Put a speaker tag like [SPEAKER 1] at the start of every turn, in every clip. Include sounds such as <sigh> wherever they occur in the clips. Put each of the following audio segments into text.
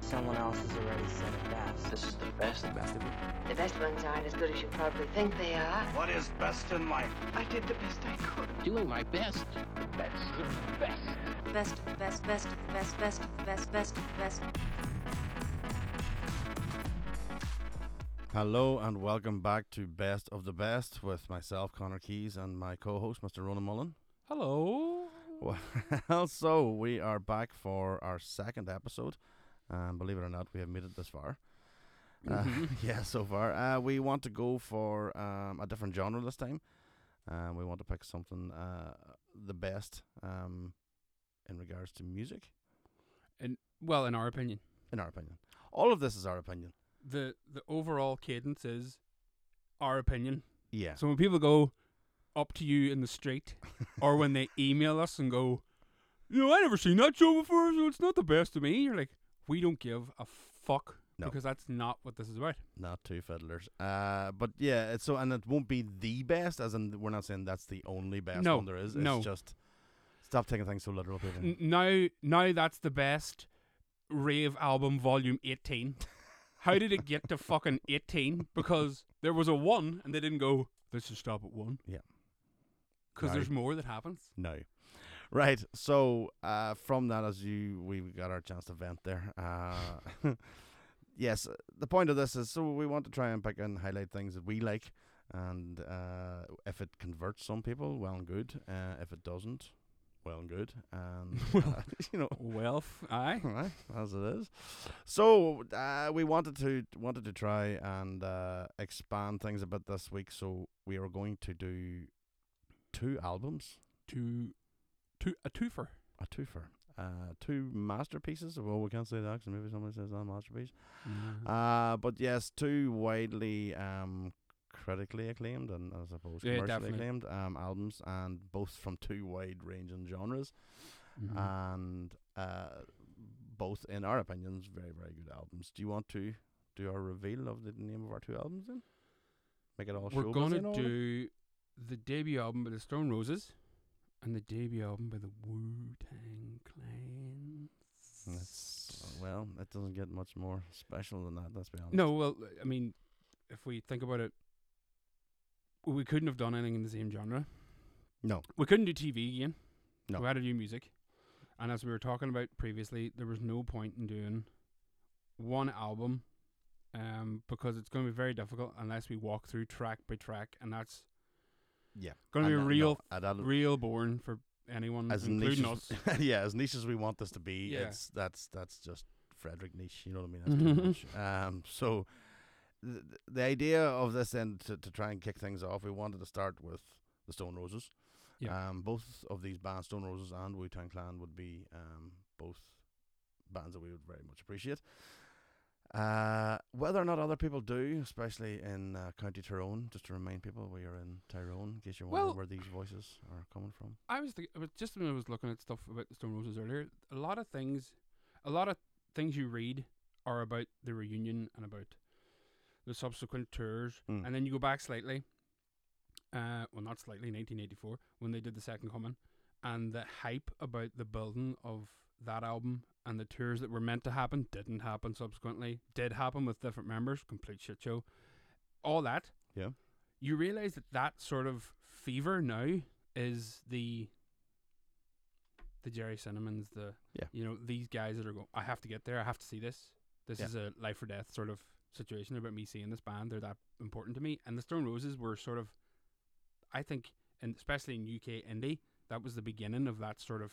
[SPEAKER 1] Someone else has already said it best.
[SPEAKER 2] This is the best basketball.
[SPEAKER 3] The best ones aren't as good as you probably think they are.
[SPEAKER 4] What is best in life?
[SPEAKER 5] I did the best I could.
[SPEAKER 2] Doing my best. The best. The best.
[SPEAKER 6] best, best, best, best, best, best, best, best.
[SPEAKER 7] Hello and welcome back to Best of the Best with myself, Connor Keys, and my co-host, Mr. Ronan Mullen.
[SPEAKER 8] Hello.
[SPEAKER 7] Well, <laughs> so we are back for our second episode, and believe it or not, we have made it this far. Uh, <laughs> yeah, so far. Uh, we want to go for um, a different genre this time. Um, we want to pick something uh, the best um, in regards to music,
[SPEAKER 8] Well, in our opinion,
[SPEAKER 7] in our opinion. All of this is our opinion.
[SPEAKER 8] the the overall cadence is our opinion.
[SPEAKER 7] Yeah.
[SPEAKER 8] So when people go up to you in the
[SPEAKER 7] <laughs>
[SPEAKER 8] street, or when they email us and go, "You know, I never seen that show before, so it's not the best of me," you're like, "We don't give a fuck."
[SPEAKER 7] No.
[SPEAKER 8] Because that's not what this is about.
[SPEAKER 7] Not two fiddlers. Uh, but yeah, it's so and it won't be the best, as in we're not saying that's the only best
[SPEAKER 8] No,
[SPEAKER 7] one there is. It's
[SPEAKER 8] no.
[SPEAKER 7] just stop taking things so literal, people.
[SPEAKER 8] N- now, now that's the best rave album, volume eighteen. How did it get to fucking eighteen? Because there was a one, and they didn't go. Let's just stop at one.
[SPEAKER 7] Yeah.
[SPEAKER 8] Because
[SPEAKER 7] No.
[SPEAKER 8] there's more that happens.
[SPEAKER 7] No. Right. So uh, from that, as you we got our chance to vent there. Uh, <laughs> yes, the point of this is so we want to try and pick and highlight things that we like, and uh, if it converts some people, well and good. Uh, if it doesn't, well and good.
[SPEAKER 8] <laughs>
[SPEAKER 7] And uh, you know,
[SPEAKER 8] Well, f- aye.
[SPEAKER 7] All right, as it is. So uh, we wanted to wanted to try and uh, expand things a bit this week. So we are going to do two albums,
[SPEAKER 8] Two, two, a twofer.
[SPEAKER 7] a twofer, uh, two masterpieces. Well, we can't say that because maybe somebody says that masterpiece.
[SPEAKER 8] Mm-hmm.
[SPEAKER 7] Uh, but yes, two widely um, critically acclaimed and I suppose
[SPEAKER 8] Yeah,
[SPEAKER 7] commercially
[SPEAKER 8] definitely.
[SPEAKER 7] acclaimed um, albums, and both from two wide ranging genres. Mm-hmm.
[SPEAKER 8] Mm-hmm.
[SPEAKER 7] and uh, both, in our opinions, very very good albums. Do you want to do our reveal of the name of our two albums then? Make it all.
[SPEAKER 8] We're
[SPEAKER 7] showbiz
[SPEAKER 8] gonna
[SPEAKER 7] in order?
[SPEAKER 8] do the debut album by the Stone Roses and the debut album by the Wu Tang Clan.
[SPEAKER 7] That's, Oh, well, that doesn't get much more special than that. Let's be honest.
[SPEAKER 8] No, well, I mean, if we think about it, we couldn't have done anything in the same genre.
[SPEAKER 7] No.
[SPEAKER 8] We couldn't do TV again.
[SPEAKER 7] No.
[SPEAKER 8] We had to do music, and as we were talking about previously, there was no point in doing one album, um, because it's going to be very difficult unless we walk through track by track, and that's
[SPEAKER 7] Yeah.
[SPEAKER 8] going to be
[SPEAKER 7] And, uh,
[SPEAKER 8] real
[SPEAKER 7] no, and that'll-
[SPEAKER 8] real boring for anyone,
[SPEAKER 7] as niche
[SPEAKER 8] including
[SPEAKER 7] as, <laughs>
[SPEAKER 8] us.
[SPEAKER 7] yeah, as niche as we want this to be,
[SPEAKER 8] Yeah.
[SPEAKER 7] it's that's that's just Frederick niche. You know what I mean? That's too much.
[SPEAKER 8] <laughs>
[SPEAKER 7] Um, so the, the idea of this then to, to try and kick things off, we wanted to start with the Stone Roses.
[SPEAKER 8] Yeah.
[SPEAKER 7] Um, both of these bands, Stone Roses and Wu Tang Clan, would be um both bands that we would very much appreciate. Uh, whether or not other people do, especially in uh, County Tyrone, just to remind people we are in Tyrone, in case you're wondering
[SPEAKER 8] Well-
[SPEAKER 7] where these voices are coming from.
[SPEAKER 8] I was, think- I was just when I was looking at stuff about the Stone Roses earlier. A lot of things, a lot of things you read are about the reunion and about the subsequent tours,
[SPEAKER 7] Mm.
[SPEAKER 8] and then you go back slightly. Uh, well, not slightly, 1984 when they did the Second Coming, and the hype about the building of that album and the tours that were meant to happen didn't happen subsequently. Did happen with different members, complete shit show. All that
[SPEAKER 7] Yeah.
[SPEAKER 8] you realize that that sort of fever now is the the Jerry Cinnamons, the
[SPEAKER 7] Yeah.
[SPEAKER 8] you know these guys that are going. I have to get there. I have to see this. This
[SPEAKER 7] Yeah.
[SPEAKER 8] is a life or death sort of situation about me seeing this band. They're that important to me. And the Stone Roses were sort of, I think, and especially in UK indie, that was the beginning of that sort of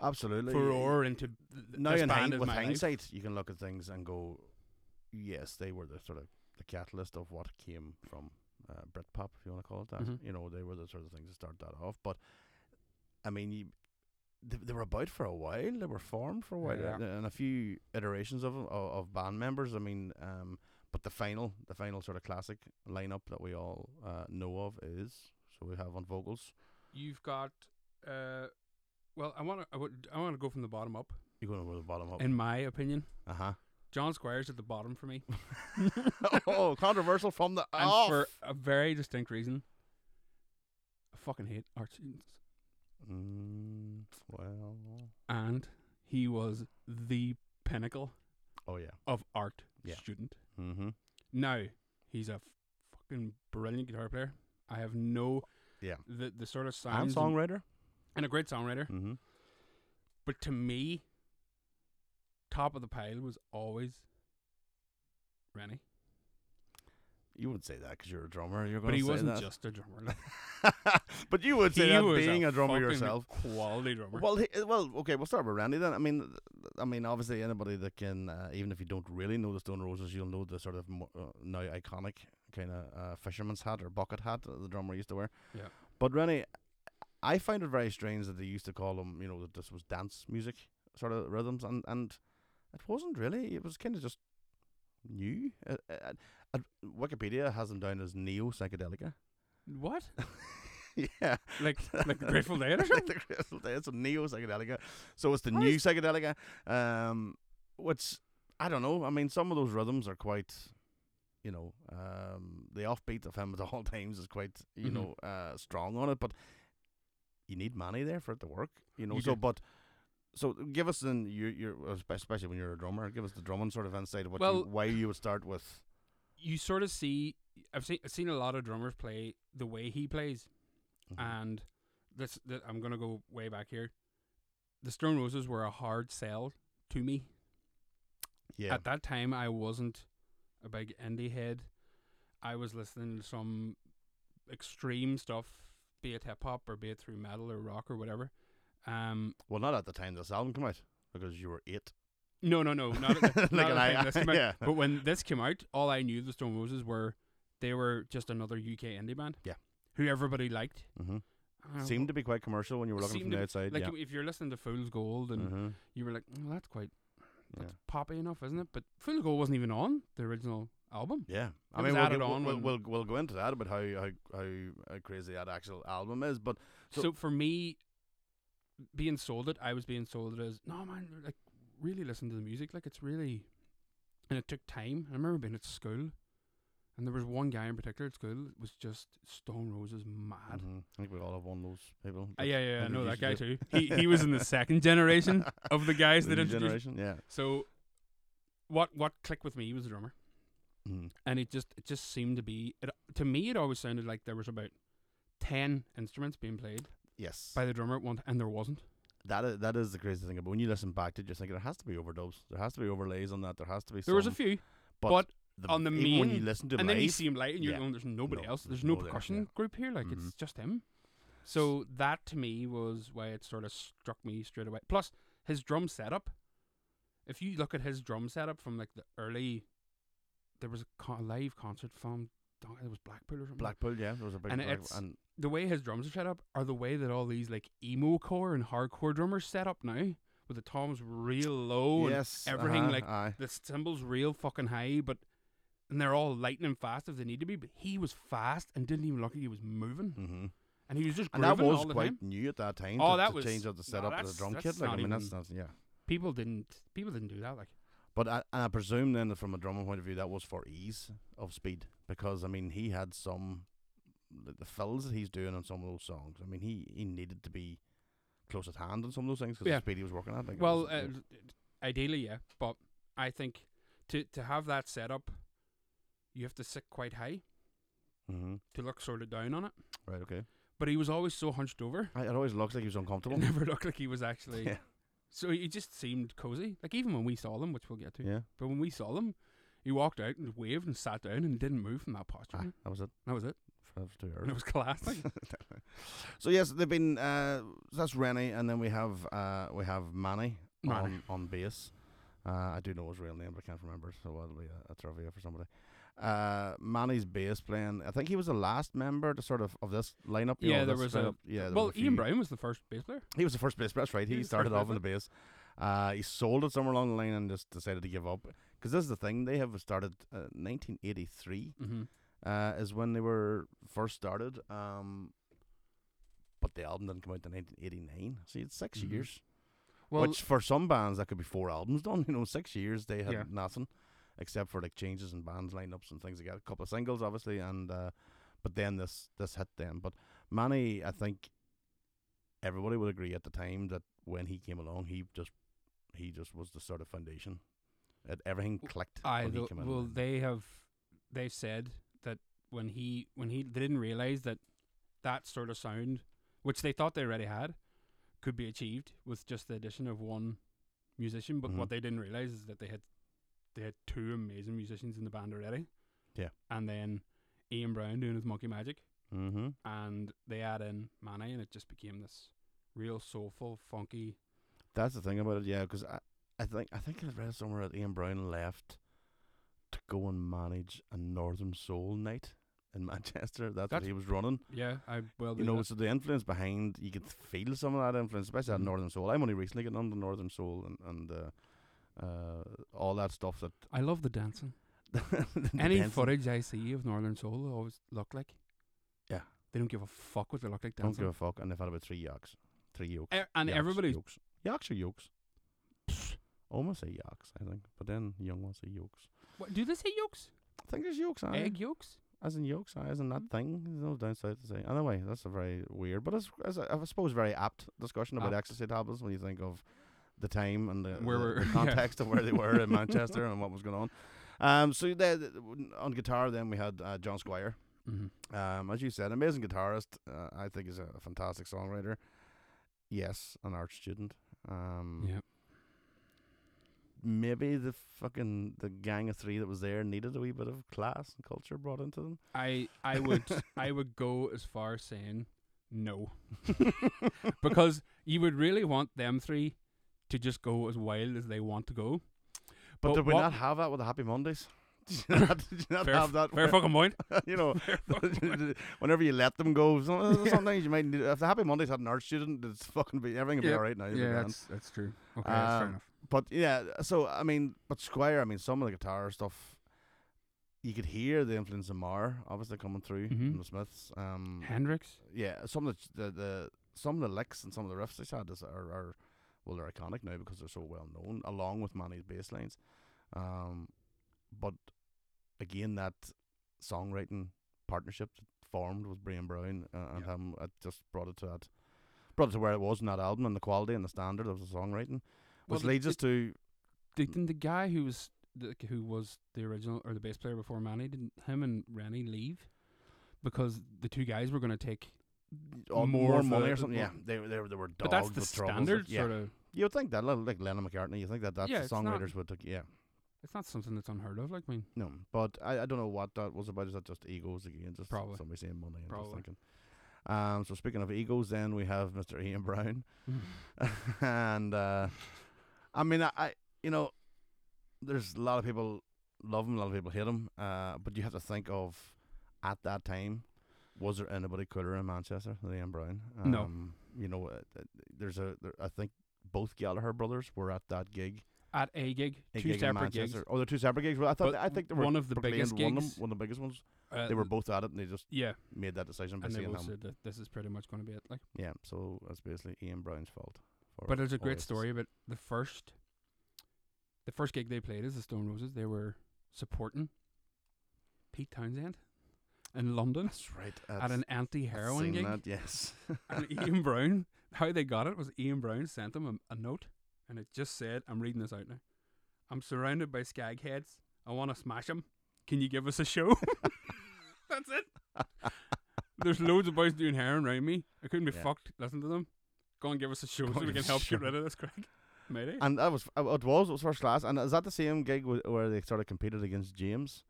[SPEAKER 7] Absolutely.
[SPEAKER 8] furore into th- th-
[SPEAKER 7] now
[SPEAKER 8] this
[SPEAKER 7] in
[SPEAKER 8] band
[SPEAKER 7] hind-
[SPEAKER 8] of
[SPEAKER 7] with
[SPEAKER 8] my life.
[SPEAKER 7] hindsight, you can look at things and go, yes, they were the sort of the catalyst of what came from uh, Britpop, if you want to call it that.
[SPEAKER 8] Mhm.
[SPEAKER 7] You know, they were the sort of things to start that off. But I mean, you, they, they were about for a while. They were formed for a while,
[SPEAKER 8] Yeah.
[SPEAKER 7] and, and a few iterations of 'em- of, of band members. I mean, um, but the final, the final sort of classic lineup that we all uh, know of is. So we have on vocals.
[SPEAKER 8] You've got, uh, well, I want to I would I want to go from the bottom up.
[SPEAKER 7] You're going over the bottom up.
[SPEAKER 8] In my opinion,
[SPEAKER 7] Uh huh.
[SPEAKER 8] John Squires at the bottom for me.
[SPEAKER 7] <laughs> oh, controversial from the
[SPEAKER 8] and
[SPEAKER 7] off.
[SPEAKER 8] for a very distinct reason. I fucking hate art students.
[SPEAKER 7] Mm, well,
[SPEAKER 8] And he was the pinnacle
[SPEAKER 7] Oh yeah.
[SPEAKER 8] of art
[SPEAKER 7] Yeah.
[SPEAKER 8] student.
[SPEAKER 7] Mm-hmm.
[SPEAKER 8] Now, he's a fucking brilliant guitar player. I have no
[SPEAKER 7] Yeah.
[SPEAKER 8] the the sort of sounds
[SPEAKER 7] And songwriter.
[SPEAKER 8] and a great songwriter.
[SPEAKER 7] Mm-hmm.
[SPEAKER 8] But to me, top of the pile was always Rennie.
[SPEAKER 7] You would say that because you're a drummer. You're going
[SPEAKER 8] But
[SPEAKER 7] to
[SPEAKER 8] he
[SPEAKER 7] say
[SPEAKER 8] wasn't
[SPEAKER 7] that.
[SPEAKER 8] just a drummer. like,
[SPEAKER 7] <laughs> but you would say
[SPEAKER 8] he
[SPEAKER 7] that
[SPEAKER 8] was
[SPEAKER 7] being a, <laughs> drummer
[SPEAKER 8] fucking
[SPEAKER 7] yourself.
[SPEAKER 8] quality drummer.
[SPEAKER 7] Well, he, uh, well, okay. We'll start with Randy then. I mean, th- th- I mean, obviously, anybody that can, uh, even if you don't really know the Stone Roses, you'll know the sort of mo- uh, now iconic kind of uh, fisherman's hat or bucket hat that the drummer used to wear.
[SPEAKER 8] Yeah.
[SPEAKER 7] But Rennie, I find it very strange that they used to call them, you know, that this was dance music sort of rhythms, and and it wasn't really. It was kind of just new. Uh, uh, uh, Wikipedia has them down as neo <laughs> psychedelica.
[SPEAKER 8] what?
[SPEAKER 7] yeah.
[SPEAKER 8] Like <laughs> like the Grateful
[SPEAKER 7] <laughs>
[SPEAKER 8] Dead or something?
[SPEAKER 7] the Grateful Dead. It's a neo psychedelica. So it's the
[SPEAKER 8] Why
[SPEAKER 7] new psychedelica. Um, which I don't know. I mean, some of those rhythms are quite, you know, um, the offbeat of him at all <laughs> times is quite, you
[SPEAKER 8] Mhm.
[SPEAKER 7] know, uh, strong on it. But you need money there for it to work. You know.
[SPEAKER 8] You
[SPEAKER 7] so,
[SPEAKER 8] do.
[SPEAKER 7] but. So give us then your your especially when you're a drummer, give us the drumming sort of insight of what you,
[SPEAKER 8] Well-
[SPEAKER 7] why you would start with.
[SPEAKER 8] You sort of see I've seen I've seen a lot of drummers play the way he plays.
[SPEAKER 7] Mhm.
[SPEAKER 8] and this th- I'm gonna go way back here. The Stone Roses were a hard sell to me
[SPEAKER 7] yeah,
[SPEAKER 8] at that time. I wasn't a big indie head. I was listening to some extreme stuff, be it hip hop or be it through metal or rock or whatever. Um,
[SPEAKER 7] well, not at the time this album came out because you were eight.
[SPEAKER 8] no, no, no, not,
[SPEAKER 7] <laughs>
[SPEAKER 8] at the-
[SPEAKER 7] Like
[SPEAKER 8] not at
[SPEAKER 7] an
[SPEAKER 8] the
[SPEAKER 7] I-
[SPEAKER 8] time this came out.
[SPEAKER 7] yeah.
[SPEAKER 8] But when this came out, all I knew the Stone Roses were they were just another UK indie band.
[SPEAKER 7] Yeah.
[SPEAKER 8] who everybody liked.
[SPEAKER 7] Mm-hmm.
[SPEAKER 8] Uh,
[SPEAKER 7] Seemed to be quite commercial when you were looking
[SPEAKER 8] seemed
[SPEAKER 7] from
[SPEAKER 8] to
[SPEAKER 7] the
[SPEAKER 8] be-
[SPEAKER 7] outside.
[SPEAKER 8] like
[SPEAKER 7] yeah.
[SPEAKER 8] if you're listening to Fool's Gold and
[SPEAKER 7] hmm
[SPEAKER 8] you were like, "Mm, that's quite
[SPEAKER 7] Yeah.
[SPEAKER 8] that's poppy enough, isn't it? But Fool's Gold wasn't even on the original album.
[SPEAKER 7] Yeah, I
[SPEAKER 8] It
[SPEAKER 7] mean,
[SPEAKER 8] was
[SPEAKER 7] we'll,
[SPEAKER 8] added
[SPEAKER 7] go-
[SPEAKER 8] on
[SPEAKER 7] we'll,
[SPEAKER 8] when-
[SPEAKER 7] we'll we'll go into that about how how how, how crazy that actual album is, but So-
[SPEAKER 8] So, for me, being sold it, I was being sold it as no man, like really listen to the music, like it's really, and it took time. I remember being at school, and there was one guy in particular at school that was just Stone Roses mad.
[SPEAKER 7] Mhm. I think we all have one of those people.
[SPEAKER 8] Uh, yeah, yeah, yeah, I know that guy
[SPEAKER 7] Introduced
[SPEAKER 8] too. He
[SPEAKER 7] <laughs>
[SPEAKER 8] he was in the second generation of the guys
[SPEAKER 7] The <laughs>
[SPEAKER 8] that
[SPEAKER 7] new
[SPEAKER 8] introduced.
[SPEAKER 7] generation, yeah.
[SPEAKER 8] So, what what clicked with me was the drummer.
[SPEAKER 7] Mhm.
[SPEAKER 8] and it just it just seemed to be it, to me it always sounded like there was about 10 instruments being played
[SPEAKER 7] Yes,
[SPEAKER 8] by the drummer at one t- and there wasn't
[SPEAKER 7] that is, that is the crazy thing. But when you listen back to, it, you're thinking there has to be overdubs, there has to be overlays on that, there has to be.
[SPEAKER 8] there was a
[SPEAKER 7] some,
[SPEAKER 8] few
[SPEAKER 7] but,
[SPEAKER 8] but
[SPEAKER 7] the,
[SPEAKER 8] on the
[SPEAKER 7] even when you
[SPEAKER 8] main-
[SPEAKER 7] listen to
[SPEAKER 8] and then you
[SPEAKER 7] live,
[SPEAKER 8] see him light and you're
[SPEAKER 7] yeah.
[SPEAKER 8] going there's nobody
[SPEAKER 7] No,
[SPEAKER 8] else there's
[SPEAKER 7] there's
[SPEAKER 8] no
[SPEAKER 7] no there, yeah.
[SPEAKER 8] percussion group here like it's
[SPEAKER 7] Mhm.
[SPEAKER 8] just him so that to me was why it sort of struck me straight away plus his drum setup if you look at his drum setup from like the early there was a con- live concert from dog- it was Blackpool or something
[SPEAKER 7] Blackpool, yeah, there was a big
[SPEAKER 8] And
[SPEAKER 7] Black-
[SPEAKER 8] it's-
[SPEAKER 7] and
[SPEAKER 8] the way his drums are set up are the way that all these like emo core and hardcore drummers set up now, with the toms real low
[SPEAKER 7] yes,
[SPEAKER 8] and everything
[SPEAKER 7] uh-huh,
[SPEAKER 8] like
[SPEAKER 7] aye.
[SPEAKER 8] the cymbals real fucking high, but and they're all lightning fast if they need to be. But he was fast and didn't even look like he was moving,
[SPEAKER 7] hmm
[SPEAKER 8] and he was just
[SPEAKER 7] and
[SPEAKER 8] grooving
[SPEAKER 7] that was
[SPEAKER 8] all the
[SPEAKER 7] quite
[SPEAKER 8] time.
[SPEAKER 7] new at that time.
[SPEAKER 8] Oh,
[SPEAKER 7] to,
[SPEAKER 8] that
[SPEAKER 7] to
[SPEAKER 8] was-
[SPEAKER 7] change up the
[SPEAKER 8] no,
[SPEAKER 7] setup of the
[SPEAKER 8] that's-
[SPEAKER 7] drum
[SPEAKER 8] that's
[SPEAKER 7] kit. Like I
[SPEAKER 8] not
[SPEAKER 7] mean, that's
[SPEAKER 8] even-
[SPEAKER 7] not yeah.
[SPEAKER 8] People didn't people didn't do that like.
[SPEAKER 7] But I, and I presume then, that from a drummer point of view, that was for ease of speed because I mean he had some the, the fills that he's doing on some of those songs. I mean he, he needed to be close at hand on some of those things because
[SPEAKER 8] Yeah.
[SPEAKER 7] the speed he was working at. Like it
[SPEAKER 8] Well,
[SPEAKER 7] was-
[SPEAKER 8] uh,
[SPEAKER 7] yeah.
[SPEAKER 8] ideally, yeah, but I think to to have that set up, you have to sit quite high
[SPEAKER 7] Mhm.
[SPEAKER 8] to look sort of down on it.
[SPEAKER 7] right, okay.
[SPEAKER 8] But he was always so hunched over. <laughs>
[SPEAKER 7] I, it always looks like he was uncomfortable. <laughs>
[SPEAKER 8] It never looked like he was actually.
[SPEAKER 7] yeah,
[SPEAKER 8] So he just seemed cozy. Like even when we saw them, which we'll get to,
[SPEAKER 7] yeah.
[SPEAKER 8] but when we saw them, he walked out and waved and sat down and didn't move from that posture.
[SPEAKER 7] Ah, Oh, that was it.
[SPEAKER 8] That was it.
[SPEAKER 7] For for two
[SPEAKER 8] And it <laughs>
[SPEAKER 7] hours.
[SPEAKER 8] was classic.
[SPEAKER 7] <laughs> So yes, they've been. Uh, that's Rennie, and then we have uh, we have Manny,
[SPEAKER 8] Manny.
[SPEAKER 7] on on bass. Uh, I do know his real name, but I can't remember it, so that'll be a, a trivia for somebody. Uh, Manny's bass playing. I think he was the last member to sort of of this lineup. you know,
[SPEAKER 8] Yeah, there
[SPEAKER 7] this
[SPEAKER 8] was
[SPEAKER 7] kind
[SPEAKER 8] a-
[SPEAKER 7] of- yeah. there was
[SPEAKER 8] well,
[SPEAKER 7] a few-
[SPEAKER 8] Ian Brown was the first bass player.
[SPEAKER 7] He was the first bass. That's right.
[SPEAKER 8] <laughs> He
[SPEAKER 7] He
[SPEAKER 8] was the
[SPEAKER 7] started
[SPEAKER 8] first
[SPEAKER 7] off on the bass. Uh, he sold it somewhere along the line and just decided to give up. Because this is the thing. They have started uh, 1983
[SPEAKER 8] Mm-hmm.
[SPEAKER 7] uh, is when they were first started. Um, but the album didn't come out in 1989. See, it's 6
[SPEAKER 8] Mhm.
[SPEAKER 7] years,
[SPEAKER 8] Well,
[SPEAKER 7] which for some bands that could be four albums done. You know, six years they had
[SPEAKER 8] Yeah.
[SPEAKER 7] nothing except for like changes in bands lineups and things. They got a couple of singles, obviously, and uh, but then this this hit them. But Manny, I think everybody would agree at the time that when he came along, he just he just was the sort of foundation It, everything clicked
[SPEAKER 8] I
[SPEAKER 7] when he
[SPEAKER 8] tho-
[SPEAKER 7] came in.
[SPEAKER 8] well, they have they said that when he when he they didn't realize that that sort of sound, which they thought they already had, could be achieved with just the addition of one musician. But
[SPEAKER 7] Mhm.
[SPEAKER 8] what they didn't realize is that they had they had two amazing musicians in the band already.
[SPEAKER 7] Yeah.
[SPEAKER 8] and then Ian Brown doing his monkey magic,
[SPEAKER 7] mm-hmm.
[SPEAKER 8] and they add in Manny, and it just became this real soulful, funky.
[SPEAKER 7] That's the thing about it, yeah. Because I, I think I think I read somewhere that Ian Brown left to go and manage a Northern Soul night in <laughs> Manchester. That's, what
[SPEAKER 8] That's-
[SPEAKER 7] he was running.
[SPEAKER 8] Yeah, I well
[SPEAKER 7] You
[SPEAKER 8] believe
[SPEAKER 7] know,
[SPEAKER 8] that.
[SPEAKER 7] so the influence behind you could feel some of that influence, especially that
[SPEAKER 8] Mhm.
[SPEAKER 7] Northern Soul. I'm only recently getting on the Northern Soul and and uh, uh, all that stuff that <laughs>
[SPEAKER 8] I love the dancing.
[SPEAKER 7] the
[SPEAKER 8] Any
[SPEAKER 7] dancing-
[SPEAKER 8] footage I see of Northern Soul they always look like.
[SPEAKER 7] Yeah.
[SPEAKER 8] They don't give a fuck what they look like
[SPEAKER 7] Don't
[SPEAKER 8] dancing.
[SPEAKER 7] give a fuck, and they've had about three yaks, three yokes,
[SPEAKER 8] E- and
[SPEAKER 7] yaks,
[SPEAKER 8] everybody's
[SPEAKER 7] yokes, yaks or yokes. Almost say yaks, I think, but then young ones say yokes.
[SPEAKER 8] what, do they say yolks?
[SPEAKER 7] I think there's yokes. aye.
[SPEAKER 8] Egg yolks?
[SPEAKER 7] As in yolks, aye, as in
[SPEAKER 8] Mm-hmm.
[SPEAKER 7] that thing. There's no downside to say. Anyway, that's a very weird, but it's, it's a, I suppose, very apt discussion about
[SPEAKER 8] Apt.
[SPEAKER 7] ecstasy tablets when you think of the time and the,
[SPEAKER 8] Where
[SPEAKER 7] the-
[SPEAKER 8] we're- <laughs>
[SPEAKER 7] the
[SPEAKER 8] yeah.
[SPEAKER 7] context of where they
[SPEAKER 8] <laughs>
[SPEAKER 7] were in Manchester and what was going on. Um, so then, on guitar, then we had uh, John Squire.
[SPEAKER 8] Mm-hmm.
[SPEAKER 7] Um, as you said, amazing guitarist. Uh, I think he's a, fantastic songwriter. Yes, an art student. Um,
[SPEAKER 8] Yeah.
[SPEAKER 7] Maybe the fucking the gang of three that was there needed a wee bit of class and culture brought into them.
[SPEAKER 8] I
[SPEAKER 7] <laughs>
[SPEAKER 8] I would I would go as far as saying no. <laughs> because you would really want them three to just go as wild as they want to go.
[SPEAKER 7] But,
[SPEAKER 8] But
[SPEAKER 7] did we
[SPEAKER 8] what-
[SPEAKER 7] not have that with the Happy Mondays? <laughs> Did you not, did you not
[SPEAKER 8] Fair,
[SPEAKER 7] have that?
[SPEAKER 8] fair fucking point.
[SPEAKER 7] where, <laughs> you
[SPEAKER 8] <laughs>
[SPEAKER 7] know,
[SPEAKER 8] Fair fucking point.
[SPEAKER 7] whenever you let them go, some-
[SPEAKER 8] <laughs>
[SPEAKER 7] uh,
[SPEAKER 8] Yeah.
[SPEAKER 7] sometimes you might. Need, if the Happy Mondays had an art student, it's fucking be everything would be
[SPEAKER 8] Yeah,
[SPEAKER 7] all right now. it'd be
[SPEAKER 8] yeah,
[SPEAKER 7] grand.
[SPEAKER 8] that's, that's true. Okay, that's fair
[SPEAKER 7] Um,
[SPEAKER 8] enough.
[SPEAKER 7] But yeah, so I mean, but Squire, I mean, some of the guitar stuff, you could hear the influence of Marr obviously coming through
[SPEAKER 8] Mhm.
[SPEAKER 7] from the Smiths. Um,
[SPEAKER 8] Hendrix?
[SPEAKER 7] yeah, some of the, the the some of the licks and some of the riffs they had is, are are well, they're iconic now because they're so well known, along with Manny's bass lines. Um, but again, that songwriting partnership that formed with Brian Brown uh, and
[SPEAKER 8] Yeah.
[SPEAKER 7] him, it just brought it to that, brought it to where it was in that album and the quality and the standard of the songwriting,
[SPEAKER 8] Well,
[SPEAKER 7] which
[SPEAKER 8] the-
[SPEAKER 7] leads us
[SPEAKER 8] it-
[SPEAKER 7] to
[SPEAKER 8] They didn't the guy who was the, who was the original or the bass player before Manny didn't him and Rennie leave because the two guys were going to take.
[SPEAKER 7] or
[SPEAKER 8] more
[SPEAKER 7] more
[SPEAKER 8] of
[SPEAKER 7] money
[SPEAKER 8] a-
[SPEAKER 7] or something.
[SPEAKER 8] more-
[SPEAKER 7] Yeah, they were- they were they were dogs.
[SPEAKER 8] but that's the
[SPEAKER 7] with troubles.
[SPEAKER 8] standard
[SPEAKER 7] Yeah,
[SPEAKER 8] sort of.
[SPEAKER 7] you would think that like- like Lennon McCartney. You think that that's
[SPEAKER 8] Yeah,
[SPEAKER 7] the
[SPEAKER 8] it's not-
[SPEAKER 7] songwriters would take. Yeah,
[SPEAKER 8] It's not something that's unheard of. Like I
[SPEAKER 7] <laughs>
[SPEAKER 8] mean,
[SPEAKER 7] no, but I, I don't know what that was about. Is that just egos again? Just
[SPEAKER 8] Probably.
[SPEAKER 7] somebody saying money and just
[SPEAKER 8] Probably.
[SPEAKER 7] thinking. Um. So speaking of egos, then we have Mr. Ian
[SPEAKER 8] <laughs>
[SPEAKER 7] Brown, and uh, I mean I, I you know there's a lot of people love him, a lot of people hate him. Uh, but you have to think of at that time, was there anybody cooler in Manchester than Ian Brown? Um,
[SPEAKER 8] No.
[SPEAKER 7] You know, uh, th- there's a there, I think both Gallagher brothers were at that gig.
[SPEAKER 8] at a gig,
[SPEAKER 7] a
[SPEAKER 8] two
[SPEAKER 7] gig in
[SPEAKER 8] separate gigs.
[SPEAKER 7] Manchester. Oh, they're two separate gigs. Well, I thought
[SPEAKER 8] But
[SPEAKER 7] I think they were
[SPEAKER 8] one of the
[SPEAKER 7] proclaimed
[SPEAKER 8] biggest
[SPEAKER 7] One of,
[SPEAKER 8] gigs-
[SPEAKER 7] them, one of the biggest ones.
[SPEAKER 8] Uh,
[SPEAKER 7] they were
[SPEAKER 8] th-
[SPEAKER 7] both at it, and they just
[SPEAKER 8] Yeah,
[SPEAKER 7] made that decision by
[SPEAKER 8] and they
[SPEAKER 7] seeing
[SPEAKER 8] both
[SPEAKER 7] him.
[SPEAKER 8] said that this is pretty much going to be it. Like,
[SPEAKER 7] Yeah, so that's basically Ian Brown's fault. for
[SPEAKER 8] but there's a
[SPEAKER 7] all
[SPEAKER 8] great
[SPEAKER 7] this.
[SPEAKER 8] story about the first. The first gig they played is the Stone Roses. They were supporting Pete Townsend in London
[SPEAKER 7] That's right.
[SPEAKER 8] at an anti-heroin
[SPEAKER 7] seen
[SPEAKER 8] gig.
[SPEAKER 7] That,
[SPEAKER 8] <laughs>
[SPEAKER 7] yes.
[SPEAKER 8] and Ian Brown, how they got it was Ian Brown sent them a, a note, and it just said, "I'm reading this out now. I'm surrounded by skag heads. I want to smash them. Can you give us a show?" <laughs> That's it. There's loads of boys doing heroin around me. I couldn't be
[SPEAKER 7] Yeah.
[SPEAKER 8] fucked. Listen to them. Go and give us a show
[SPEAKER 7] Go
[SPEAKER 8] so we
[SPEAKER 7] give
[SPEAKER 8] can
[SPEAKER 7] us a
[SPEAKER 8] help
[SPEAKER 7] show."
[SPEAKER 8] get rid of this crack. Maybe.
[SPEAKER 7] And that was uh, it was it was first class. And is that the same gig wh- where they sort of competed against James?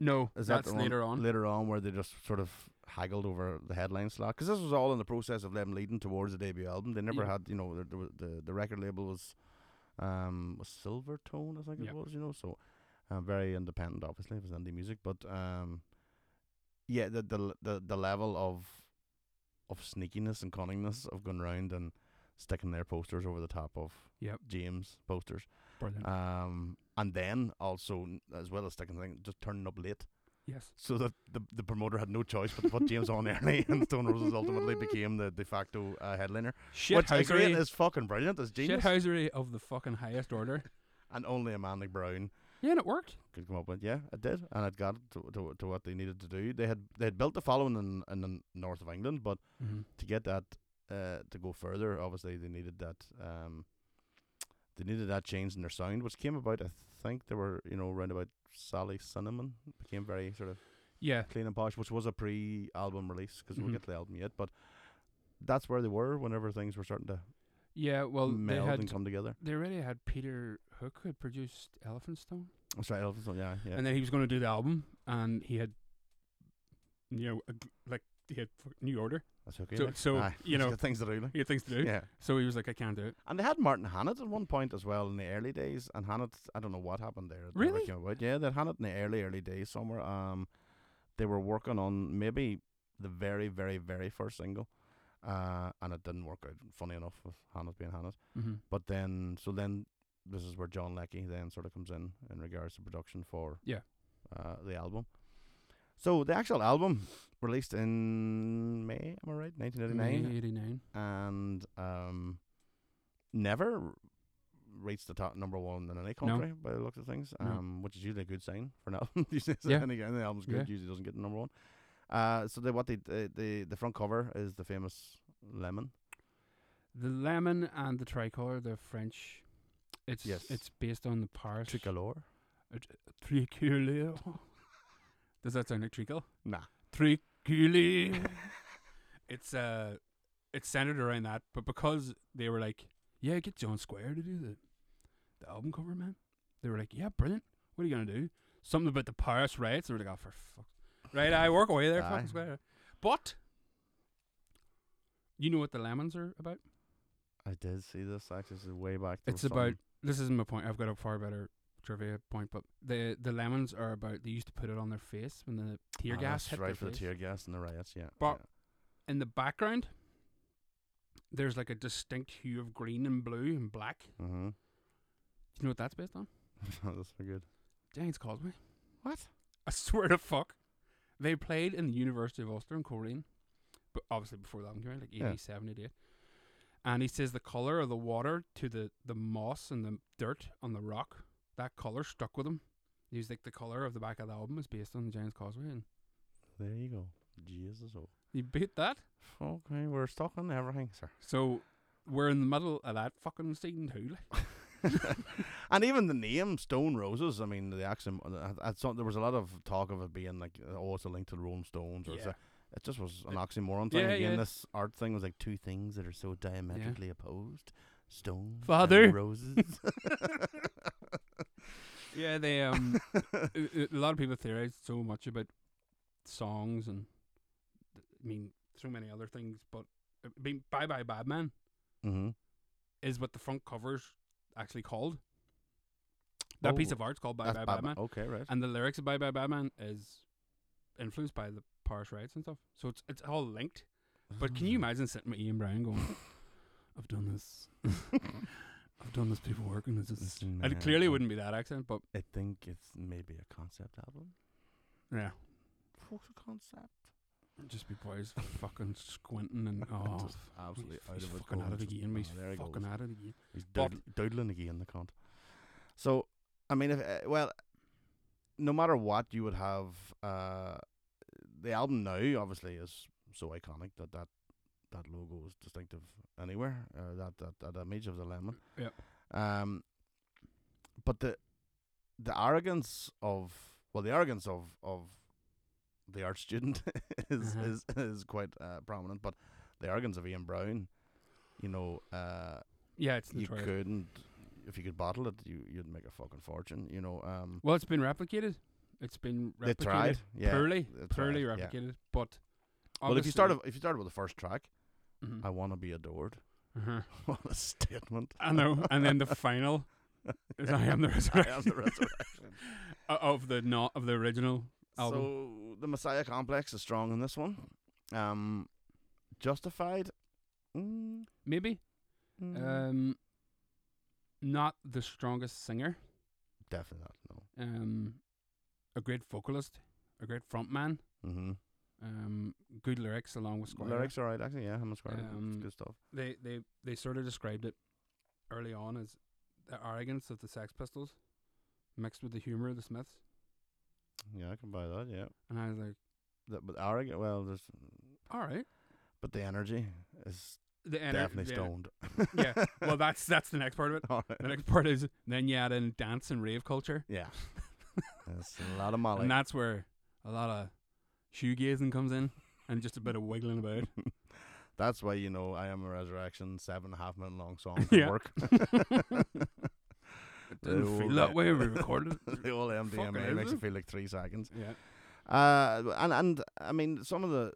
[SPEAKER 8] no,
[SPEAKER 7] Is that
[SPEAKER 8] that's
[SPEAKER 7] the one-
[SPEAKER 8] later on.
[SPEAKER 7] Later on, where they just sort of haggled over the headline slot because this was all in the process of them leading towards the debut album. They never
[SPEAKER 8] Yeah.
[SPEAKER 7] had you know the the, the, the record label was um was Silvertone I think
[SPEAKER 8] Yep.
[SPEAKER 7] it was you know so um, very independent obviously it was indie music but um yeah the the l- the, the level of of sneakiness and cunningness of going round and sticking their posters over the top of
[SPEAKER 8] Yep.
[SPEAKER 7] James posters
[SPEAKER 8] Brilliant.
[SPEAKER 7] um, and then also, n- as well as sticking thing, just turning up late,
[SPEAKER 8] yes.
[SPEAKER 7] so that the, the promoter had no choice but to put James on early, and Stone Roses ultimately became the de facto uh, headliner. Which again
[SPEAKER 8] Shithousery.
[SPEAKER 7] is fucking brilliant, it's genius,
[SPEAKER 8] Shithousery of the fucking highest order.
[SPEAKER 7] and only a man like Brown
[SPEAKER 8] Yeah, and it worked.
[SPEAKER 7] could come up with. Yeah, it did, and it got to, to, to what they needed to do. They had they had built the following in, in the north of England, but to get that uh, to go further, obviously they needed that um, they needed that change in their sound, which came about. I think they were you know round about Sally Cinnamon became very sort of
[SPEAKER 8] Yeah,
[SPEAKER 7] clean and posh, which was a pre-album release because
[SPEAKER 8] Mhm.
[SPEAKER 7] we'll get to the album yet, but. That's where they were whenever things were starting to
[SPEAKER 8] yeah. Well, they
[SPEAKER 7] meld and
[SPEAKER 8] had
[SPEAKER 7] come together.
[SPEAKER 8] they already had Peter Hook who had produced Elephant Stone,
[SPEAKER 7] That's right, Elvis. Yeah, yeah.
[SPEAKER 8] and then he was going to do the album, and he had, you know, a g like he had f- New Order,
[SPEAKER 7] That's okay.
[SPEAKER 8] so-
[SPEAKER 7] like.
[SPEAKER 8] so,
[SPEAKER 7] Aye,
[SPEAKER 8] you
[SPEAKER 7] he's
[SPEAKER 8] know-
[SPEAKER 7] got things to do. like.
[SPEAKER 8] he had things to do,
[SPEAKER 7] Ah, Yeah,
[SPEAKER 8] so he was like, I can't do it.
[SPEAKER 7] and they had Martin Hannett at one point as well in the early days, and Hannett, I don't know what happened there. it never
[SPEAKER 8] Really?
[SPEAKER 7] came about. Yeah, that Hannett in the early early days somewhere. Um, they were working on maybe the very very very first single, uh, and it didn't work out. Funny enough, with Hannett being Hannett,
[SPEAKER 8] Mm-hmm.
[SPEAKER 7] but then so then this is where John Leckie then sort of comes in in regards to production for
[SPEAKER 8] Yeah.
[SPEAKER 7] uh, the album. So the actual album released in May, am I right? Nineteen eighty nine
[SPEAKER 8] Eighty nine.
[SPEAKER 7] and um, never r- reached the top number one in any country by the looks of things,
[SPEAKER 8] No.
[SPEAKER 7] um, which is usually a good sign for an album. <laughs> usually, so
[SPEAKER 8] Yeah.
[SPEAKER 7] any, any album's good
[SPEAKER 8] Yeah.
[SPEAKER 7] usually doesn't get the number one. Uh, so they, what they the, the the front cover is the famous lemon.
[SPEAKER 8] The lemon and the tricolor, the French. It's
[SPEAKER 7] Yes.
[SPEAKER 8] it's based on the Paris
[SPEAKER 7] Tricolor.
[SPEAKER 8] tricolor. <laughs> Does that sound like treacle?
[SPEAKER 7] Nah.
[SPEAKER 8] Tricolor. <laughs> it's uh, it's centered around that, but because they were like, yeah, get John Square to do the the album cover, man. They were like, yeah, brilliant. What are you gonna do? Something about the Paris riots. They were like, oh, for fuck. Right, I work away there,
[SPEAKER 7] Aye.
[SPEAKER 8] fucking square. But you know what the lemons are about.
[SPEAKER 7] I did see this actually this is way back. there
[SPEAKER 8] It's
[SPEAKER 7] was
[SPEAKER 8] about
[SPEAKER 7] something-
[SPEAKER 8] this isn't my point. I've got a far better trivia point, but the the lemons are about they used to put it on their face when the tear
[SPEAKER 7] Ah,
[SPEAKER 8] gas
[SPEAKER 7] that's
[SPEAKER 8] hit
[SPEAKER 7] right
[SPEAKER 8] their
[SPEAKER 7] for
[SPEAKER 8] face.
[SPEAKER 7] the tear gas and the riots. Yeah,
[SPEAKER 8] But- In the background, there's like a distinct hue of green and blue and black. Do
[SPEAKER 7] yeah. <laughs> hmm
[SPEAKER 8] you know what that's based on?
[SPEAKER 7] that's so good.
[SPEAKER 8] James Cosby.
[SPEAKER 7] What?
[SPEAKER 8] I <laughs> swear to fuck, they played in the University of Ulster in Coleraine, but obviously before that one came out, like
[SPEAKER 7] Yeah.
[SPEAKER 8] 87, 88. And he says the color of the water to the the moss and the dirt on the rock, that color stuck with him. He was like the color of the back of the album is based on the Giants Causeway, and
[SPEAKER 7] There you go. Jesus, oh.
[SPEAKER 8] you beat that.
[SPEAKER 7] Okay, we're stuck on everything, sir. <laughs>
[SPEAKER 8] So we're in the middle of that fucking scene too. Like.
[SPEAKER 7] and even the name Stone Roses, I mean, the accent. uh, I, I, some, there was a lot of talk of it being like, oh, it's a link to the Rolling Stones, or it's
[SPEAKER 8] Yeah.
[SPEAKER 7] a- it just was an oxymoron thing.
[SPEAKER 8] Yeah,
[SPEAKER 7] Again,
[SPEAKER 8] yeah.
[SPEAKER 7] this art thing was like two things that are so diametrically opposed: stone,
[SPEAKER 8] Father.
[SPEAKER 7] and roses.
[SPEAKER 8] <laughs> Yeah, they um, a, a- a lot of people theorize so much about songs and th- I mean so many other things, but I mean, Bye Bye Badman
[SPEAKER 7] mm-hmm.
[SPEAKER 8] is what the front cover's actually called. That piece
[SPEAKER 7] Oh,
[SPEAKER 8] of art's called Bye Bye Oh. Badman,
[SPEAKER 7] Okay, right.
[SPEAKER 8] and the lyrics of Bye Bye Badman is influenced by the Paris riots and stuff. So it's it's all linked. But can you imagine sitting with Ian Brown going, <laughs> "I've done this, <laughs> I've done this paperwork, and it's just."
[SPEAKER 7] Listen,
[SPEAKER 8] It
[SPEAKER 7] man,
[SPEAKER 8] clearly
[SPEAKER 7] I-
[SPEAKER 8] wouldn't be that accent, but
[SPEAKER 7] I think it's maybe a concept album.
[SPEAKER 8] yeah.
[SPEAKER 7] What a concept!
[SPEAKER 8] Just be boys fucking squinting and oh,
[SPEAKER 7] <laughs> Just absolutely
[SPEAKER 8] he's,
[SPEAKER 7] out
[SPEAKER 8] he's
[SPEAKER 7] of it.
[SPEAKER 8] fucking
[SPEAKER 7] going,
[SPEAKER 8] out of it
[SPEAKER 7] just-
[SPEAKER 8] again. He's
[SPEAKER 7] oh, there he goes.
[SPEAKER 8] fucking out of it again.
[SPEAKER 7] He's
[SPEAKER 8] But-
[SPEAKER 7] doodl- doodling again, the cunt. So, I mean, if uh, well, no matter what, you would have uh, the album now. Obviously, is so iconic that that, that logo is distinctive anywhere. Uh, that, that that image of the lemon.
[SPEAKER 8] Yep.
[SPEAKER 7] Um. But the the arrogance of well, the arrogance of of the art student <laughs> is
[SPEAKER 8] Uh-huh.
[SPEAKER 7] is is quite uh, prominent. But the arrogance of Ian Brown, you know. Uh,
[SPEAKER 8] Yeah, it's
[SPEAKER 7] you
[SPEAKER 8] notorious.
[SPEAKER 7] couldn't if you could bottle it you you'd make a fucking fortune you know um
[SPEAKER 8] Well, it's been replicated. It's been replicated.
[SPEAKER 7] they tried yeah
[SPEAKER 8] poorly,
[SPEAKER 7] they
[SPEAKER 8] poorly
[SPEAKER 7] tried, yeah.
[SPEAKER 8] replicated. But
[SPEAKER 7] well if you started if you started with the first track
[SPEAKER 8] obviously-
[SPEAKER 7] i want to be adored <laughs>
[SPEAKER 8] Mhm.
[SPEAKER 7] what a statement
[SPEAKER 8] I know. And then
[SPEAKER 7] <laughs>
[SPEAKER 8] the final is I am the resurrection
[SPEAKER 7] I am the resurrection
[SPEAKER 8] <laughs> o- of the not of the original album.
[SPEAKER 7] so the messiah complex is strong in this one um justified mm,
[SPEAKER 8] Maybe
[SPEAKER 7] mm,
[SPEAKER 8] um, not the strongest singer.
[SPEAKER 7] definitely not no
[SPEAKER 8] Um, a great vocalist, a great frontman.
[SPEAKER 7] Mm-hmm.
[SPEAKER 8] Um, good lyrics along with Squire.
[SPEAKER 7] Lyrics are right, actually. Yeah, I'm a square. It's
[SPEAKER 8] Um,
[SPEAKER 7] good stuff.
[SPEAKER 8] they they they sort of described it early on as the arrogance of the Sex Pistols mixed with the humor of the Smiths,
[SPEAKER 7] Yeah, I can buy that. Yeah,
[SPEAKER 8] and I was like,
[SPEAKER 7] that, but arrogant. Well, there's,
[SPEAKER 8] all right,
[SPEAKER 7] but the energy is
[SPEAKER 8] the ener-
[SPEAKER 7] Definitely
[SPEAKER 8] the-
[SPEAKER 7] stoned.
[SPEAKER 8] Yeah.
[SPEAKER 7] <laughs>
[SPEAKER 8] Well, that's that's the next part of it.
[SPEAKER 7] All right.
[SPEAKER 8] The next part is then you add in dance and rave culture,
[SPEAKER 7] Yeah. That's a lot of Molly.
[SPEAKER 8] and that's where a lot of shoegazing comes in, and just a bit of wiggling about.
[SPEAKER 7] <laughs> That's why you know I am a resurrection seven and a half minute
[SPEAKER 8] <laughs>
[SPEAKER 7] long song at
[SPEAKER 8] Yeah.
[SPEAKER 7] work. <laughs>
[SPEAKER 8] Didn't
[SPEAKER 7] Oh,
[SPEAKER 8] feel that way when we recorded. it.
[SPEAKER 7] <laughs> the old MDMA
[SPEAKER 8] Fucking
[SPEAKER 7] makes
[SPEAKER 8] is
[SPEAKER 7] you
[SPEAKER 8] it?
[SPEAKER 7] feel like three seconds.
[SPEAKER 8] <laughs> Yeah.
[SPEAKER 7] Uh, and and I mean some of the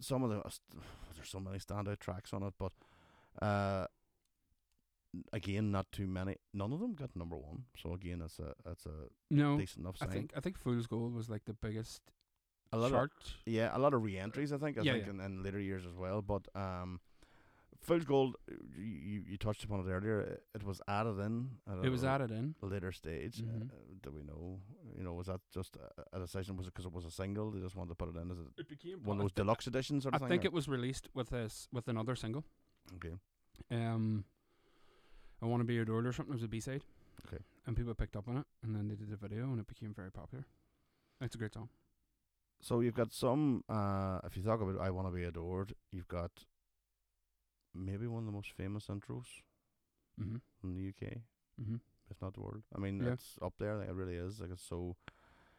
[SPEAKER 7] some of the uh, <sighs> there's so many standout tracks on it, but uh, again not too many. None of them got number one, so again that's a that's a
[SPEAKER 8] No,
[SPEAKER 7] decent enough
[SPEAKER 8] Oh, I
[SPEAKER 7] sign.
[SPEAKER 8] think I think Fool's Gold was like the biggest
[SPEAKER 7] a lot of
[SPEAKER 8] chart.
[SPEAKER 7] Yeah, a lot of re-entries, I think. I
[SPEAKER 8] Yeah,
[SPEAKER 7] think
[SPEAKER 8] yeah.
[SPEAKER 7] In, in later years as well. But um, Fool's Gold, uh, you, you- you touched upon it earlier. i- It was added in. At
[SPEAKER 8] It was
[SPEAKER 7] a
[SPEAKER 8] added in.
[SPEAKER 7] later stage. Uh,
[SPEAKER 8] Mhm.
[SPEAKER 7] Uh, do we know? You know, was that just a, a decision? Was it because it was a single? They just wanted to put it in as a,
[SPEAKER 8] It became
[SPEAKER 7] one of those deluxe editions sort
[SPEAKER 8] I
[SPEAKER 7] of thing.
[SPEAKER 8] think it was released with this with another single.
[SPEAKER 7] Okay.
[SPEAKER 8] Um, I want to be adored or something. It was a B side.
[SPEAKER 7] Okay.
[SPEAKER 8] And people picked up on it, and then they did a video, and it became very popular. It's a great song.
[SPEAKER 7] So you've got some. Uh, if you talk about "I Want to Be Adored," you've got maybe one of the most famous intros
[SPEAKER 8] Mm-hmm.
[SPEAKER 7] in the UK,
[SPEAKER 8] Mm-hmm.
[SPEAKER 7] if not the world. I mean,
[SPEAKER 8] Yeah.
[SPEAKER 7] it's up there. Like it really is. Like it's so.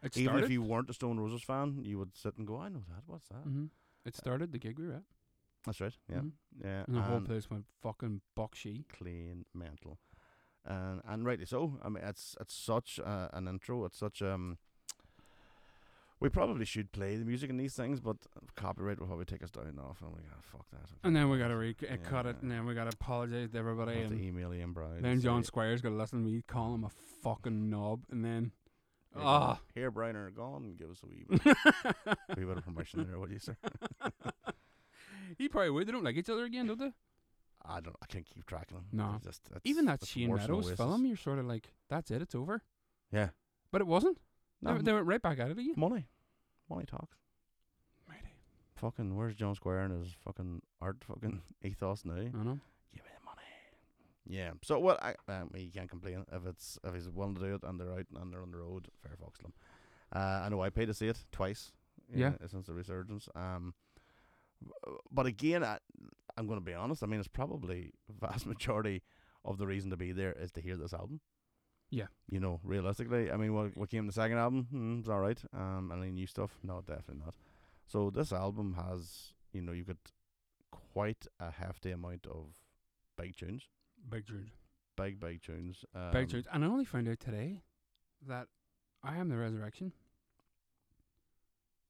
[SPEAKER 8] It
[SPEAKER 7] Even
[SPEAKER 8] started.
[SPEAKER 7] if you weren't a Stone Roses fan, you would sit and go, "I know that. What's that?"
[SPEAKER 8] hmm It started the gig we were at.
[SPEAKER 7] That's right. Yeah,
[SPEAKER 8] Mhm.
[SPEAKER 7] yeah.
[SPEAKER 8] And the whole
[SPEAKER 7] and
[SPEAKER 8] place went fucking buckshy.
[SPEAKER 7] clean mental, and and rightly so. I mean, it's it's such uh, an intro. It's such um. We probably should play the music in these things, but copyright will probably take us down off, and we gotta fuck that. we
[SPEAKER 8] And
[SPEAKER 7] can't
[SPEAKER 8] then
[SPEAKER 7] do
[SPEAKER 8] we gotta
[SPEAKER 7] that.
[SPEAKER 8] re- uh cut it,
[SPEAKER 7] Yeah.
[SPEAKER 8] and then we gotta apologize to everybody.
[SPEAKER 7] We'll have to
[SPEAKER 8] And
[SPEAKER 7] email Ian Brown.
[SPEAKER 8] then
[SPEAKER 7] and
[SPEAKER 8] John
[SPEAKER 7] say,
[SPEAKER 8] Squire's gotta listen to me call him a fucking knob, and then
[SPEAKER 7] "Here, Brown-
[SPEAKER 8] ah,
[SPEAKER 7] here, Brown are gone. Give us
[SPEAKER 8] <laughs>
[SPEAKER 7] a wee bit, wee bit of permission there, would you, sir?
[SPEAKER 8] <laughs> he probably would. They don't like each other again, do they?
[SPEAKER 7] I don't. I can't keep track of them.
[SPEAKER 8] No.
[SPEAKER 7] It's just, it's-
[SPEAKER 8] Even that
[SPEAKER 7] it's
[SPEAKER 8] Shane
[SPEAKER 7] worse than
[SPEAKER 8] Meadows
[SPEAKER 7] Oasis.
[SPEAKER 8] film, you're sort of like, that's it, it's over.
[SPEAKER 7] Yeah.
[SPEAKER 8] But it wasn't. They
[SPEAKER 7] No,
[SPEAKER 8] went- they, went right back at it again.
[SPEAKER 7] money, money talks. Fucking, where's John Square and his fucking art fucking <laughs> ethos now?
[SPEAKER 8] I know.
[SPEAKER 7] Give me the money. Yeah. So what? I um, you can't complain if it's if he's willing to do it and they're out and they're on the road. Fair fox to 'em. Uh, I know I paid to see it twice. you
[SPEAKER 8] Yeah.
[SPEAKER 7] know, Since the resurgence. Um. w- But again, I, I'm going to be honest. I mean, it's probably <laughs> vast majority of the reason to be there is to hear this album.
[SPEAKER 8] Yeah.
[SPEAKER 7] You know, realistically, I mean, what what came in the second album? Mm, it's all right. Um, any new stuff? No, definitely not. So this album has, you know, you got quite a hefty amount of big tunes,
[SPEAKER 8] Big Jude.
[SPEAKER 7] big big tunes. Um,
[SPEAKER 8] Big Jude. And I only found out today that I Am the Resurrection,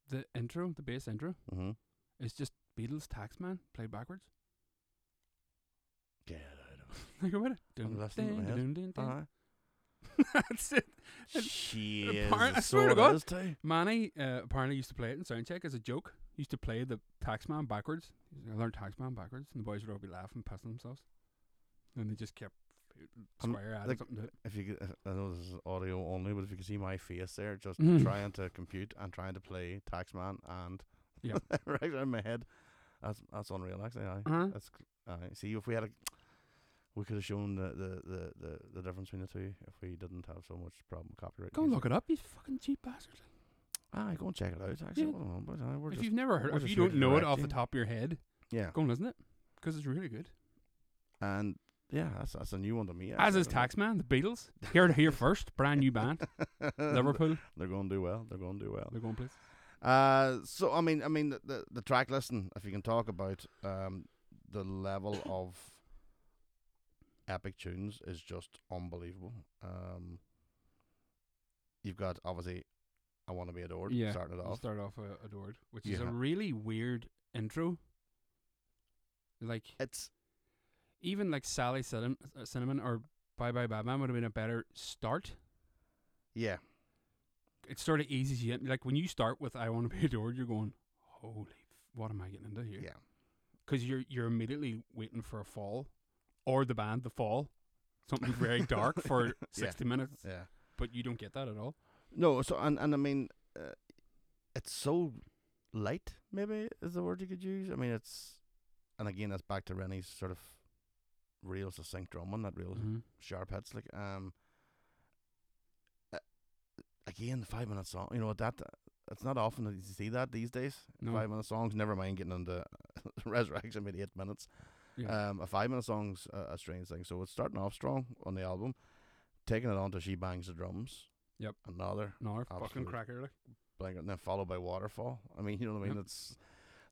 [SPEAKER 8] the intro, the bass intro,
[SPEAKER 7] hmm
[SPEAKER 8] is just Beatles Taxman played backwards.
[SPEAKER 7] Get out of
[SPEAKER 8] <laughs> Think about it. Dun,
[SPEAKER 7] Unless in the
[SPEAKER 8] dun,
[SPEAKER 7] head. Uh-huh.
[SPEAKER 8] dun, dun, dun.
[SPEAKER 7] here.
[SPEAKER 8] <laughs> That's it.
[SPEAKER 7] Jeez,
[SPEAKER 8] apparent- I
[SPEAKER 7] so
[SPEAKER 8] swear to
[SPEAKER 7] it
[SPEAKER 8] God.
[SPEAKER 7] is too.
[SPEAKER 8] Manny uh, apparently used to play it in soundcheck as a joke. He used to play the taxman backwards. I learned taxman backwards, and the boys would all be laughing, pissing themselves. And they just kept
[SPEAKER 7] Um,
[SPEAKER 8] square adding
[SPEAKER 7] like-
[SPEAKER 8] something to it.
[SPEAKER 7] If you, could, if- I know this is audio only, but if you can see my face there, just
[SPEAKER 8] Mm.
[SPEAKER 7] trying to compute and trying to play Taxman and
[SPEAKER 8] Yeah.
[SPEAKER 7] <laughs> right in my head, that's that's unreal. Actually, aye.
[SPEAKER 8] Uh-huh.
[SPEAKER 7] that's aye. see if we had a, we could have shown the the, the, the the difference between the two if we didn't have so much problem with copyright.
[SPEAKER 8] Go
[SPEAKER 7] music.
[SPEAKER 8] look it up, you fucking cheap bastard.
[SPEAKER 7] Aye, go and check it out. Actually,
[SPEAKER 8] Yeah.
[SPEAKER 7] Well, no, but, aye, we're
[SPEAKER 8] if
[SPEAKER 7] just,
[SPEAKER 8] you've never heard
[SPEAKER 7] we're
[SPEAKER 8] if
[SPEAKER 7] just
[SPEAKER 8] you
[SPEAKER 7] here
[SPEAKER 8] don't
[SPEAKER 7] to
[SPEAKER 8] know it
[SPEAKER 7] direct
[SPEAKER 8] off
[SPEAKER 7] you.
[SPEAKER 8] the top of your head,
[SPEAKER 7] yeah,
[SPEAKER 8] go and listen to it. Because it's really good.
[SPEAKER 7] and yeah, that's that's a new one to me.
[SPEAKER 8] As
[SPEAKER 7] actually,
[SPEAKER 8] is
[SPEAKER 7] I don't know.
[SPEAKER 8] Taxman, the Beatles. Here to here first, brand new band.
[SPEAKER 7] <laughs>
[SPEAKER 8] Liverpool.
[SPEAKER 7] They're going to do well. They're going to do well.
[SPEAKER 8] They're going place.
[SPEAKER 7] Uh, so I mean, I mean the the, the track listen. If you can talk about um the level of epic tunes is just unbelievable. Um, you've got obviously, I want to be adored.
[SPEAKER 8] Yeah,
[SPEAKER 7] starting it
[SPEAKER 8] We'll
[SPEAKER 7] off.
[SPEAKER 8] start off with Adored, which
[SPEAKER 7] You
[SPEAKER 8] is a
[SPEAKER 7] ha-
[SPEAKER 8] really weird intro. Like
[SPEAKER 7] It's
[SPEAKER 8] even like Sally Cinnamon, uh, Cinnamon or Bye Bye Batman would have been a better start.
[SPEAKER 7] yeah,
[SPEAKER 8] It sort of eases you in. Like when you start with "I Want to Be Adored," you're going, "Holy, f- what am I getting into here?"
[SPEAKER 7] yeah.
[SPEAKER 8] because you're you're immediately waiting for a fall, or the band the fall, something very dark
[SPEAKER 7] <laughs> Yeah.
[SPEAKER 8] for sixty minutes,
[SPEAKER 7] Yeah.
[SPEAKER 8] but you don't get that at all.
[SPEAKER 7] No, so and and I mean, uh, it's so light. Maybe is the word you could use. I mean, it's and again, that's back to Rennie's sort of real succinct drumming, that real sharp hits. Like um, uh, again, the five minute song. You know that it's not often that you see that these days.
[SPEAKER 8] No.
[SPEAKER 7] Five minute songs. Never mind getting into <laughs> Resurrection made eight minutes.
[SPEAKER 8] Yeah.
[SPEAKER 7] Um, a five minute song's a, a strange thing. So it's starting off strong on the album, taking it on to She Bangs the Drums.
[SPEAKER 8] Yep.
[SPEAKER 7] Another
[SPEAKER 8] no, fucking
[SPEAKER 7] absolute.
[SPEAKER 8] cracker. Like.
[SPEAKER 7] blanket, and then followed by Waterfall. I mean, you know what I mean?
[SPEAKER 8] Yep.
[SPEAKER 7] It's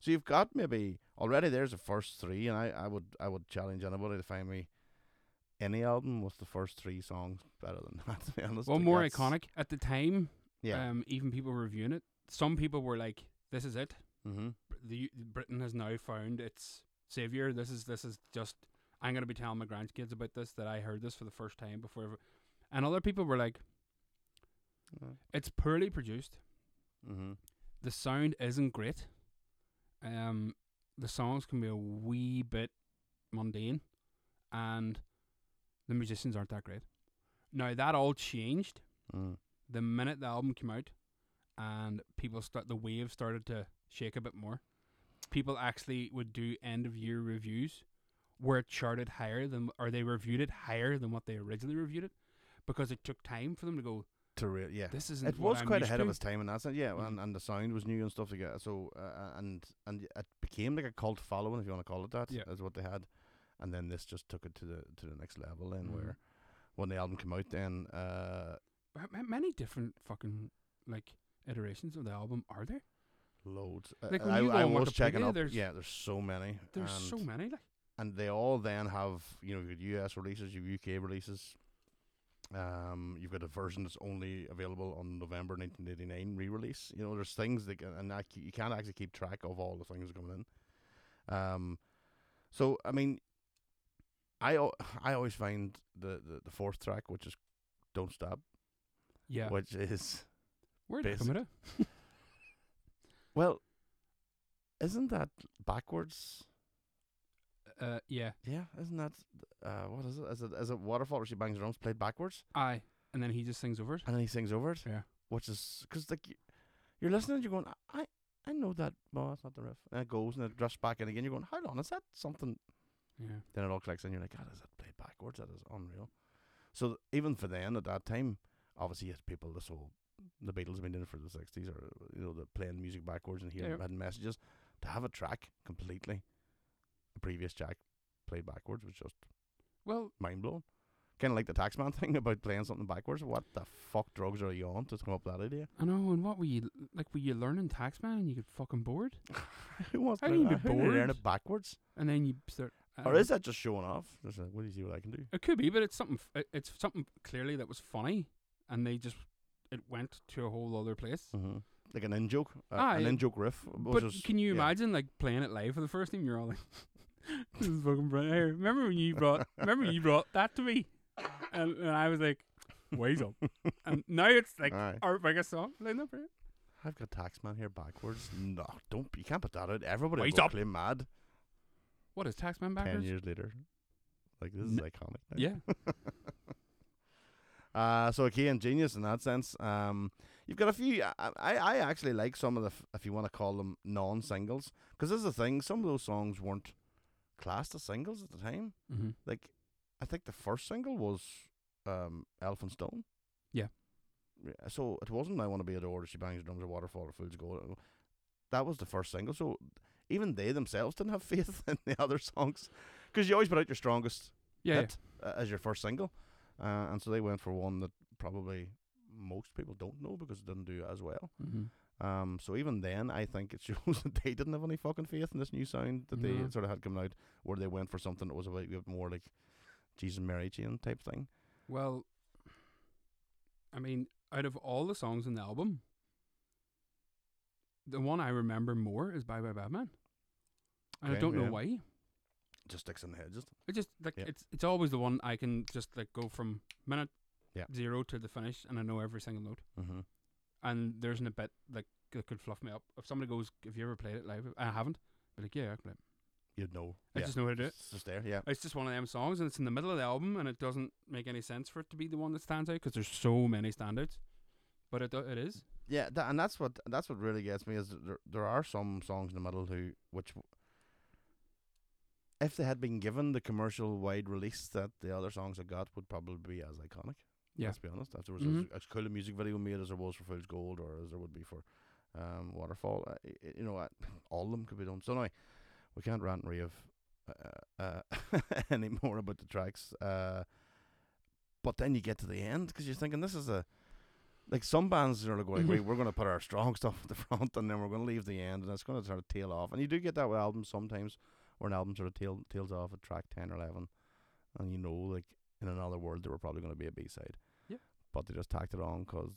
[SPEAKER 7] so you've got maybe already there's the first three, and I, I would I would challenge anybody to find me any album with the first three songs better than that. <laughs> To be honest,
[SPEAKER 8] Well,
[SPEAKER 7] Like,
[SPEAKER 8] more
[SPEAKER 7] that's-
[SPEAKER 8] iconic at the time.
[SPEAKER 7] Yeah.
[SPEAKER 8] Um, even people reviewing it, some people were like, "This is it.
[SPEAKER 7] mm-hmm.
[SPEAKER 8] Br- The U- Britain has now found its savior. This is this is just. I'm gonna be telling my grandkids about this that I heard this for the first time before." ever-" And other people were like,
[SPEAKER 7] Yeah.
[SPEAKER 8] "It's poorly produced.
[SPEAKER 7] Mm-hmm.
[SPEAKER 8] The sound isn't great. Um, the songs can be a wee bit mundane, and the musicians aren't that great." Now that all changed
[SPEAKER 7] Mm.
[SPEAKER 8] the minute the album came out and people start the wave started to shake a bit more people actually would do end of year reviews where it charted higher than or they reviewed it higher than what they originally reviewed it because it took time for them to go
[SPEAKER 7] To real, yeah.
[SPEAKER 8] this isn't
[SPEAKER 7] It
[SPEAKER 8] what
[SPEAKER 7] was
[SPEAKER 8] I'm
[SPEAKER 7] quite
[SPEAKER 8] used
[SPEAKER 7] ahead of
[SPEAKER 8] to."
[SPEAKER 7] its time, and that's it. Yeah,
[SPEAKER 8] Mhm.
[SPEAKER 7] and, and the sound was new and stuff like that. So uh, and and it became like a cult following, if you want to call it that, is
[SPEAKER 8] Yeah.
[SPEAKER 7] what they had. And then this just took it to the to the next level. Then
[SPEAKER 8] Mhm.
[SPEAKER 7] where when the album came out, then uh,
[SPEAKER 8] But how many different fucking like iterations of the album are there
[SPEAKER 7] Loads.
[SPEAKER 8] Like,
[SPEAKER 7] Uh,
[SPEAKER 8] when
[SPEAKER 7] I,
[SPEAKER 8] you go
[SPEAKER 7] I
[SPEAKER 8] on
[SPEAKER 7] was checking
[SPEAKER 8] Wikipedia,
[SPEAKER 7] up.
[SPEAKER 8] there's-
[SPEAKER 7] yeah, there's so many.
[SPEAKER 8] there's
[SPEAKER 7] and,
[SPEAKER 8] so many like
[SPEAKER 7] And they all then have you know you've got US releases, you've UK releases. Um, you've got a version that's only available on November 1989 re-release. You know, there's things that can- and that c- you can't actually keep track of all the things coming in. Um, so I mean, I al- I always find the, the, the fourth track, which is "Don't Stop,"
[SPEAKER 8] yeah
[SPEAKER 7] which is
[SPEAKER 8] where did it come out of?
[SPEAKER 7] well, isn't that backwards?
[SPEAKER 8] uh yeah
[SPEAKER 7] Yeah, isn't that uh, what is it? Is it is it waterfall where she bangs drums played backwards
[SPEAKER 8] i and then he just sings over it
[SPEAKER 7] and then he sings over it?
[SPEAKER 8] Yeah.
[SPEAKER 7] which is because like y- you're listening, you're going, I I know that. No, that's not the riff. And it goes and it drifts back in again. You're going, hold on, is that something?
[SPEAKER 8] yeah
[SPEAKER 7] Then it all clicks and you're like, God, is that played backwards? That is unreal. So th- even for then at that time, obviously yes, people this whole the Beatles have been doing it for the sixties or you know the playing music backwards and hearing
[SPEAKER 8] Yeah.
[SPEAKER 7] hidden messages. To have a track completely a previous track played backwards was just
[SPEAKER 8] well
[SPEAKER 7] mind blown. Kind of like the taxman <laughs> thing about playing something backwards. What the fuck drugs are you on to come up with that
[SPEAKER 8] <laughs>
[SPEAKER 7] idea?
[SPEAKER 8] I know, and what were you like? Were you learning Taxman and you get fucking bored,
[SPEAKER 7] Who wants
[SPEAKER 8] How
[SPEAKER 7] to
[SPEAKER 8] do you
[SPEAKER 7] learn-
[SPEAKER 8] be
[SPEAKER 7] who do you learn
[SPEAKER 8] bored?
[SPEAKER 7] it backwards?
[SPEAKER 8] and then you start? I
[SPEAKER 7] Or
[SPEAKER 8] dunno.
[SPEAKER 7] Oh, is that just showing off? Just like, what do you see what I can do?
[SPEAKER 8] It could be, but it's something. f- it- It's something clearly that was funny, and they just it went to a whole other place.
[SPEAKER 7] Mm-hmm. Like an in joke, uh,
[SPEAKER 8] Aye,
[SPEAKER 7] an in joke riff. was
[SPEAKER 8] But
[SPEAKER 7] just-
[SPEAKER 8] can you
[SPEAKER 7] yeah.
[SPEAKER 8] imagine like playing it live for the first time? You're all like, <laughs> "This is fucking brilliant." Hey, remember when you brought? Remember you brought that to me, and, and I was like, "Wait
[SPEAKER 7] <laughs>
[SPEAKER 8] up!" and now it's like
[SPEAKER 7] Aye.
[SPEAKER 8] our biggest song. Like, no, brilliant.
[SPEAKER 7] I've got Taxman here backwards. No, don't. You can't put that out. Everybody
[SPEAKER 8] Wait
[SPEAKER 7] will
[SPEAKER 8] up.
[SPEAKER 7] play mad.
[SPEAKER 8] What is Taxman
[SPEAKER 7] Ten
[SPEAKER 8] backwards?
[SPEAKER 7] years later, like this is
[SPEAKER 8] N-
[SPEAKER 7] iconic. now.
[SPEAKER 8] Yeah,
[SPEAKER 7] Uh, so again, genius in that sense. Um, you've got a few. I, I, I actually like some of the, f- if you want to call them non-singles, because this is the thing. Some of those songs weren't classed as singles at the time.
[SPEAKER 8] mm-hmm.
[SPEAKER 7] Like, I think the first single was um, "Elf and Stone."
[SPEAKER 8] Yeah.
[SPEAKER 7] Yeah, So it wasn't "I Want to Be Adored," or "She Bangs the Drums," or "Waterfall," or "Fool's Gold." That was the first single. So even they themselves didn't have <laughs> faith in the other songs, because you always put out your strongest
[SPEAKER 8] yeah, yeah.
[SPEAKER 7] hit uh, as your first single, uh, and so they went for one that probably most people don't know because it didn't do as well.
[SPEAKER 8] Mm-hmm.
[SPEAKER 7] Um, so even then, I think it <laughs> shows that they didn't have any fucking faith in this new sound that they
[SPEAKER 8] No.
[SPEAKER 7] sort of had coming out, where they went for something that was a bit bit more like Jesus and Mary Chain type thing.
[SPEAKER 8] Well, I mean, out of all the songs in the album, the one I remember more is "Bye Bye Batman," and I
[SPEAKER 7] Okay,
[SPEAKER 8] don't know
[SPEAKER 7] yeah.
[SPEAKER 8] why.
[SPEAKER 7] Just sticks in the head, just
[SPEAKER 8] It just like
[SPEAKER 7] Yeah.
[SPEAKER 8] it's it's always the one I can just like go from minute
[SPEAKER 7] Yeah.
[SPEAKER 8] zero to the finish, and I know every single note.
[SPEAKER 7] mm-hmm.
[SPEAKER 8] And there isn't a bit like that could fluff me up. If somebody goes, "Have you ever played it live?" I haven't. Be like, "Yeah, I can play it."
[SPEAKER 7] you'd know.
[SPEAKER 8] I
[SPEAKER 7] yeah.
[SPEAKER 8] just know how to do it.
[SPEAKER 7] It's just there, yeah.
[SPEAKER 8] It's just one of them songs, and it's in the middle of the album, and it doesn't make any sense for it to be the one that stands out because there's so many standouts. But it do- it is.
[SPEAKER 7] Yeah, tha and that's what that's what really gets me is that there, there are some songs in the middle who which w- if they had been given the commercial wide release that the other songs have got would probably be as iconic.
[SPEAKER 8] Yeah.
[SPEAKER 7] Let's be honest. If there was
[SPEAKER 8] Mhm.
[SPEAKER 7] as, as cool a music video made as there was for Fool's Gold or as there would be for um, Waterfall, uh, y- y- you know, uh, all of them could be done. So anyway, we can't rant and rave uh, uh, <laughs> anymore about the tracks. Uh, but then you get to the end because you're thinking this is a like some bands are like, going, "Wait, we're going to put our strong <laughs> stuff at the front and then we're going to leave the end and it's going to sort of tail off. And you do get that with albums sometimes where an album sort of tail, tails off at track 10 or 11 and you know like in another world they were probably going to be a B-side.
[SPEAKER 8] Yeah.
[SPEAKER 7] But they just tacked it on because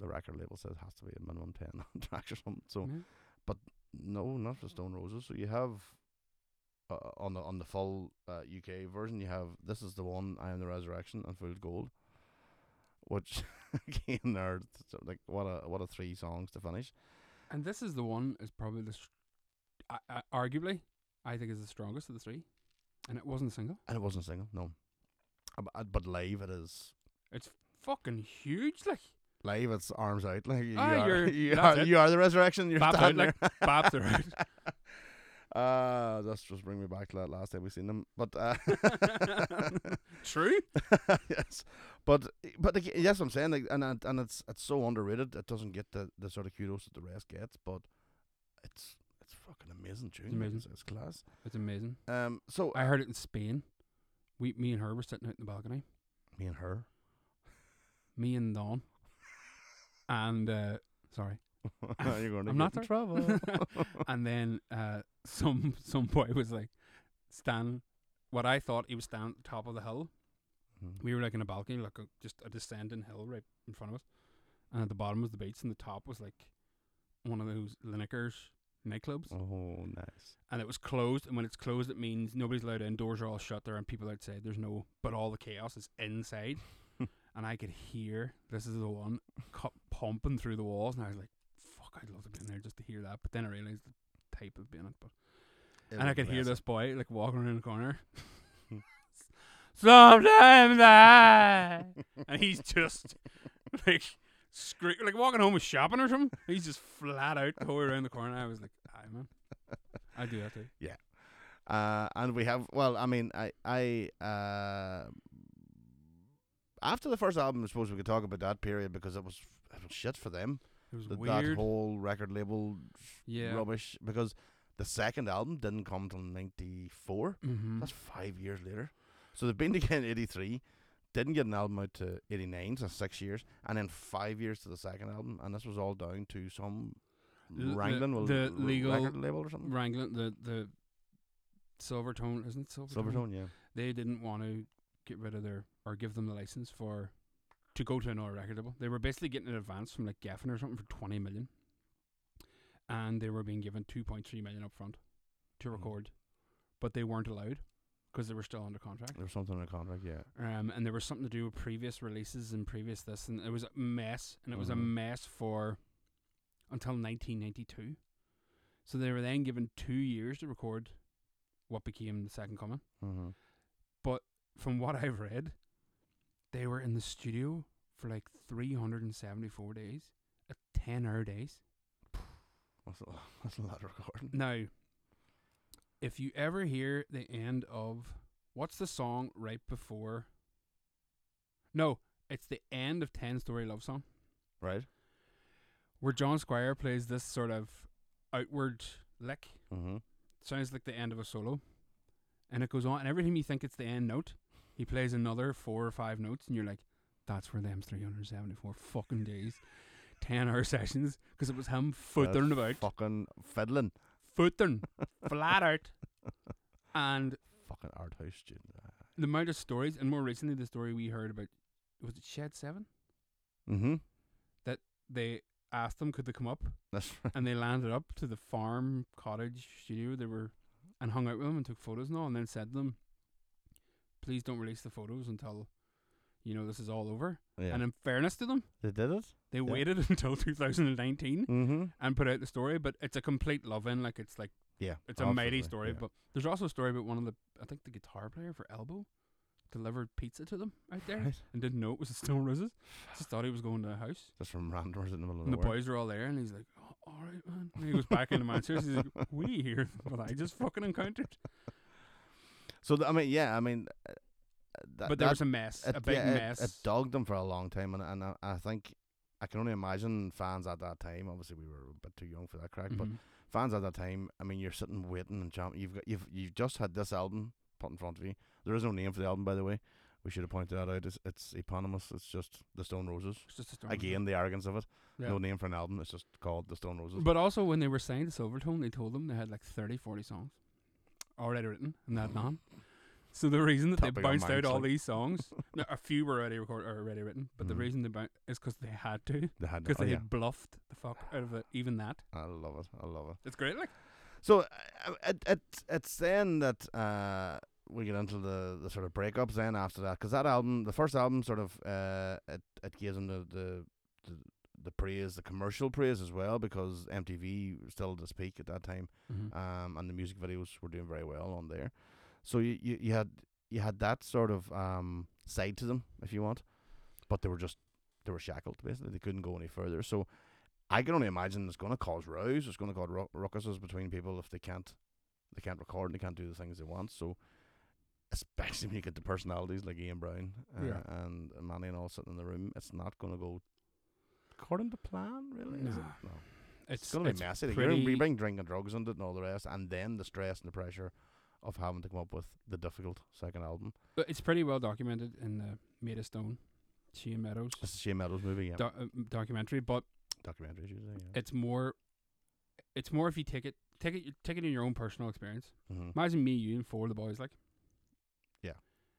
[SPEAKER 7] the record label says it has to be a minimum 10 <laughs> tracks or something. So
[SPEAKER 8] Yeah.
[SPEAKER 7] no, not for Stone Roses. So you have uh, on the on the full uh, UK version, you have this is the one I am the Resurrection and Fool's Gold, which <laughs> again are s- sort of like what a what a three songs to finish.
[SPEAKER 8] And this is the one is probably the, str- I, I, arguably, I think is the strongest of the three, and it wasn't a single.
[SPEAKER 7] And it wasn't a single, no. Uh, bu- uh, But live it is.
[SPEAKER 8] It's fucking huge, like
[SPEAKER 7] Live it's arms out like you
[SPEAKER 8] Aye,
[SPEAKER 7] are
[SPEAKER 8] Ah, you're-
[SPEAKER 7] <laughs> you
[SPEAKER 8] that's
[SPEAKER 7] are,
[SPEAKER 8] it.
[SPEAKER 7] you are the resurrection. You're
[SPEAKER 8] Babs out,
[SPEAKER 7] standing
[SPEAKER 8] like,
[SPEAKER 7] <laughs> there.
[SPEAKER 8] babs are out.
[SPEAKER 7] Uh, that's just bring me back to that last time we seen them. But uh, <laughs>
[SPEAKER 8] <laughs> True.
[SPEAKER 7] yes, but but again, that's what I'm saying. Like, and and and it's it's so underrated. It doesn't get the, the sort of kudos that the rest gets, but it's it's fucking amazing tune. like,
[SPEAKER 8] amazing.
[SPEAKER 7] It's, it's class.
[SPEAKER 8] It's amazing.
[SPEAKER 7] Um, so
[SPEAKER 8] I heard it in Spain. We, me and her were sitting out in the balcony.
[SPEAKER 7] me
[SPEAKER 8] <laughs>
[SPEAKER 7] and her. <laughs>
[SPEAKER 8] Me and Don. And uh, sorry.
[SPEAKER 7] You're going to
[SPEAKER 8] I'm
[SPEAKER 7] get
[SPEAKER 8] not
[SPEAKER 7] in
[SPEAKER 8] sorry. <laughs>
[SPEAKER 7] <laughs> trouble.
[SPEAKER 8] and then uh, some some boy was like standing. What I thought he was standing at the top of the hill.
[SPEAKER 7] Mhm.
[SPEAKER 8] We were like in a balcony, like a, just a descending hill right in front of us. And at the bottom was the beach, and the top was like one of those Lineker's nightclubs.
[SPEAKER 7] oh, nice.
[SPEAKER 8] and it was closed. And when it's closed, it means nobody's allowed in. Doors are all shut. There and people outside. There's no, but all the chaos is inside. and I could hear this is the one cu- pumping through the walls, and I was like, "Fuck, I'd love to be in there just to hear that." But then I realized the type of being it. But and I could hear this boy like walking around the corner. Sometimes I and he's just like scre- like walking home with shopping or something. He's just flat out going around the corner. I was like, "Aye, man, I do that too."
[SPEAKER 7] Uh, and we have well, I mean, I I uh, after the first album, I suppose we could talk about that period because it was it was shit for them.
[SPEAKER 8] It was
[SPEAKER 7] That, that
[SPEAKER 8] weird.
[SPEAKER 7] whole record label
[SPEAKER 8] yeah.
[SPEAKER 7] rubbish because the second album didn't come till '94.
[SPEAKER 8] Mm-hmm.
[SPEAKER 7] That's five years later. So they've been <laughs> together in '83, didn't get an album out to '89, so six years, and then five years to the second album, and this was all down to some
[SPEAKER 8] L- the-
[SPEAKER 7] wrangling with
[SPEAKER 8] the
[SPEAKER 7] l-
[SPEAKER 8] legal
[SPEAKER 7] record label or something.
[SPEAKER 8] Wrangling the the Silvertone isn't it Silvertone?
[SPEAKER 7] Silvertone, yeah.
[SPEAKER 8] They didn't want to get rid of their or give them the license for to go to another record label. They were basically getting an advance from like Geffen or something for twenty million, and they were being given two point three million up front to
[SPEAKER 7] Mm.
[SPEAKER 8] record, but they weren't allowed because they were still under contract.
[SPEAKER 7] There was something in the contract, yeah.
[SPEAKER 8] um, and there was something to do with previous releases and previous this, and it was a mess, and it was a
[SPEAKER 7] Mhm.
[SPEAKER 8] mess for until 1992. So they were then given two years to record what became the Second Coming.
[SPEAKER 7] Mm-hmm.
[SPEAKER 8] From what I've read, they were in the studio for like 374 days, at 10 hour days.
[SPEAKER 7] That's, a, that's a lot of recording.
[SPEAKER 8] Now, if you ever hear the end of what's the song right before? No, it's the end of Ten Story Love Song,
[SPEAKER 7] Right?
[SPEAKER 8] where John Squire plays this sort of outward lick.
[SPEAKER 7] Mm-hmm.
[SPEAKER 8] Sounds like the end of a solo, and it goes on. And every time you think it's the end note, he plays another four or five notes, and you're like, "That's where them 374 fucking days, ten hour <laughs> sessions, because it was him footering about,
[SPEAKER 7] Fucking fiddling.
[SPEAKER 8] footering <laughs> flat out." And
[SPEAKER 7] Fucking art house student.
[SPEAKER 8] the amount of stories, and more recently, the story we heard about was it Shed Seven?
[SPEAKER 7] Mm-hmm.
[SPEAKER 8] They asked them could they come up,
[SPEAKER 7] That's <laughs> right.
[SPEAKER 8] and they landed up to the farm cottage studio. They were and hung out with them and took photos and all, and then said to them, "Please don't release the photos until you know this is all over."
[SPEAKER 7] Yeah.
[SPEAKER 8] And in fairness to them,
[SPEAKER 7] they did it?
[SPEAKER 8] they waited <laughs> until 2019
[SPEAKER 7] Mm-hmm.
[SPEAKER 8] and put out the story. But it's a complete love in, like it's like
[SPEAKER 7] Yeah.
[SPEAKER 8] it's a mighty
[SPEAKER 7] absolutely,
[SPEAKER 8] story.
[SPEAKER 7] yeah.
[SPEAKER 8] But there's also a story about one of the I think the guitar player for Elbow delivered pizza to them out there.
[SPEAKER 7] <laughs> Right.
[SPEAKER 8] and didn't know it was a Stone Roses. Just thought he was going to the house.
[SPEAKER 7] Just from randomers in the middle of
[SPEAKER 8] And the
[SPEAKER 7] nowhere.
[SPEAKER 8] boys are all there, and he's like, oh, "All right, man." And he goes back into Manchester. He's like, "We here? <laughs> What I just fucking encountered."
[SPEAKER 7] So th- I mean, yeah, I mean, uh, that,
[SPEAKER 8] But there
[SPEAKER 7] that-
[SPEAKER 8] was a mess,
[SPEAKER 7] it-
[SPEAKER 8] a big
[SPEAKER 7] yeah, it-
[SPEAKER 8] mess.
[SPEAKER 7] It, dogged them for a long time, and and I, I think I can only imagine fans at that time. Obviously, we were a bit too young for that crack, but
[SPEAKER 8] Mhm.
[SPEAKER 7] fans at that time. I mean, you're sitting waiting and champ. You've got you've you've just had this album put in front of you. There is no name for the album, by the way. We should have pointed that out. It's, it's eponymous. It's just the Stone Roses.
[SPEAKER 8] It's just a story.
[SPEAKER 7] Again, the arrogance of it.
[SPEAKER 8] Yeah.
[SPEAKER 7] No name for an album. It's just called the Stone Roses.
[SPEAKER 8] But also, when they were signed to Silvertone, they told them they had like 30, 40 songs already written and they
[SPEAKER 7] Mm-hmm.
[SPEAKER 8] had none. So the reason that they
[SPEAKER 7] Tapping on
[SPEAKER 8] bounced out
[SPEAKER 7] mics,
[SPEAKER 8] all
[SPEAKER 7] like.
[SPEAKER 8] these
[SPEAKER 7] <laughs>
[SPEAKER 8] songs, no, a few were already recorded or already written, but the
[SPEAKER 7] Mhm.
[SPEAKER 8] reason they bounced is because they had to,
[SPEAKER 7] they had no,
[SPEAKER 8] because
[SPEAKER 7] oh,
[SPEAKER 8] they
[SPEAKER 7] yeah.
[SPEAKER 8] had bluffed the fuck out of it, even that.
[SPEAKER 7] I love it. I love it.
[SPEAKER 8] It's great, like
[SPEAKER 7] So uh, it, it it's then that uh, we get into the, the sort of breakups then after that because that album, the first album, sort of uh, it it gives them the, the the the praise, the commercial praise as well because MTV still to speak at that time, um, and the music videos were doing very well on there. So you, you, you had you had that sort of um, side to them, if you want, but they were just they were shackled basically. They couldn't go any further. So I can only imagine it's going to cause rows. It's going to cause ru- ruckuses between people if they can't, they can't record and they can't do the things they want. So, especially when you get the personalities like Ian Brown uh,
[SPEAKER 8] Yeah.
[SPEAKER 7] and Manny and all sitting in the room, it's not going to go according to plan. Really, is it?
[SPEAKER 8] Nah.
[SPEAKER 7] No.
[SPEAKER 8] it's,
[SPEAKER 7] It's, going to be
[SPEAKER 8] it's
[SPEAKER 7] messy. Like,
[SPEAKER 8] pretty-
[SPEAKER 7] You're you bring drinking drugs into it and all the rest, and then the stress and the pressure of having to come up with the difficult second album.
[SPEAKER 8] But it's pretty well documented in the Made of Stone, Chia Meadows
[SPEAKER 7] It's a Shane Meadows movie, yeah,
[SPEAKER 8] do- uh, documentary. But
[SPEAKER 7] documentary. as you say, Yeah.
[SPEAKER 8] it's more, it's more if you take it, take it, take it in your own personal experience.
[SPEAKER 7] Mhm.
[SPEAKER 8] Imagine me, you, and four of the boys, like,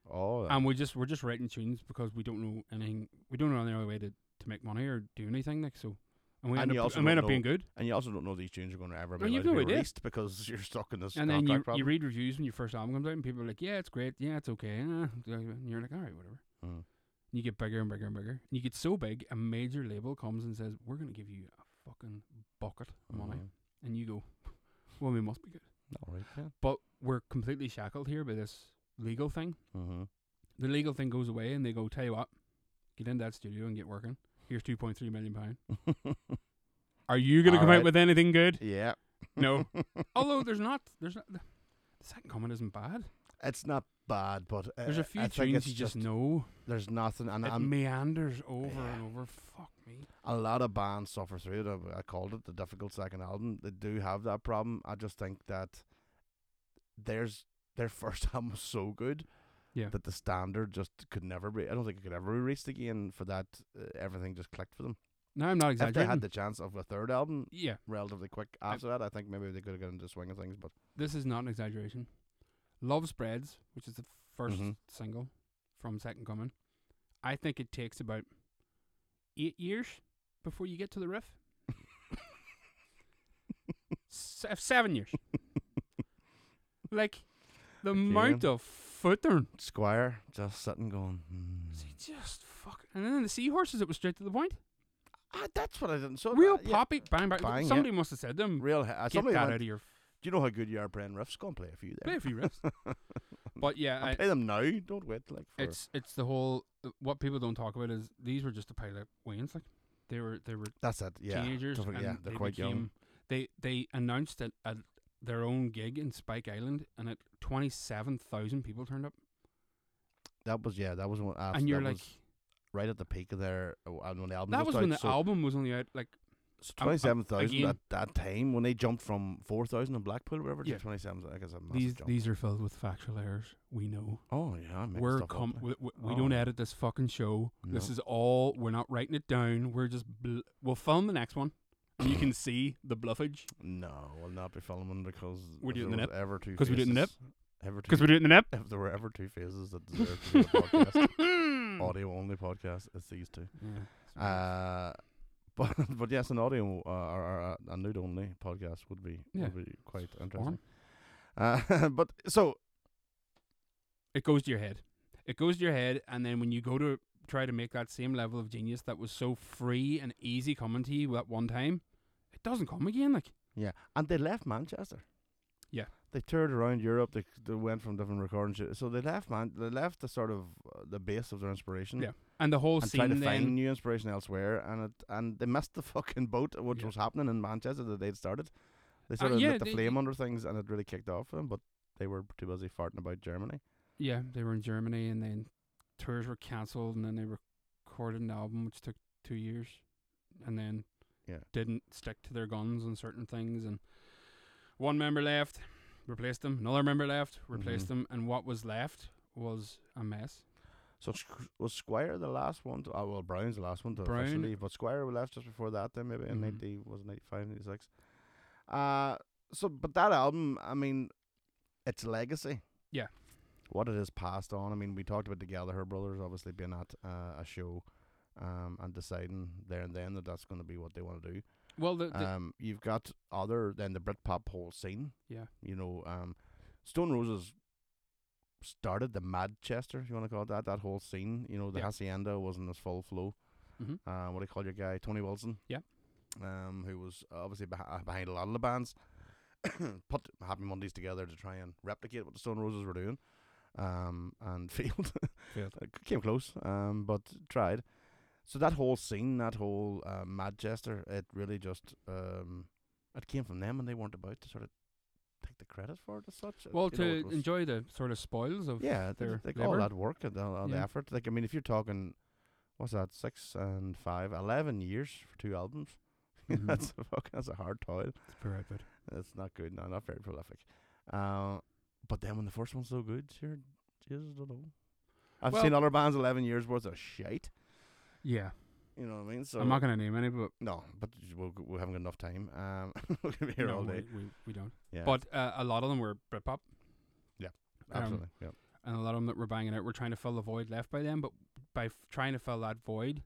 [SPEAKER 7] Oh, yeah.
[SPEAKER 8] and we just we're just writing tunes because we don't know anything. We don't know any other way to, to make money or do anything, like so. And we
[SPEAKER 7] And
[SPEAKER 8] end
[SPEAKER 7] you
[SPEAKER 8] up,
[SPEAKER 7] also
[SPEAKER 8] and we
[SPEAKER 7] don't
[SPEAKER 8] end up being
[SPEAKER 7] know-
[SPEAKER 8] good.
[SPEAKER 7] And you also don't know these tunes are going to ever be,
[SPEAKER 8] Well,
[SPEAKER 7] allowed
[SPEAKER 8] you've
[SPEAKER 7] to
[SPEAKER 8] no
[SPEAKER 7] be
[SPEAKER 8] idea.
[SPEAKER 7] released because <laughs> you're stuck in this
[SPEAKER 8] And then
[SPEAKER 7] contract
[SPEAKER 8] you
[SPEAKER 7] problem.
[SPEAKER 8] you read reviews when your first album comes out, and people are like, "Yeah, it's great. Yeah, it's okay." <laughs> Uh, and you're like, "All right, whatever."
[SPEAKER 7] Mhm.
[SPEAKER 8] You get bigger and bigger and bigger. And you get so big, a major label comes and says, "We're gonna give you a fucking bucket of money,"
[SPEAKER 7] Mhm.
[SPEAKER 8] and you go, <laughs> "Well, we must be good."
[SPEAKER 7] Mm-hmm. All right, yeah.
[SPEAKER 8] But we're completely shackled here by this legal thing.
[SPEAKER 7] Mm-hmm.
[SPEAKER 8] The legal thing goes away, and they go, "Tell you what, get into that studio and get working. Here's two point three million pound.
[SPEAKER 7] Mm-hmm.
[SPEAKER 8] Are you gonna
[SPEAKER 7] All
[SPEAKER 8] come
[SPEAKER 7] right.
[SPEAKER 8] out with anything good?
[SPEAKER 7] <laughs> yeah.
[SPEAKER 8] No. Although there's not, there's not. The second comment isn't bad.
[SPEAKER 7] <laughs> It's not bad, but uh,
[SPEAKER 8] There's a few
[SPEAKER 7] I think
[SPEAKER 8] tunes
[SPEAKER 7] it's
[SPEAKER 8] you just, know.
[SPEAKER 7] There's nothing, and
[SPEAKER 8] it
[SPEAKER 7] um,
[SPEAKER 8] meanders over
[SPEAKER 7] yeah.
[SPEAKER 8] and over. Fuck me.
[SPEAKER 7] a lot of bands suffer through it. I- I called it the difficult second album. They do have that problem. I just think that there's their <laughs> first album was so good,
[SPEAKER 8] Yeah.
[SPEAKER 7] that the standard just could never be. I don't think it could ever be reached again for that. Uh, everything just clicked for them.
[SPEAKER 8] No, I'm not
[SPEAKER 7] If they
[SPEAKER 8] exaggerating.
[SPEAKER 7] had the chance of a third album
[SPEAKER 8] yeah,
[SPEAKER 7] relatively quick after that, I think maybe they could have got into the swing of things. But
[SPEAKER 8] this is not an exaggeration. Love Spreads, which is the 1st
[SPEAKER 7] Mhm.
[SPEAKER 8] single from Second Coming, I think it takes about eight years before you get to the riff. Se- seven
[SPEAKER 7] <laughs>
[SPEAKER 8] years. like, the amount
[SPEAKER 7] Again.
[SPEAKER 8] of footern.
[SPEAKER 7] Mm. Squire just sitting going. "Hmm."
[SPEAKER 8] See, just fuck. And then the seahorses, it was straight to the point.
[SPEAKER 7] Ah, that's what I didn't. So
[SPEAKER 8] Real
[SPEAKER 7] that- yeah,
[SPEAKER 8] poppy, bang, bang.
[SPEAKER 7] Bang, yeah.
[SPEAKER 8] Somebody must have said to them,
[SPEAKER 7] real. Uh,
[SPEAKER 8] get
[SPEAKER 7] somebody
[SPEAKER 8] that
[SPEAKER 7] went,
[SPEAKER 8] out of
[SPEAKER 7] <laughs>
[SPEAKER 8] your
[SPEAKER 7] Do you know how good you are playing riffs? Go and play a few
[SPEAKER 8] play
[SPEAKER 7] there.
[SPEAKER 8] a few riffs. but yeah,
[SPEAKER 7] And
[SPEAKER 8] I,
[SPEAKER 7] play them now. Don't wait like for.
[SPEAKER 8] it's it's the whole. uh, What people don't talk about is these were just a pile of Wayne's. Like they were they were
[SPEAKER 7] that's it. Yeah,
[SPEAKER 8] teenagers
[SPEAKER 7] Don't forget-
[SPEAKER 8] and
[SPEAKER 7] yeah, they're
[SPEAKER 8] they
[SPEAKER 7] quite
[SPEAKER 8] became,
[SPEAKER 7] young.
[SPEAKER 8] They they announced it at their own gig in Spike Island, and at twenty seven thousand people turned up,
[SPEAKER 7] That was yeah. That was one. After,
[SPEAKER 8] and you're
[SPEAKER 7] that
[SPEAKER 8] like,
[SPEAKER 7] was right at the peak of their uh, and when the album.
[SPEAKER 8] that
[SPEAKER 7] was
[SPEAKER 8] was when the
[SPEAKER 7] out, so,
[SPEAKER 8] album was only out. Like
[SPEAKER 7] So
[SPEAKER 8] I'm- I'm-
[SPEAKER 7] twenty seven thousand
[SPEAKER 8] again-
[SPEAKER 7] at that time when they jumped from four thousand in Blackpool or whatever
[SPEAKER 8] Yeah.
[SPEAKER 7] to twenty seven. I guess a massive
[SPEAKER 8] these
[SPEAKER 7] jump.
[SPEAKER 8] these are filled with factual errors. We know.
[SPEAKER 7] Oh yeah, I mixed
[SPEAKER 8] we're
[SPEAKER 7] stuff
[SPEAKER 8] com-
[SPEAKER 7] up.
[SPEAKER 8] we,
[SPEAKER 7] like.
[SPEAKER 8] we, we
[SPEAKER 7] Oh.
[SPEAKER 8] don't edit this fucking show. This
[SPEAKER 7] No.
[SPEAKER 8] is all we're not writing it down. We're just bl- we'll film the next one, and you can see the bluffage
[SPEAKER 7] No, we'll not be filming because
[SPEAKER 8] We're
[SPEAKER 7] if
[SPEAKER 8] doing
[SPEAKER 7] there
[SPEAKER 8] the
[SPEAKER 7] was ever two
[SPEAKER 8] 'Cause we did the nip.
[SPEAKER 7] faces- Ever two
[SPEAKER 8] because we're doing the nip.
[SPEAKER 7] <laughs> if there were ever two
[SPEAKER 8] <laughs>
[SPEAKER 7] phases that deserve to be a podcast, audio only podcast, it's these two. Uh, but <laughs> but yes, an audio uh, or, or a- a nude only podcast would be
[SPEAKER 8] Yeah.
[SPEAKER 7] would be quite
[SPEAKER 8] Porn.
[SPEAKER 7] interesting. Uh, <laughs> but so
[SPEAKER 8] it goes to your head. It goes to your head, and then when you go to try to make that same level of genius that was so free and easy coming to you at one time, it doesn't come again. Like
[SPEAKER 7] yeah, and they left Manchester.
[SPEAKER 8] Yeah.
[SPEAKER 7] they toured around Europe. They, they went from different recording studios. So they left man. They left the sort of uh, the base of their inspiration.
[SPEAKER 8] Yeah. and the whole
[SPEAKER 7] And
[SPEAKER 8] scene
[SPEAKER 7] tried to
[SPEAKER 8] then
[SPEAKER 7] find new inspiration elsewhere, and it and they missed the <laughs> fucking boat, which
[SPEAKER 8] Yeah. Uh,
[SPEAKER 7] was happening in Manchester that they'd started. They sort of
[SPEAKER 8] yeah,
[SPEAKER 7] lit the
[SPEAKER 8] they-
[SPEAKER 7] flame under things, and it really kicked off for them. But they were too busy farting about Germany.
[SPEAKER 8] Yeah, they were in Germany, and then tours were cancelled, and then they recorded an album which took two years, and then
[SPEAKER 7] Yeah.
[SPEAKER 8] didn't stick to their guns on certain things, and One member left, replaced them. Another member left,
[SPEAKER 7] Mm-hmm.
[SPEAKER 8] replaced them. And what was left was a mess.
[SPEAKER 7] So Squ- was Squire the last one? To, oh well, Brown's the last one to
[SPEAKER 8] Brown.
[SPEAKER 7] officially leave, but Squire left just before that. Then maybe in
[SPEAKER 8] Mhm.
[SPEAKER 7] ninety was it 95, 96. Uh so but that album, I mean, its legacy.
[SPEAKER 8] Yeah.
[SPEAKER 7] What it has passed on. I mean, we talked about the Gallagher brothers obviously being at uh, a show, um, and deciding there and then that that's going to be what they want to do.
[SPEAKER 8] Well, the, the,
[SPEAKER 7] Um, you've got other than the Britpop whole scene.
[SPEAKER 8] Yeah.
[SPEAKER 7] You know, um, Stone Roses started the Madchester, if you want to call it that, that whole scene. You know, the
[SPEAKER 8] Yeah.
[SPEAKER 7] hacienda wasn't as full flow.
[SPEAKER 8] Mhm.
[SPEAKER 7] Uh, what do you call your guy, Tony Wilson?
[SPEAKER 8] Yeah.
[SPEAKER 7] Um, who was obviously beh- behind a lot of the bands, <laughs> put Happy Mondays together to try and replicate what the Stone Roses were doing, um, and <laughs> failed.
[SPEAKER 8] Failed.
[SPEAKER 7] Uh, came close, um, but tried. So that whole scene, that whole uh, Madchester, it really just um, it came from them, and they weren't about to sort of take the credit for it as such. Uh,
[SPEAKER 8] well
[SPEAKER 7] you know, it
[SPEAKER 8] to
[SPEAKER 7] was-
[SPEAKER 8] enjoy the sort of spoils of
[SPEAKER 7] yeah, th-
[SPEAKER 8] their
[SPEAKER 7] like all
[SPEAKER 8] labor.
[SPEAKER 7] that work and all, all the
[SPEAKER 8] Yeah.
[SPEAKER 7] effort. Like I mean, if you're talking, what's that, six and five, eleven years for two albums? <laughs>
[SPEAKER 8] Mhm.
[SPEAKER 7] that's a fucking that's a hard toil.
[SPEAKER 8] It's very good.
[SPEAKER 7] That's not good. No, not very prolific. Uh, but then when the first one's so good, sure, Jesus, I don't know. I've
[SPEAKER 8] Well-
[SPEAKER 7] seen other bands eleven years worth of shite.
[SPEAKER 8] Yeah,
[SPEAKER 7] You know what I mean? So
[SPEAKER 8] I'm not gonna name any, but
[SPEAKER 7] no, but j- we'll, g- we haven't got enough time. Um, <laughs> we're gonna be here
[SPEAKER 8] no,
[SPEAKER 7] all
[SPEAKER 8] we, um,
[SPEAKER 7] day.
[SPEAKER 8] we, we don't.
[SPEAKER 7] Yeah,
[SPEAKER 8] But uh, a lot of them were Britpop, um,
[SPEAKER 7] absolutely. yeah.
[SPEAKER 8] and a lot of them that were banging out were trying to fill the void left by them. But by f- trying to fill that void,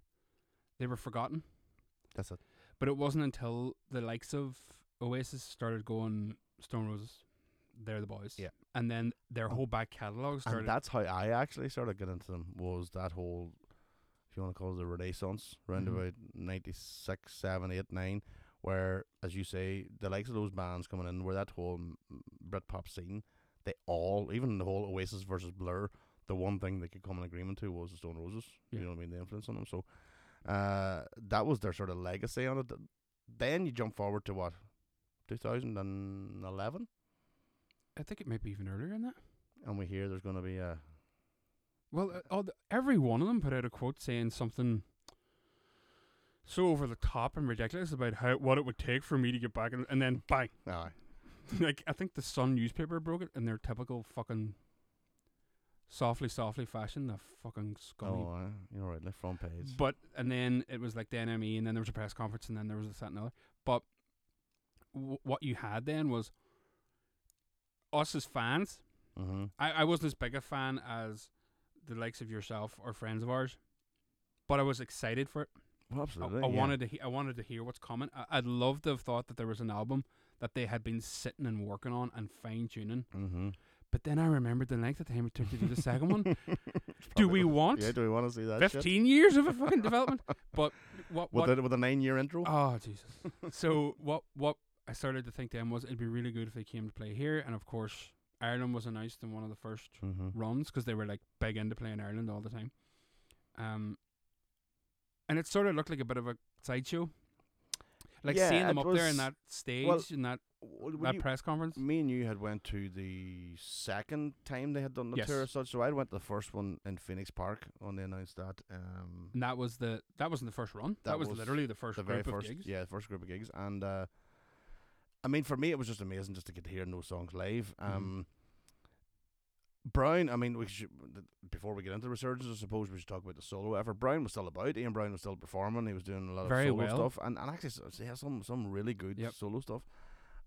[SPEAKER 8] they were forgotten.
[SPEAKER 7] That's it.
[SPEAKER 8] But it wasn't until the likes of Oasis started going Stone Roses, they're the boys.
[SPEAKER 7] Yeah.
[SPEAKER 8] and then their
[SPEAKER 7] Oh.
[SPEAKER 8] whole back catalog started.
[SPEAKER 7] And that's how I actually sort of got into them was that whole, if you want to call it the Renaissance, round
[SPEAKER 8] Mhm.
[SPEAKER 7] about 96, 7, 8, 9, where, as you say, the likes of those bands coming in, where that whole m- m- Britpop scene, they all, even the whole Oasis versus Blur, the one thing they could come in agreement to was the Stone Roses.
[SPEAKER 8] Yeah.
[SPEAKER 7] You know what I mean? The influence on them. So uh, that was their sort of legacy on it. Th- Then you jump forward to what? 2011?
[SPEAKER 8] I think it might be even earlier than that.
[SPEAKER 7] And we hear there's going to be a.
[SPEAKER 8] Well, uh, all the, every one of them put out a quote saying something so over the top and ridiculous about how what it would take for me to get back, and, and then bang.
[SPEAKER 7] Aye.
[SPEAKER 8] <laughs> like I think the Sun newspaper broke it in their typical fucking softly, softly fashion. The fucking scummy.
[SPEAKER 7] Oh, aye. you're right. Left front page.
[SPEAKER 8] But and then it was like the NME, and then there was a press conference, and then there was this that, and the other. But w- what you had then was us as fans.
[SPEAKER 7] Mm-hmm.
[SPEAKER 8] I, I wasn't as big a fan as the likes of yourself or friends of ours, but I was excited for it.
[SPEAKER 7] Well,
[SPEAKER 8] I,
[SPEAKER 7] absolutely.
[SPEAKER 8] I
[SPEAKER 7] yeah.
[SPEAKER 8] wanted to. He- I wanted to hear what's coming. I, I'd love to have thought that there was an album that they had been sitting and working on and fine tuning.
[SPEAKER 7] Mm-hmm.
[SPEAKER 8] But then I remembered the length of time it took to do the second
[SPEAKER 7] <laughs>
[SPEAKER 8] one. Do we want
[SPEAKER 7] Yeah, do we want to see that? shit?
[SPEAKER 8] fifteen years of a fucking
[SPEAKER 7] <laughs>
[SPEAKER 8] development? But what?
[SPEAKER 7] With,
[SPEAKER 8] what
[SPEAKER 7] a, with a nine-year intro.
[SPEAKER 8] <laughs> Oh Jesus! so what? What I started to think then was it'd be really good if they came to play here, and of course Ireland was announced in one of the first
[SPEAKER 7] mm-hmm.
[SPEAKER 8] runs because they were like big into playing Ireland all the time. Um, and it sort of looked like a bit of a sideshow, like
[SPEAKER 7] Yeah,
[SPEAKER 8] seeing them
[SPEAKER 7] it
[SPEAKER 8] up there in
[SPEAKER 7] was-
[SPEAKER 8] that stage
[SPEAKER 7] well,
[SPEAKER 8] in that
[SPEAKER 7] Well,
[SPEAKER 8] that press conference.
[SPEAKER 7] me and you had went to the second time they had done the
[SPEAKER 8] Yes.
[SPEAKER 7] tour as such. So I went to the first one in Phoenix Park when they announced that. Um,
[SPEAKER 8] And that was the that wasn't the first run. That,
[SPEAKER 7] That
[SPEAKER 8] was,
[SPEAKER 7] was
[SPEAKER 8] literally the first
[SPEAKER 7] the very
[SPEAKER 8] group
[SPEAKER 7] first,
[SPEAKER 8] of gigs.
[SPEAKER 7] yeah, the first group of gigs, and uh, I mean, for me, it was just amazing just to get to hear those songs live.
[SPEAKER 8] Mhm.
[SPEAKER 7] Um, Brown, I mean, we should th- before we get into the resurgence, I suppose we should talk about the solo effort. Brown was still about. Ian Brown was still performing. He was doing a lot
[SPEAKER 8] Very
[SPEAKER 7] of solo
[SPEAKER 8] well.
[SPEAKER 7] stuff, and and actually, s- s- he has some some really good
[SPEAKER 8] Yep.
[SPEAKER 7] solo stuff.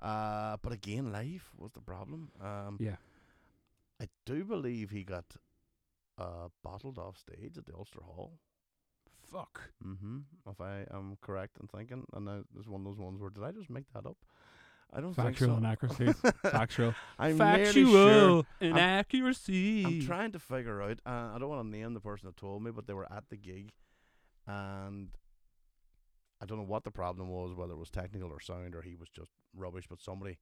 [SPEAKER 7] Uh, but again, live was the problem. Um,
[SPEAKER 8] Yeah.
[SPEAKER 7] I do believe he got uh bottled off stage at the Ulster Hall.
[SPEAKER 8] Fuck.
[SPEAKER 7] Mm-hmm. If I am correct in thinking, and I, it's one of those ones where did I just make that up? I don't
[SPEAKER 8] Factual
[SPEAKER 7] <laughs> think
[SPEAKER 8] inaccuracies.
[SPEAKER 7] so.
[SPEAKER 8] Factual.
[SPEAKER 7] <laughs> I'm nearly
[SPEAKER 8] Factual
[SPEAKER 7] sure.
[SPEAKER 8] inaccuracy.
[SPEAKER 7] I'm trying to figure out. Uh, I don't want to name the person that told me, but they were at the gig, and I don't know what the problem was, whether it was technical or sound or he was just rubbish. But somebody,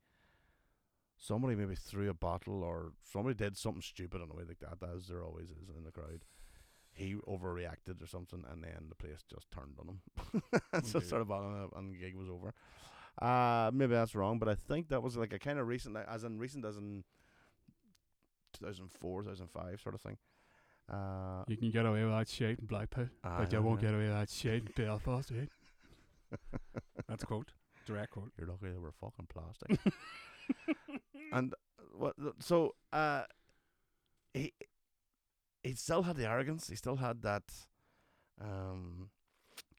[SPEAKER 7] somebody maybe threw a bottle or somebody did something stupid in a way like that, as there always is in the crowd. He overreacted or something, and then the place just turned on him. <laughs> so
[SPEAKER 8] Okay.
[SPEAKER 7] sort of bottom up, and the gig was over. Uh maybe that's wrong, but I think that was like a kind of recent, like, as in recent as in 2004, 2005 sort of thing. Uh,
[SPEAKER 8] You can get away with that shit in Blackpool,
[SPEAKER 7] Aye,
[SPEAKER 8] but you won't
[SPEAKER 7] aye.
[SPEAKER 8] get away with that shit in Belfast,
[SPEAKER 7] <laughs>
[SPEAKER 8] eh? That's a quote. Direct quote. <laughs>
[SPEAKER 7] You're lucky they were fucking plastic. and what? So uh, he he still had the arrogance. He still had that um,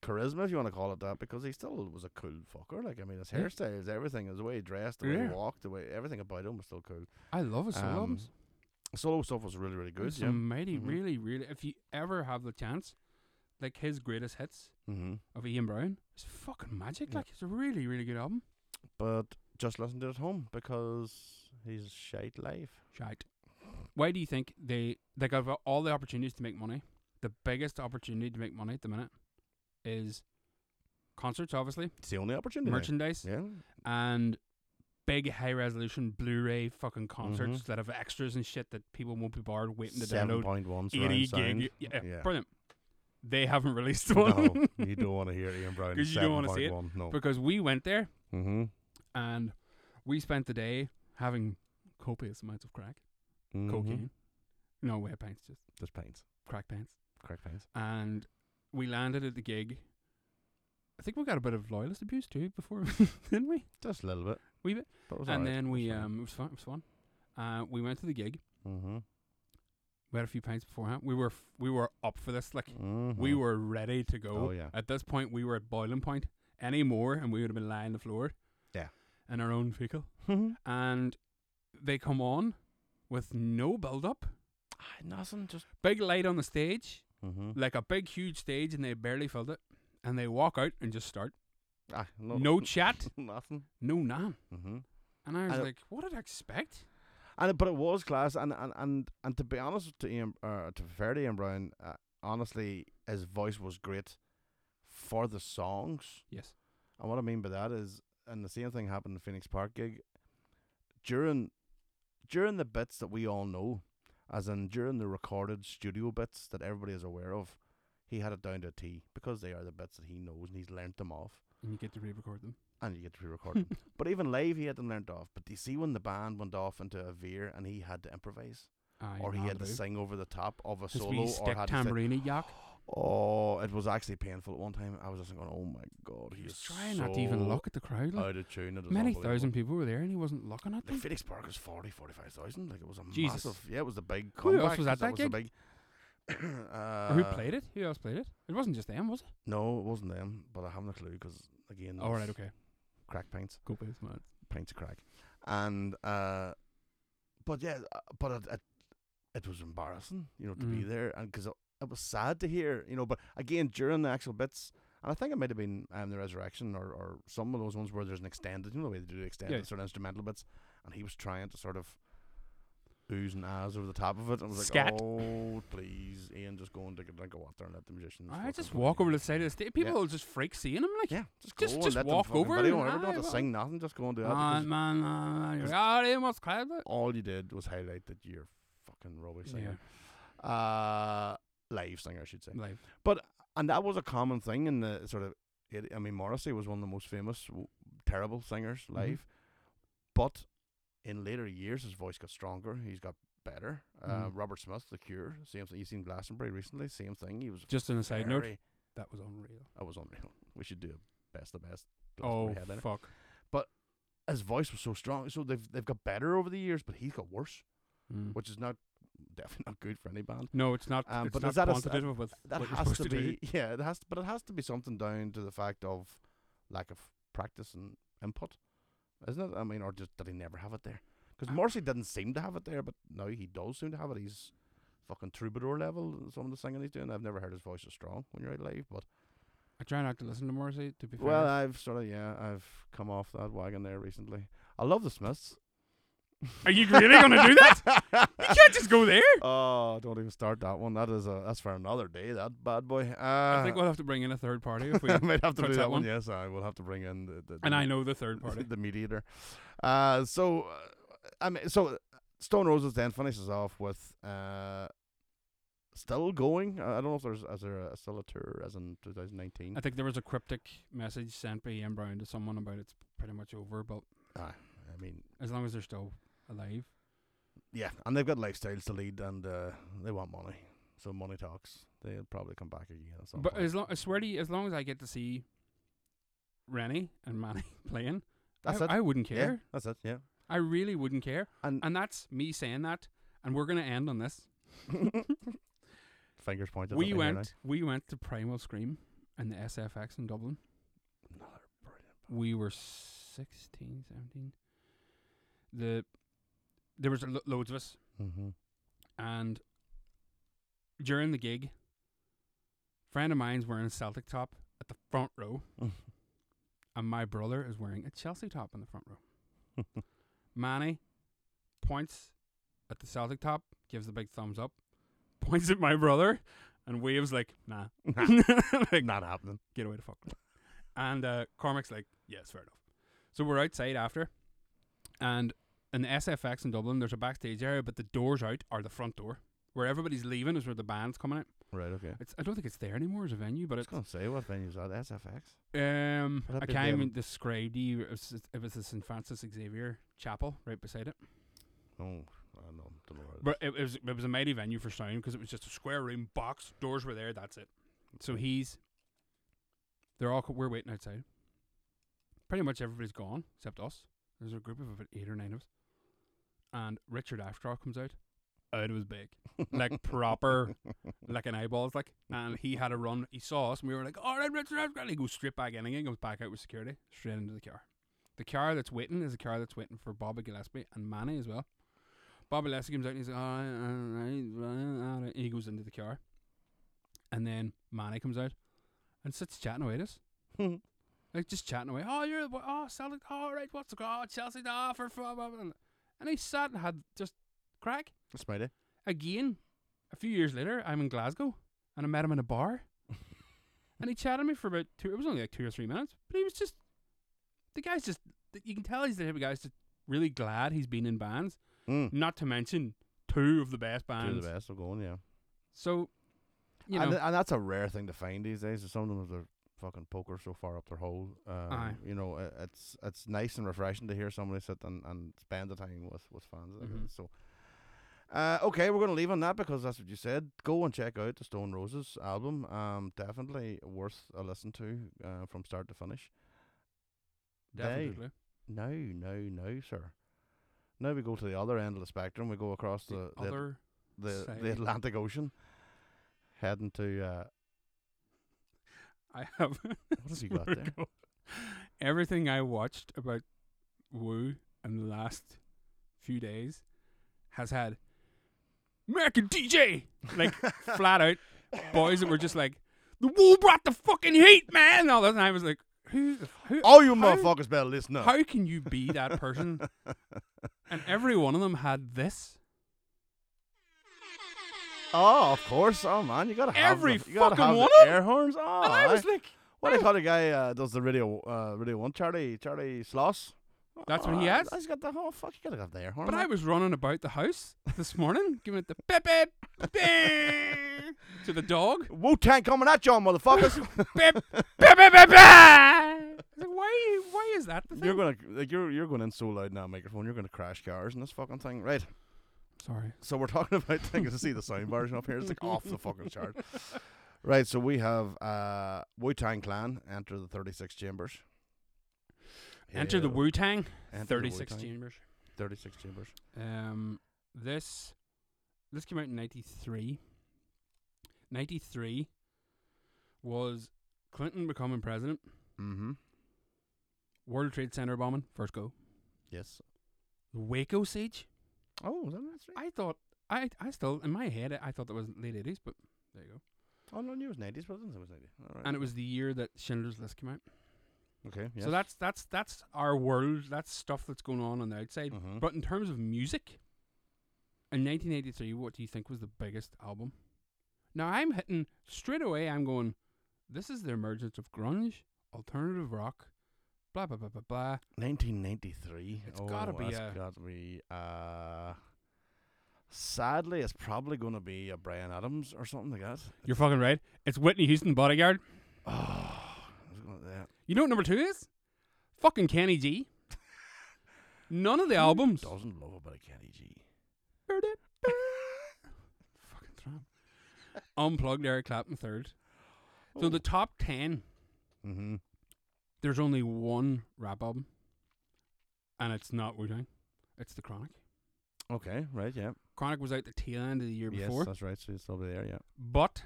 [SPEAKER 7] charisma, if you want to call it that, because he still was a cool fucker. Like I mean, his
[SPEAKER 8] Yeah.
[SPEAKER 7] hairstyle, his everything, his way he dressed, the way he
[SPEAKER 8] Yeah.
[SPEAKER 7] walked, the way everything about him was still cool.
[SPEAKER 8] I love his
[SPEAKER 7] Um,
[SPEAKER 8] solo albums.
[SPEAKER 7] Solo stuff was really really good.
[SPEAKER 8] There's
[SPEAKER 7] Yeah.
[SPEAKER 8] Some mighty,
[SPEAKER 7] Mhm.
[SPEAKER 8] really, really. If you ever have the chance, like his greatest hits
[SPEAKER 7] Mm-hmm.
[SPEAKER 8] of Ian Brown, it's fucking magic.
[SPEAKER 7] Yeah.
[SPEAKER 8] Like it's a really, really good album.
[SPEAKER 7] But just listen to it at home because he's shite live.
[SPEAKER 8] Shite. Why do you think they like of all the opportunities to make money? The biggest opportunity to make money at the minute is concerts, obviously,
[SPEAKER 7] It's the only opportunity. now.
[SPEAKER 8] merchandise,
[SPEAKER 7] Yeah.
[SPEAKER 8] and big high resolution Blu-ray fucking concerts
[SPEAKER 7] Mhm.
[SPEAKER 8] that have extras and shit that people won't be bored waiting to
[SPEAKER 7] Seven
[SPEAKER 8] download.
[SPEAKER 7] point one
[SPEAKER 8] Eighty
[SPEAKER 7] surround sound.
[SPEAKER 8] gig, yeah,
[SPEAKER 7] Yeah.
[SPEAKER 8] brilliant. They haven't <laughs> released one
[SPEAKER 7] <laughs> No, you don't want to hear Ian Brown.
[SPEAKER 8] 'Cause you don't wanna see it.
[SPEAKER 7] 7.1, No.
[SPEAKER 8] because we went there
[SPEAKER 7] mm-hmm.
[SPEAKER 8] and we spent the day having copious amounts of crack, cocaine, no way pints, just
[SPEAKER 7] Mm-hmm. Just paints.
[SPEAKER 8] crack pints.
[SPEAKER 7] Crack paints.
[SPEAKER 8] and we landed at the gig. I think we got a bit of loyalist abuse too before, <laughs> didn't we?
[SPEAKER 7] Just a little bit.
[SPEAKER 8] Wee bit.
[SPEAKER 7] But it was
[SPEAKER 8] and then we um, it was fun. It was fun. Uh, we went to the gig.
[SPEAKER 7] Mm-hmm.
[SPEAKER 8] We had a few pints beforehand. We were f- we were up for this. Like we
[SPEAKER 7] <laughs>
[SPEAKER 8] were ready to go.
[SPEAKER 7] Mm-hmm. Oh, yeah.
[SPEAKER 8] At this point, we were at boiling point. Any more, and we would have been lying on the floor.
[SPEAKER 7] Yeah.
[SPEAKER 8] In our own vehicle,
[SPEAKER 7] mm
[SPEAKER 8] and they come on with no build up.
[SPEAKER 7] Nothing. Just.
[SPEAKER 8] Big light on the stage,
[SPEAKER 7] Mm-hmm.
[SPEAKER 8] Ah, like a big huge stage, and they barely filled it. And they walk out and just start.
[SPEAKER 7] Ah, no.
[SPEAKER 8] no chat,
[SPEAKER 7] <laughs> nothing.
[SPEAKER 8] no nan.
[SPEAKER 7] Mm-hmm.
[SPEAKER 8] And I was
[SPEAKER 7] I don't-
[SPEAKER 8] like, what did I expect?
[SPEAKER 7] And it- but it was class, and and and, and to be honest to Ian, uh, to be fair to Ian Brown, uh, honestly, his voice was great for the songs.
[SPEAKER 8] Yes.
[SPEAKER 7] And what I mean by that is, and the same thing happened in Phoenix Park gig. During, during the bits that we all know, as in during the recorded studio bits that everybody is aware of, he had it down to a T because they are the bits that he knows and he's learnt them off,
[SPEAKER 8] And you get to re-record them.
[SPEAKER 7] and you get to
[SPEAKER 8] <laughs>
[SPEAKER 7] pre-record them. But even live, he had them learnt off. But do you see when the band went off into a veer and he had to improvise,
[SPEAKER 8] Aye,
[SPEAKER 7] or he
[SPEAKER 8] that'll
[SPEAKER 7] had to
[SPEAKER 8] do.
[SPEAKER 7] sing over the top of a
[SPEAKER 8] His wee
[SPEAKER 7] solo, or
[SPEAKER 8] stick
[SPEAKER 7] had to sing-
[SPEAKER 8] tambourine yak.
[SPEAKER 7] Oh, it was actually painful at one time. I was just going, "Oh my god,
[SPEAKER 8] He was
[SPEAKER 7] is
[SPEAKER 8] trying not to even
[SPEAKER 7] so
[SPEAKER 8] look at the crowd. Like,
[SPEAKER 7] out of tune. It was
[SPEAKER 8] many
[SPEAKER 7] unbelievable.
[SPEAKER 8] thousand people were there and he wasn't looking at
[SPEAKER 7] Like
[SPEAKER 8] them.
[SPEAKER 7] Phoenix Park was 40, 45,000. Like it was a
[SPEAKER 8] Jesus.
[SPEAKER 7] massive. Yeah, it was the big.
[SPEAKER 8] Who else
[SPEAKER 7] comeback,
[SPEAKER 8] was at
[SPEAKER 7] 'cause
[SPEAKER 8] that
[SPEAKER 7] the big, <coughs> uh,
[SPEAKER 8] Or who played it? Who else played it? It wasn't just them, was it?
[SPEAKER 7] No, it wasn't them, but I haven't a clue because again,
[SPEAKER 8] All right,
[SPEAKER 7] it's
[SPEAKER 8] okay.
[SPEAKER 7] crack paints,
[SPEAKER 8] Go please, man.
[SPEAKER 7] paints of crack, and uh, but yeah, uh, but it, it, it was embarrassing, you know, to be
[SPEAKER 8] Mm.
[SPEAKER 7] there, and because it, it was sad to hear, you know, but again during the actual bits. And I think it might have been um, the resurrection or, or some of those ones where there's an extended, you know, the way they do the extended
[SPEAKER 8] Yeah.
[SPEAKER 7] sort of instrumental bits, and he was trying to sort of oohs and ahs over the top of it. And I was like,
[SPEAKER 8] Scat.
[SPEAKER 7] oh, please, Ian, just go and take a drink of water and let the musician.
[SPEAKER 8] I just walk over to the side of the stage. People will just freak seeing him. Like,
[SPEAKER 7] Yeah, just go
[SPEAKER 8] Just-
[SPEAKER 7] and
[SPEAKER 8] just
[SPEAKER 7] let
[SPEAKER 8] walk
[SPEAKER 7] them fucking
[SPEAKER 8] over
[SPEAKER 7] Video,
[SPEAKER 8] and
[SPEAKER 7] whatever, don't have
[SPEAKER 8] aye,
[SPEAKER 7] to sing nothing. Just go and do that.
[SPEAKER 8] "Ah,
[SPEAKER 7] because
[SPEAKER 8] man, ah,
[SPEAKER 7] because-
[SPEAKER 8] ah, they must clap it."
[SPEAKER 7] all you did was highlight that you're fucking rubbish
[SPEAKER 8] Yeah,
[SPEAKER 7] singer, uh, live singer, I should say.
[SPEAKER 8] live.
[SPEAKER 7] And that was a common thing in the sort of. It, I mean, Morrissey was one of the most famous, w- terrible singers
[SPEAKER 8] Mhm.
[SPEAKER 7] live, but in later years, his voice got stronger. He's got better. Uh,
[SPEAKER 8] Mhm.
[SPEAKER 7] Robert Smith, The Cure, same thing. You seen Glastonbury recently? Same thing. He was
[SPEAKER 8] Just on a side note,
[SPEAKER 7] very-
[SPEAKER 8] that was unreal.
[SPEAKER 7] I was unreal. We should do a best of best.
[SPEAKER 8] Oh
[SPEAKER 7] Glastonbury headliner.
[SPEAKER 8] fuck!
[SPEAKER 7] his voice was so strong. So they've they've got better over the years, but he's got worse,
[SPEAKER 8] Mm.
[SPEAKER 7] which is not <laughs> definitely not good for any band.
[SPEAKER 8] No, it's not.
[SPEAKER 7] Um,
[SPEAKER 8] it's
[SPEAKER 7] but
[SPEAKER 8] not
[SPEAKER 7] is that a s-
[SPEAKER 8] quantitative with
[SPEAKER 7] That
[SPEAKER 8] what you're
[SPEAKER 7] has
[SPEAKER 8] supposed
[SPEAKER 7] to
[SPEAKER 8] to do.
[SPEAKER 7] be <laughs> yeah, it has but it has to be something down to the fact of lack of practice and input, isn't it? I mean, or just did he never have it there? Because
[SPEAKER 8] Uh,
[SPEAKER 7] Morrissey didn't seem to have it there, but now he does seem to have it. He's fucking troubadour level. Some of the singing he's doing, I've never heard his voice as strong when you're out live. But
[SPEAKER 8] I try not to listen to Morrissey. To be fair,
[SPEAKER 7] well, uh, I've sort of yeah, I've come off that wagon there recently. I love the Smiths.
[SPEAKER 8] <laughs> Are you really gonna do that?
[SPEAKER 7] <laughs>
[SPEAKER 8] You can't just go there.
[SPEAKER 7] Oh, don't even start that one. That is a that's for another day. That bad boy. Uh,
[SPEAKER 8] I think we'll have to bring in a third party
[SPEAKER 7] <laughs>
[SPEAKER 8] if we. <laughs>
[SPEAKER 7] I might have to
[SPEAKER 8] touch
[SPEAKER 7] do that,
[SPEAKER 8] that
[SPEAKER 7] one.
[SPEAKER 8] one.
[SPEAKER 7] Yes, I will have to bring in the, the,
[SPEAKER 8] and
[SPEAKER 7] the- <laughs>
[SPEAKER 8] I know the third party.
[SPEAKER 7] the mediator. Uh, so uh, I mean, so uh, Stone Roses then finishes off with uh, still going. I I don't know if there's is there a, still a tour as in 2019.
[SPEAKER 8] I think there was a cryptic message sent by Ian Brown to someone about it's pretty much over, but
[SPEAKER 7] Ah, I mean,
[SPEAKER 8] as long as they're still alive,
[SPEAKER 7] yeah, and they've got lifestyles to lead, and uh, they want money, so money talks. They'll probably come back again. At some
[SPEAKER 8] but uh,
[SPEAKER 7] point.
[SPEAKER 8] as long I swear to you, as long as I get to see Rennie and Manny <laughs> playing,
[SPEAKER 7] that's
[SPEAKER 8] I,
[SPEAKER 7] it.
[SPEAKER 8] I wouldn't
[SPEAKER 7] yeah,
[SPEAKER 8] care. <laughs>
[SPEAKER 7] that's it. Yeah.
[SPEAKER 8] I really wouldn't care.
[SPEAKER 7] And-
[SPEAKER 8] and that's me saying that. And we're gonna end on this.
[SPEAKER 7] Fingers pointed.
[SPEAKER 8] we
[SPEAKER 7] up in here now.
[SPEAKER 8] went we went to Primal Scream and the SFX in Dublin.
[SPEAKER 7] Another brilliant.
[SPEAKER 8] We were 16, 17. The there was lo- loads of us
[SPEAKER 7] Mm-hmm.
[SPEAKER 8] and during the gig friend of mine's wearing a Celtic top at the front row
[SPEAKER 7] <laughs>
[SPEAKER 8] and my brother is wearing a Chelsea top in the front row. <laughs> Manny points at the Celtic top, gives the big thumbs up, <laughs> points at my brother, and waves like,
[SPEAKER 7] <laughs>
[SPEAKER 8] nah. <laughs> like,
[SPEAKER 7] Not happening.
[SPEAKER 8] get away the fuck. And uh, Cormac's like, yes, fair enough. So we're outside after, and in the SFX in Dublin, there's a backstage area, but the doors out are the front door. Where everybody's leaving is where the band's coming out.
[SPEAKER 7] Right. Okay.
[SPEAKER 8] It's, I don't think it's there anymore as a venue, but
[SPEAKER 7] I was
[SPEAKER 8] it's
[SPEAKER 7] gonna say what venues are that? SFX.
[SPEAKER 8] um,
[SPEAKER 7] Would that
[SPEAKER 8] I
[SPEAKER 7] be
[SPEAKER 8] can't
[SPEAKER 7] the-
[SPEAKER 8] even describe to you if it's, if it's the St Francis Xavier Chapel right beside it.
[SPEAKER 7] Oh, I don't know. Don't know where it
[SPEAKER 8] But it, it was it was a mighty venue for sound because it was just a square room, box doors were there. That's it. So he's, they're all co- we're waiting outside. Pretty much everybody's gone except us. There's a group of about eight or nine of us, and Richard Ashcroft comes out. Out of his bag,
[SPEAKER 7] is.
[SPEAKER 8] like proper, like an eyeballs, like. And he had a run. He saw us, and we were like, "All right, Richard Ashcroft." He goes straight back in again, goes back out with security, straight into the car. The car that's waiting is a car that's waiting for Bobby Gillespie and Manny as well. Bobby Lassie comes out and he's like, all right, all right, all right. He goes into the car. And then Manny comes out and sits chatting away at us. like, just chatting away. Oh, you're, the- oh, Celtic, all right, what's the call? Chelsea, oh, for, for, blah, blah." And he sat and had just crack.
[SPEAKER 7] Spidey.
[SPEAKER 8] Again, a few years later, I'm in Glasgow and I met him in a bar. and he chatted me for about two, it was only like two or three minutes, but he was just, the guy's just, you can tell he's the type of guy's just really glad he's been in bands
[SPEAKER 7] Mm.
[SPEAKER 8] not to mention two of the best
[SPEAKER 7] Two
[SPEAKER 8] bands.
[SPEAKER 7] of the best are going. Yeah.
[SPEAKER 8] So, you know,
[SPEAKER 7] and, th- and that's a rare thing to find these days. is Some of them are fucking poker so far up their hole. Um,
[SPEAKER 8] Aye.
[SPEAKER 7] You know, i- it's it's nice and refreshing to hear somebody sit and, and spend the time with with fans. like
[SPEAKER 8] Mhm.
[SPEAKER 7] that. So. Uh, okay, we're gonna leave on that because that's what you said. Go and check out the Stone Roses album. Um, definitely worth a listen to uh, from start to finish. They-
[SPEAKER 8] definitely.
[SPEAKER 7] No, no, no, sir. Now we go to the other end of the spectrum. We go across
[SPEAKER 8] The,
[SPEAKER 7] the, the,
[SPEAKER 8] other,
[SPEAKER 7] the, the
[SPEAKER 8] side.
[SPEAKER 7] Atlantic Ocean, heading to uh,
[SPEAKER 8] I have. <laughs>
[SPEAKER 7] what have you got there? <laughs>
[SPEAKER 8] Everything I watched about Woo in the last few days has had American DJ
[SPEAKER 7] <laughs>
[SPEAKER 8] like flat out boys that were just like the Woo brought the fucking heat, man. And all that, and I was like, who, the- who
[SPEAKER 7] All Oh, you
[SPEAKER 8] How-
[SPEAKER 7] motherfuckers better listen up.
[SPEAKER 8] How can you be that
[SPEAKER 7] <laughs>
[SPEAKER 8] person? and every one of them had this.
[SPEAKER 7] oh, of course. Oh man, you gotta have
[SPEAKER 8] Every
[SPEAKER 7] the, you gotta
[SPEAKER 8] fucking
[SPEAKER 7] have
[SPEAKER 8] one
[SPEAKER 7] the
[SPEAKER 8] of 'em.
[SPEAKER 7] air horns. Oh,
[SPEAKER 8] and I was
[SPEAKER 7] aye.
[SPEAKER 8] like, "Oh."
[SPEAKER 7] what do you call the guy uh, does the radio uh, radio one? Charlie Charlie Sloss.
[SPEAKER 8] That's what
[SPEAKER 7] Oh,
[SPEAKER 8] he
[SPEAKER 7] aye,
[SPEAKER 8] has?
[SPEAKER 7] He's got the whole fuck. You gotta have the air horn.
[SPEAKER 8] But I
[SPEAKER 7] man.
[SPEAKER 8] was running about the house this morning, giving it the pip pip
[SPEAKER 7] <laughs>
[SPEAKER 8] bang, to the <laughs> dog.
[SPEAKER 7] Wu Tang coming at y'all, motherfuckers.
[SPEAKER 8] <laughs>
[SPEAKER 7] <laughs>
[SPEAKER 8] Pip pip pip pip. bang. I was like, why? Why is that the thing?
[SPEAKER 7] you're gonna like you're you're going in so loud in that microphone. You're gonna crash cars in this fucking thing, right?
[SPEAKER 8] Sorry.
[SPEAKER 7] So we're talking <laughs> about things to see the sound version up here. It's like off the fucking chart. Right, so we have uh, Wu Tang Clan enter the 36 chambers.
[SPEAKER 8] Enter the
[SPEAKER 7] Yeah.
[SPEAKER 8] Wu Tang.
[SPEAKER 7] Enter the
[SPEAKER 8] Thirty-six
[SPEAKER 7] Wu-Tang.
[SPEAKER 8] chambers.
[SPEAKER 7] 36 chambers.
[SPEAKER 8] Um, this this came out in '93. '93 was Clinton becoming president.
[SPEAKER 7] Mm-hmm.
[SPEAKER 8] World Trade Center bombing, first go.
[SPEAKER 7] Yes.
[SPEAKER 8] The Waco siege.
[SPEAKER 7] Oh, was that last week?
[SPEAKER 8] I thought I I still in my head I thought that was late '80s, but there you go.
[SPEAKER 7] Oh, no, it was 90s, but I didn't think it was 90. All right.
[SPEAKER 8] and it was the year that Schindler's List came out.
[SPEAKER 7] okay, yes.
[SPEAKER 8] So that's that's that's our world. That's stuff that's going on on the outside.
[SPEAKER 7] Mhm.
[SPEAKER 8] But in terms of music, in 1983, what do you think was the biggest album? Now I'm hitting straight away. I'm going. This is the emergence of grunge, alternative rock, blah blah blah blah blah.
[SPEAKER 7] 1993.
[SPEAKER 8] It's
[SPEAKER 7] oh,
[SPEAKER 8] gotta be
[SPEAKER 7] that's
[SPEAKER 8] a-
[SPEAKER 7] gotta be. Uh, sadly, it's probably going to be a Brian Adams or something like that. <sighs>
[SPEAKER 8] You're fucking right. It's Whitney Houston, Bodyguard.
[SPEAKER 7] Oh, I was gonna- yeah.
[SPEAKER 8] You know what number two is? Fucking Kenny G. <laughs> None of the albums.
[SPEAKER 7] doesn't love about a Kenny G.
[SPEAKER 8] <laughs> Fucking tramp. Unplugged Eric Clapton third. So the top ten,
[SPEAKER 7] Mm-hmm.
[SPEAKER 8] there's only one rap album, and it's not Wu Tang. It's the Chronic.
[SPEAKER 7] Okay, right, yeah.
[SPEAKER 8] Chronic was out the tail end of the year
[SPEAKER 7] Yes, uh,
[SPEAKER 8] before,
[SPEAKER 7] that's right. She's still be there, yeah.
[SPEAKER 8] but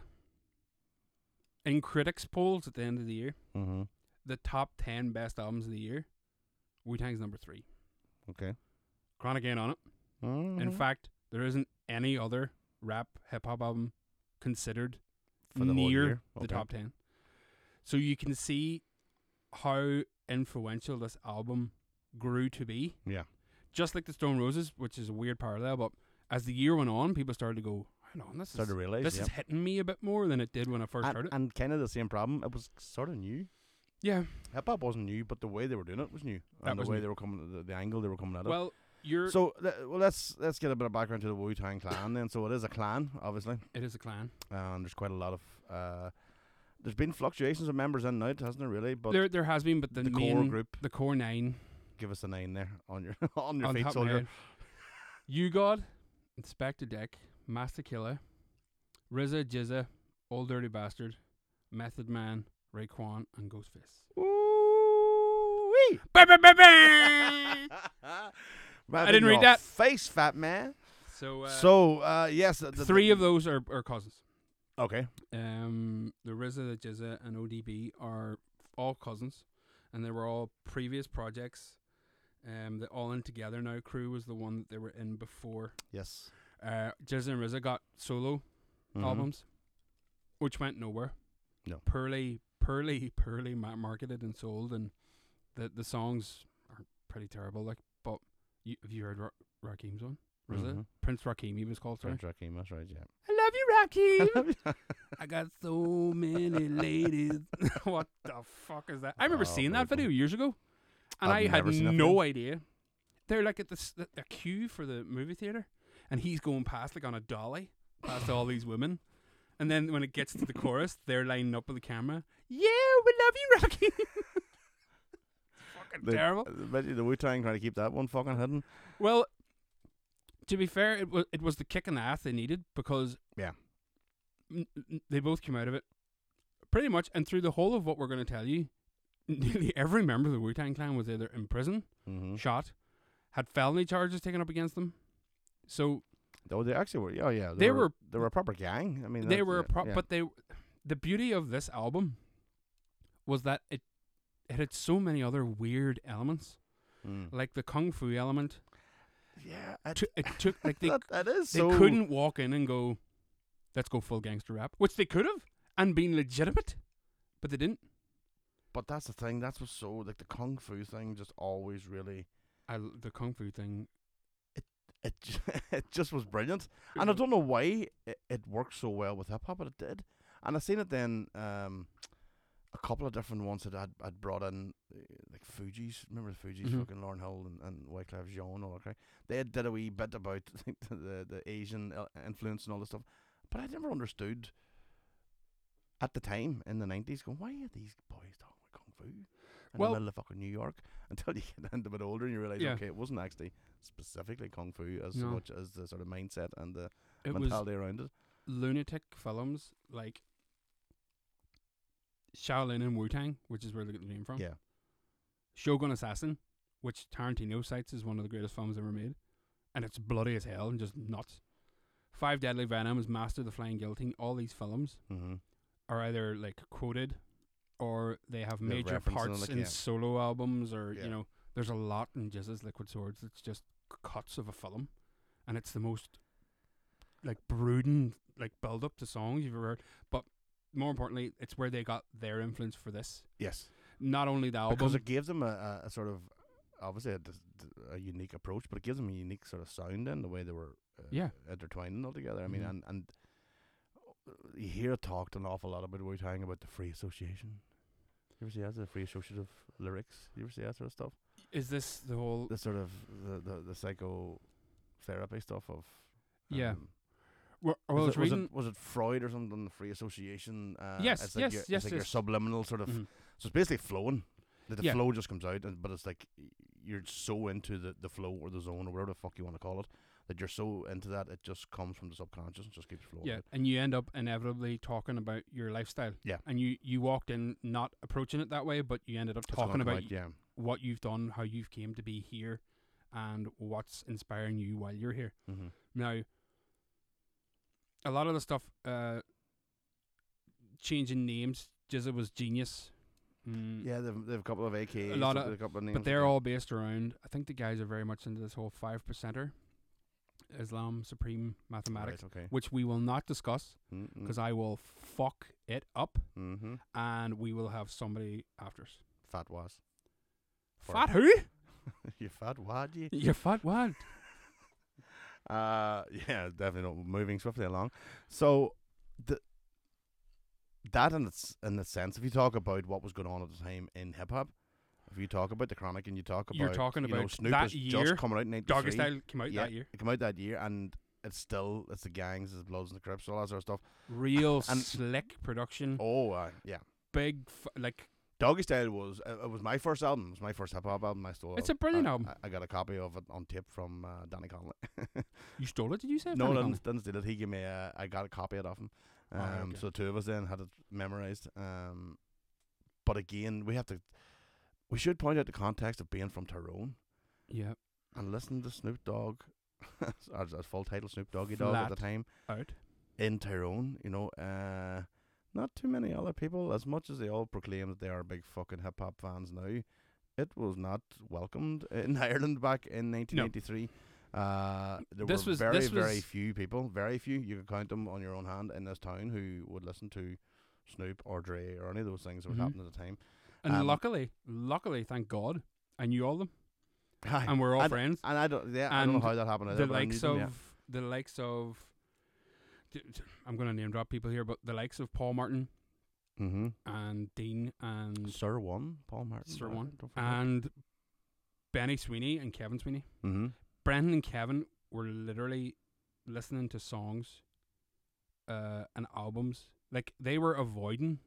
[SPEAKER 8] in critics polls at the end of the year,
[SPEAKER 7] Mm-hmm.
[SPEAKER 8] the top ten best albums of the year, Wu Tang's number three.
[SPEAKER 7] Okay. Mm-hmm.
[SPEAKER 8] Chronic ain't on it. In fact, there isn't any other rap hip hop album considered
[SPEAKER 7] For the whole
[SPEAKER 8] near
[SPEAKER 7] year?
[SPEAKER 8] the
[SPEAKER 7] Okay.
[SPEAKER 8] top ten. So you can see how influential this album grew to be.
[SPEAKER 7] Yeah.
[SPEAKER 8] Just like the Stone Roses, which is a weird parallel, but as the year went on, people started to go, "Hang on, this
[SPEAKER 7] started
[SPEAKER 8] is
[SPEAKER 7] to realize.
[SPEAKER 8] this
[SPEAKER 7] yeah.
[SPEAKER 8] is hitting me a bit more than it did when I first
[SPEAKER 7] and,
[SPEAKER 8] heard it."
[SPEAKER 7] and kind of the same problem. It was sort of new.
[SPEAKER 8] yeah.
[SPEAKER 7] Hip hop wasn't new, but the way they were doing it was new,
[SPEAKER 8] That
[SPEAKER 7] and the
[SPEAKER 8] was
[SPEAKER 7] way
[SPEAKER 8] new.
[SPEAKER 7] they were coming, the, the angle they were coming at it.
[SPEAKER 8] Well, you're
[SPEAKER 7] So, le- well, let's let's get a bit of background to the Wu Tang Clan then. So it is a clan, obviously,
[SPEAKER 8] it is a clan.
[SPEAKER 7] and there's quite a lot of. Uh, there's been fluctuations of members in and out, hasn't there? Really, but
[SPEAKER 8] there there has been, but the,
[SPEAKER 7] the
[SPEAKER 8] main
[SPEAKER 7] core group,
[SPEAKER 8] the core nine
[SPEAKER 7] give us a nine there on your <laughs> on your
[SPEAKER 8] on
[SPEAKER 7] feet,
[SPEAKER 8] top of my
[SPEAKER 7] soldier.
[SPEAKER 8] head. You God, Inspector Deck, Master Killer, RZA, Jizza, Old Dirty Bastard, Method Man, Raekwon, and Ghostface.
[SPEAKER 7] Ooh-wee.
[SPEAKER 8] Ba, ba, ba, ba.
[SPEAKER 7] Right
[SPEAKER 8] I
[SPEAKER 7] in
[SPEAKER 8] didn't read
[SPEAKER 7] your
[SPEAKER 8] that.
[SPEAKER 7] Face, fat man.
[SPEAKER 8] <laughs> so, uh,
[SPEAKER 7] so uh, yes, the, the-
[SPEAKER 8] three of those are, are cousins.
[SPEAKER 7] Okay,
[SPEAKER 8] Um, the RZA, the Jizza, and ODB are all cousins, and they were all previous projects. Um, the All In Together Now crew was the one that they were in before.
[SPEAKER 7] yes.
[SPEAKER 8] Uh, Jizza and RZA got solo
[SPEAKER 7] Mhm.
[SPEAKER 8] albums, which went nowhere.
[SPEAKER 7] No.
[SPEAKER 8] Poorly, <laughs> poorly, poorly ma- marketed and sold, and the the songs are pretty terrible. Like, but you, have you heard Ra- Rakim's one? Was it
[SPEAKER 7] Mhm.
[SPEAKER 8] Prince Rakim? He was called. Sorry.
[SPEAKER 7] Prince Rakim, that's right,
[SPEAKER 8] <laughs>
[SPEAKER 7] yeah.
[SPEAKER 8] I love you, Rakim.
[SPEAKER 7] <laughs>
[SPEAKER 8] I got so many ladies. <laughs> what the fuck is that? I remember
[SPEAKER 7] Oh,
[SPEAKER 8] seeing that
[SPEAKER 7] brutal.
[SPEAKER 8] video years ago, and
[SPEAKER 7] I've
[SPEAKER 8] i had
[SPEAKER 7] never seen that
[SPEAKER 8] no
[SPEAKER 7] video.
[SPEAKER 8] idea. They're like at the, s- the, the queue for the movie theater, and he's going past like on a dolly past all these women, and then when it gets to the chorus, they're lining up with the camera. Yeah, we love you, Rocky. <laughs> fucking
[SPEAKER 7] The-
[SPEAKER 8] terrible.
[SPEAKER 7] uh, But the Wu Tang trying to keep that one fucking hidden.
[SPEAKER 8] Well, to be fair, it was it was the kick in the ass they needed because
[SPEAKER 7] Yeah.
[SPEAKER 8] n- n- they both came out of it pretty much, and through the whole of what we're going to tell you, <laughs> nearly every member of the Wu Tang Clan was either in prison,
[SPEAKER 7] Mm-hmm.
[SPEAKER 8] shot, had felony charges taken up against them. So
[SPEAKER 7] Oh, they actually were. Oh, yeah.
[SPEAKER 8] They were-
[SPEAKER 7] They were a proper gang. I mean,
[SPEAKER 8] they
[SPEAKER 7] that's-
[SPEAKER 8] were, a
[SPEAKER 7] yeah,
[SPEAKER 8] pro-
[SPEAKER 7] yeah.
[SPEAKER 8] but they, the beauty of this album was that it it had so many other weird elements,
[SPEAKER 7] Mm.
[SPEAKER 8] like the kung fu element.
[SPEAKER 7] yeah, it, <laughs>
[SPEAKER 8] T- it took like they
[SPEAKER 7] that, that is
[SPEAKER 8] they
[SPEAKER 7] so.
[SPEAKER 8] couldn't walk in and go, let's go full gangster rap, which they could have and been legitimate, but they didn't.
[SPEAKER 7] But that's the thing. That's what's so like the kung fu thing. Just always really.
[SPEAKER 8] I, l- the kung fu thing.
[SPEAKER 7] It ju- <laughs> it just was brilliant, and I don't know why it, it worked so well with hip hop, but it did. And I seen it then. Um, a couple of different ones that I'd, I'd brought in, uh, like Fuji's. Remember the Fuji's,
[SPEAKER 8] Mhm.
[SPEAKER 7] fucking Lauren Hill and, and Wyclef Jean, and all that. crap? They had did a wee bit about <laughs> the the Asian uh, influence and all this stuff, but I never understood. At the time in the nineties, going, why are these boys talking about kung fu in
[SPEAKER 8] Well-
[SPEAKER 7] the middle of fucking New York? <laughs> Until you get a bit older and you realize,
[SPEAKER 8] Yeah.
[SPEAKER 7] okay, it wasn't actually specifically kung fu as
[SPEAKER 8] No.
[SPEAKER 7] much as the sort of mindset and the
[SPEAKER 8] It was
[SPEAKER 7] mentality around it.
[SPEAKER 8] lunatic films like Shaolin and Wu Tang, which is where they get the name from.
[SPEAKER 7] Yeah.
[SPEAKER 8] Shogun Assassin, which Tarantino cites as one of the greatest films ever made, and it's bloody as hell and just nuts. Five Deadly Venoms, Master of the Flying Guillotine, all these films
[SPEAKER 7] Mm-hmm.
[SPEAKER 8] are either like quoted or they have
[SPEAKER 7] They're
[SPEAKER 8] major
[SPEAKER 7] referenced in,
[SPEAKER 8] parts
[SPEAKER 7] like,
[SPEAKER 8] in
[SPEAKER 7] yeah.
[SPEAKER 8] solo albums or
[SPEAKER 7] Yeah.
[SPEAKER 8] you know there's a lot in Jizz's Liquid Swords that's just c- cuts of a film and it's the most like brooding like build up to songs you've ever heard but more importantly it's where they got their influence for this
[SPEAKER 7] Yes,
[SPEAKER 8] not only the album
[SPEAKER 7] because it gave them a, a, a sort of obviously a, dis- d- a unique approach, but it gives them a unique sort of sound in the way they were uh,
[SPEAKER 8] Yeah.
[SPEAKER 7] intertwining all together. I mean,
[SPEAKER 8] Mhm.
[SPEAKER 7] and and you hear talked an awful lot about Wu Tang about the free association. You ever see that? The free associative lyrics. You ever see that sort of stuff?
[SPEAKER 8] is this the whole
[SPEAKER 7] The sort of the the, the psychotherapy stuff of
[SPEAKER 8] Yeah.
[SPEAKER 7] um,
[SPEAKER 8] well, I
[SPEAKER 7] was,
[SPEAKER 8] was
[SPEAKER 7] it, was,
[SPEAKER 8] reading
[SPEAKER 7] it, was it Freud or something? The free association. Uh,
[SPEAKER 8] Yes,
[SPEAKER 7] it's like
[SPEAKER 8] yes,
[SPEAKER 7] your, it's
[SPEAKER 8] yes,
[SPEAKER 7] like your
[SPEAKER 8] yes.
[SPEAKER 7] subliminal sort of.
[SPEAKER 8] Mhm.
[SPEAKER 7] So it's basically flowing. Like the
[SPEAKER 8] Yeah.
[SPEAKER 7] flow just comes out, and, but it's like y- you're so into the, the flow or the zone or whatever the fuck you want to call it that you're so into that it just comes from the subconscious and just keeps flowing.
[SPEAKER 8] Yeah, and you end up inevitably talking about your lifestyle.
[SPEAKER 7] Yeah.
[SPEAKER 8] and you you walked in not approaching it that way, but you ended up
[SPEAKER 7] It's gonna
[SPEAKER 8] talking
[SPEAKER 7] come
[SPEAKER 8] about
[SPEAKER 7] out, yeah,
[SPEAKER 8] what you've done, how you've came to be here, and what's inspiring you while you're here.
[SPEAKER 7] Mhm.
[SPEAKER 8] Now, a lot of the stuff, uh, changing names, Jizza was genius. Mm,
[SPEAKER 7] Yeah, they've, they've a couple of AKs,
[SPEAKER 8] lot
[SPEAKER 7] they've
[SPEAKER 8] of-
[SPEAKER 7] got a couple of names.
[SPEAKER 8] But they're
[SPEAKER 7] yeah.
[SPEAKER 8] all based around, I think the guys are very much into this whole five percenter, Islam, supreme
[SPEAKER 7] Right,
[SPEAKER 8] mathematics,
[SPEAKER 7] okay. Mm,
[SPEAKER 8] which we will not discuss because I will fuck it up
[SPEAKER 7] mm-hmm.
[SPEAKER 8] and we will have somebody after us.
[SPEAKER 7] fat was <laughs> For-
[SPEAKER 8] Fat who? <laughs>
[SPEAKER 7] you fat wad you.
[SPEAKER 8] You fat what?
[SPEAKER 7] Uh, <laughs> yeah, definitely not moving swiftly along. So, the that in its in the sense, if you talk about what was going on at the time in hip hop, if you talk about the chronic and you talk about
[SPEAKER 8] You're talking
[SPEAKER 7] you know,
[SPEAKER 8] about
[SPEAKER 7] Snoop
[SPEAKER 8] that
[SPEAKER 7] is
[SPEAKER 8] year,
[SPEAKER 7] just coming out in
[SPEAKER 8] Doggy
[SPEAKER 7] '93,
[SPEAKER 8] Style came out
[SPEAKER 7] Yeah.
[SPEAKER 8] that year.
[SPEAKER 7] it came out that year, and it's still it's the gangs, it's the Bloods and the Crips, all that sort
[SPEAKER 8] <laughs>
[SPEAKER 7] of stuff.
[SPEAKER 8] Real
[SPEAKER 7] And-
[SPEAKER 8] slick production,
[SPEAKER 7] Oh, uh, yeah,
[SPEAKER 8] big f- like
[SPEAKER 7] Doggy Style was uh, it was my first album, it was my first hip hop album. I stole
[SPEAKER 8] It's
[SPEAKER 7] it.
[SPEAKER 8] a brilliant
[SPEAKER 7] I-
[SPEAKER 8] album.
[SPEAKER 7] I, I got a copy of it on tape from uh, Danny Connolly.
[SPEAKER 8] you stole it. Did you say?
[SPEAKER 7] No,
[SPEAKER 8] Fanny
[SPEAKER 7] no,
[SPEAKER 8] Connolly?
[SPEAKER 7] didn't, didn't steal it. He gave me. A, I got a copy of it off him. Um,
[SPEAKER 8] right, okay.
[SPEAKER 7] So the two of us then had it memorized. Um, but again, we have to. We should point out the context of being from Tyrone
[SPEAKER 8] Yeah,
[SPEAKER 7] and listen to Snoop Dogg, <laughs> as, as full title Snoop Doggy Dogg at the
[SPEAKER 8] Flat.
[SPEAKER 7] time
[SPEAKER 8] out.
[SPEAKER 7] in Tyrone. You know, uh, not too many other people, as much as they all proclaim that they are big fucking hip hop fans now. It was not welcomed <laughs> in Ireland back in 1983. Uh, there
[SPEAKER 8] This
[SPEAKER 7] were
[SPEAKER 8] was-
[SPEAKER 7] very,
[SPEAKER 8] this
[SPEAKER 7] very
[SPEAKER 8] was-
[SPEAKER 7] few people, very few. You could count them on your own hand in this town who would listen to Snoop or Dre or any of those things that
[SPEAKER 8] Mhm.
[SPEAKER 7] were happening at the time. <laughs>
[SPEAKER 8] And
[SPEAKER 7] Um,
[SPEAKER 8] luckily, luckily, thank God, I knew all of them,
[SPEAKER 7] Aye.
[SPEAKER 8] and we're all
[SPEAKER 7] and,
[SPEAKER 8] friends.
[SPEAKER 7] And I don't, yeah, I don't know
[SPEAKER 8] And
[SPEAKER 7] how that happened.
[SPEAKER 8] the
[SPEAKER 7] either, but I knew
[SPEAKER 8] likes
[SPEAKER 7] them,
[SPEAKER 8] of
[SPEAKER 7] yeah.
[SPEAKER 8] the likes of d- d- I'm going to name drop people here, but the likes of Paul Martin
[SPEAKER 7] Mhm.
[SPEAKER 8] and Dean and
[SPEAKER 7] Sir One, Paul Martin,
[SPEAKER 8] Sir One and Benny Sweeney and Kevin Sweeney.
[SPEAKER 7] hmm
[SPEAKER 8] Brendan and Kevin were literally listening to songs, uh, and albums like they were avoiding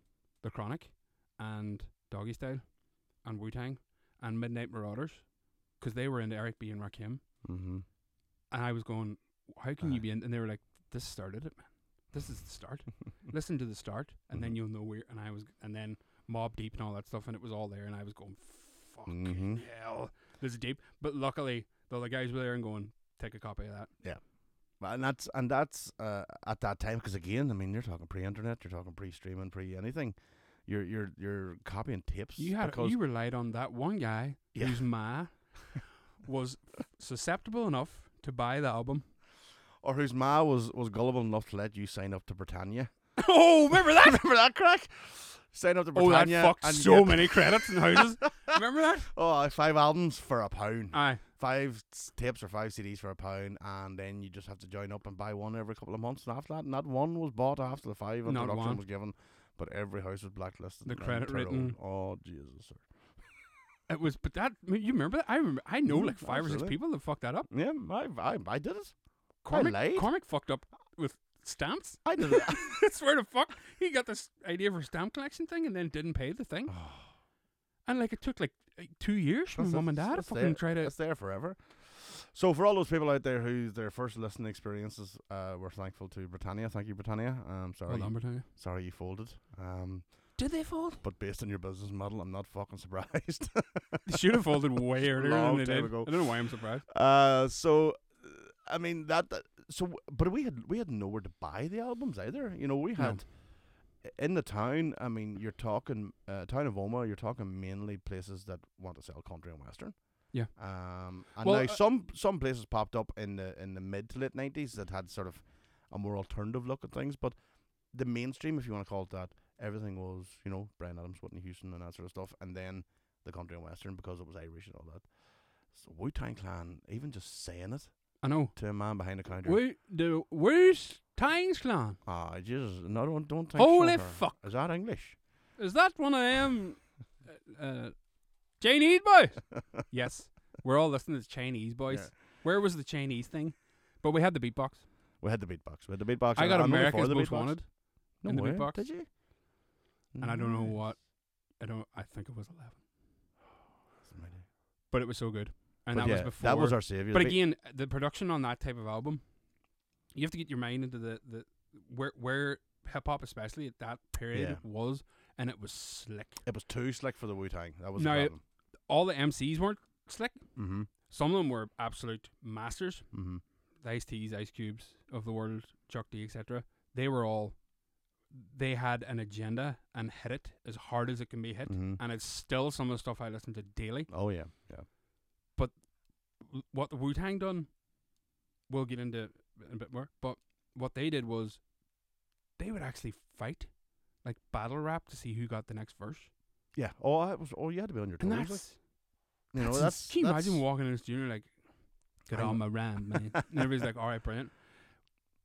[SPEAKER 8] the Chronic and Doggy Style and Wu Tang and Midnight Marauders because they were into Eric B and Rakim.
[SPEAKER 7] hmm
[SPEAKER 8] And I was going, how can
[SPEAKER 7] Aye.
[SPEAKER 8] you be in? And they were like, this started it, man. This is the
[SPEAKER 7] <laughs>
[SPEAKER 8] start. Listen to the start, and then
[SPEAKER 7] Mhm.
[SPEAKER 8] you'll know where. And I was, and then Mob Deep and all that stuff, and it was all there. And I was going, fuck
[SPEAKER 7] Mhm.
[SPEAKER 8] hell, this is deep. But luckily, the other guys were there and going, take a copy of that.
[SPEAKER 7] Well, and that's and that's uh, at that time because again, I mean, you're talking pre-internet, you're talking pre-streaming, pre-anything. You're you're you're copying tapes.
[SPEAKER 8] You had,
[SPEAKER 7] because
[SPEAKER 8] you relied on that one guy
[SPEAKER 7] Yeah.
[SPEAKER 8] whose
[SPEAKER 7] <laughs>
[SPEAKER 8] ma was susceptible enough to buy the album.
[SPEAKER 7] or whose ma was was gullible enough to let you sign up to Britannia.
[SPEAKER 8] oh, <laughs> remember that?
[SPEAKER 7] Remember that crack? Sign up to
[SPEAKER 8] oh, that
[SPEAKER 7] Britannia.
[SPEAKER 8] fucked
[SPEAKER 7] and
[SPEAKER 8] so
[SPEAKER 7] get-
[SPEAKER 8] many credits and
[SPEAKER 7] <laughs>
[SPEAKER 8] houses. remember that?
[SPEAKER 7] Oh, aye, five albums for a pound,
[SPEAKER 8] Aye.
[SPEAKER 7] five s- tapes or five CDs for a pound, and then you just have to join up and buy one every couple of months. And after that, not one was bought after the five and
[SPEAKER 8] Not
[SPEAKER 7] production
[SPEAKER 8] one.
[SPEAKER 7] was given, but every house was blacklisted.
[SPEAKER 8] The
[SPEAKER 7] and then
[SPEAKER 8] credit
[SPEAKER 7] turned
[SPEAKER 8] written.
[SPEAKER 7] on. Oh Jesus, sir.
[SPEAKER 8] It was, but that I mean, you remember that? I remember. I know
[SPEAKER 7] Mm,
[SPEAKER 8] like five or six
[SPEAKER 7] absolutely.
[SPEAKER 8] people that fucked that up.
[SPEAKER 7] Yeah, I, I, I did it.
[SPEAKER 8] Cormac,
[SPEAKER 7] lied.
[SPEAKER 8] Cormac fucked up with stamps.
[SPEAKER 7] I did
[SPEAKER 8] <laughs>
[SPEAKER 7] it.
[SPEAKER 8] Swear to fuck, he got this idea for a stamp collection thing and then didn't pay the thing. And like it took like uh, two years for
[SPEAKER 7] That's-
[SPEAKER 8] mum and
[SPEAKER 7] that's-
[SPEAKER 8] dad to
[SPEAKER 7] that's
[SPEAKER 8] fucking
[SPEAKER 7] there.
[SPEAKER 8] try to.
[SPEAKER 7] <sighs> It's there forever. So for all those people out there who their first listening experiences, uh, we're thankful to Britannia. Thank you, Britannia. Um, sorry,
[SPEAKER 8] Well done,
[SPEAKER 7] <laughs>
[SPEAKER 8] Britannia.
[SPEAKER 7] sorry you folded. Um,
[SPEAKER 8] Did they fold?
[SPEAKER 7] but based on your business model, I'm not fucking <laughs> surprised.
[SPEAKER 8] They should have folded way earlier than
[SPEAKER 7] Long
[SPEAKER 8] they
[SPEAKER 7] time
[SPEAKER 8] did.
[SPEAKER 7] ago.
[SPEAKER 8] I don't know why I'm surprised.
[SPEAKER 7] uh, so uh, I mean that. that- so, but we had we had nowhere to buy the albums either. You know, we
[SPEAKER 8] No.
[SPEAKER 7] had in the town. I mean, you're talking uh, town of Oma. You're talking mainly places that want to sell country and western.
[SPEAKER 8] Yeah.
[SPEAKER 7] Um, and
[SPEAKER 8] Well,
[SPEAKER 7] now
[SPEAKER 8] uh,
[SPEAKER 7] some some places popped up in the in the mid to late nineties that had sort of a more alternative look at things, but the mainstream, if you want to call it that, everything was you know Brian Adams, Whitney Houston, and that sort of stuff, and then the country and western because it was Irish and all that. So Wu Tang Clan, even just saying it
[SPEAKER 8] I know.
[SPEAKER 7] to a man behind the counter.
[SPEAKER 8] We the where's Tang's clan?
[SPEAKER 7] Ah, Jesus, no, don't don't think. so,
[SPEAKER 8] Holy
[SPEAKER 7] sir.
[SPEAKER 8] fuck.
[SPEAKER 7] Is that English?
[SPEAKER 8] Is that one of them? uh, uh, Chinese boys.
[SPEAKER 7] <laughs>
[SPEAKER 8] yes, we're all listening to Chinese boys.
[SPEAKER 7] Yeah.
[SPEAKER 8] Where was the Chinese thing? But we had the beatbox.
[SPEAKER 7] We had the beatbox. We had the beatbox.
[SPEAKER 8] I
[SPEAKER 7] and
[SPEAKER 8] got
[SPEAKER 7] I'm really
[SPEAKER 8] America's
[SPEAKER 7] for the
[SPEAKER 8] Most
[SPEAKER 7] beatbox.
[SPEAKER 8] Wanted,
[SPEAKER 7] No
[SPEAKER 8] in the
[SPEAKER 7] way.
[SPEAKER 8] beatbox.
[SPEAKER 7] Did you? Mm.
[SPEAKER 8] and I don't know
[SPEAKER 7] Nice.
[SPEAKER 8] what. I don't. I think it was eleven,
[SPEAKER 7] That's amazing.
[SPEAKER 8] but it was so good, and
[SPEAKER 7] But
[SPEAKER 8] that was
[SPEAKER 7] yeah,
[SPEAKER 8] before.
[SPEAKER 7] That was our savior.
[SPEAKER 8] but
[SPEAKER 7] The beat-
[SPEAKER 8] again, the production on that type of album, you have to get your mind into the the where where hip hop, especially at that period,
[SPEAKER 7] Yeah.
[SPEAKER 8] was, and it was slick.
[SPEAKER 7] it was too slick for the Wu Tang. That was
[SPEAKER 8] No,
[SPEAKER 7] the
[SPEAKER 8] it-
[SPEAKER 7] problem.
[SPEAKER 8] All the MCs weren't slick.
[SPEAKER 7] Mm-hmm.
[SPEAKER 8] Some of them were absolute masters.
[SPEAKER 7] hmm
[SPEAKER 8] The Ice T's, Ice Cubes of the world, Chuck D, etc. They were all. They had an agenda and hit it as hard as it can be hit,
[SPEAKER 7] hmm
[SPEAKER 8] and it's still some of the stuff I listen to daily.
[SPEAKER 7] Oh yeah, yeah.
[SPEAKER 8] w- what the Wu Tang done, we'll get into in a bit more. But what they did was they would actually fight, like battle rap, to see who got the next verse.
[SPEAKER 7] Yeah. Oh, I was. Oh, you had to be on your toes.
[SPEAKER 8] And
[SPEAKER 7] like,
[SPEAKER 8] that's,
[SPEAKER 7] you know,
[SPEAKER 8] that's,
[SPEAKER 7] that's.
[SPEAKER 8] can you
[SPEAKER 7] that's-
[SPEAKER 8] imagine walking in the studio like, get
[SPEAKER 7] I
[SPEAKER 8] on my
[SPEAKER 7] know.
[SPEAKER 8] rhyme,
[SPEAKER 7] <laughs>
[SPEAKER 8] man? and everybody's like, all right, brilliant.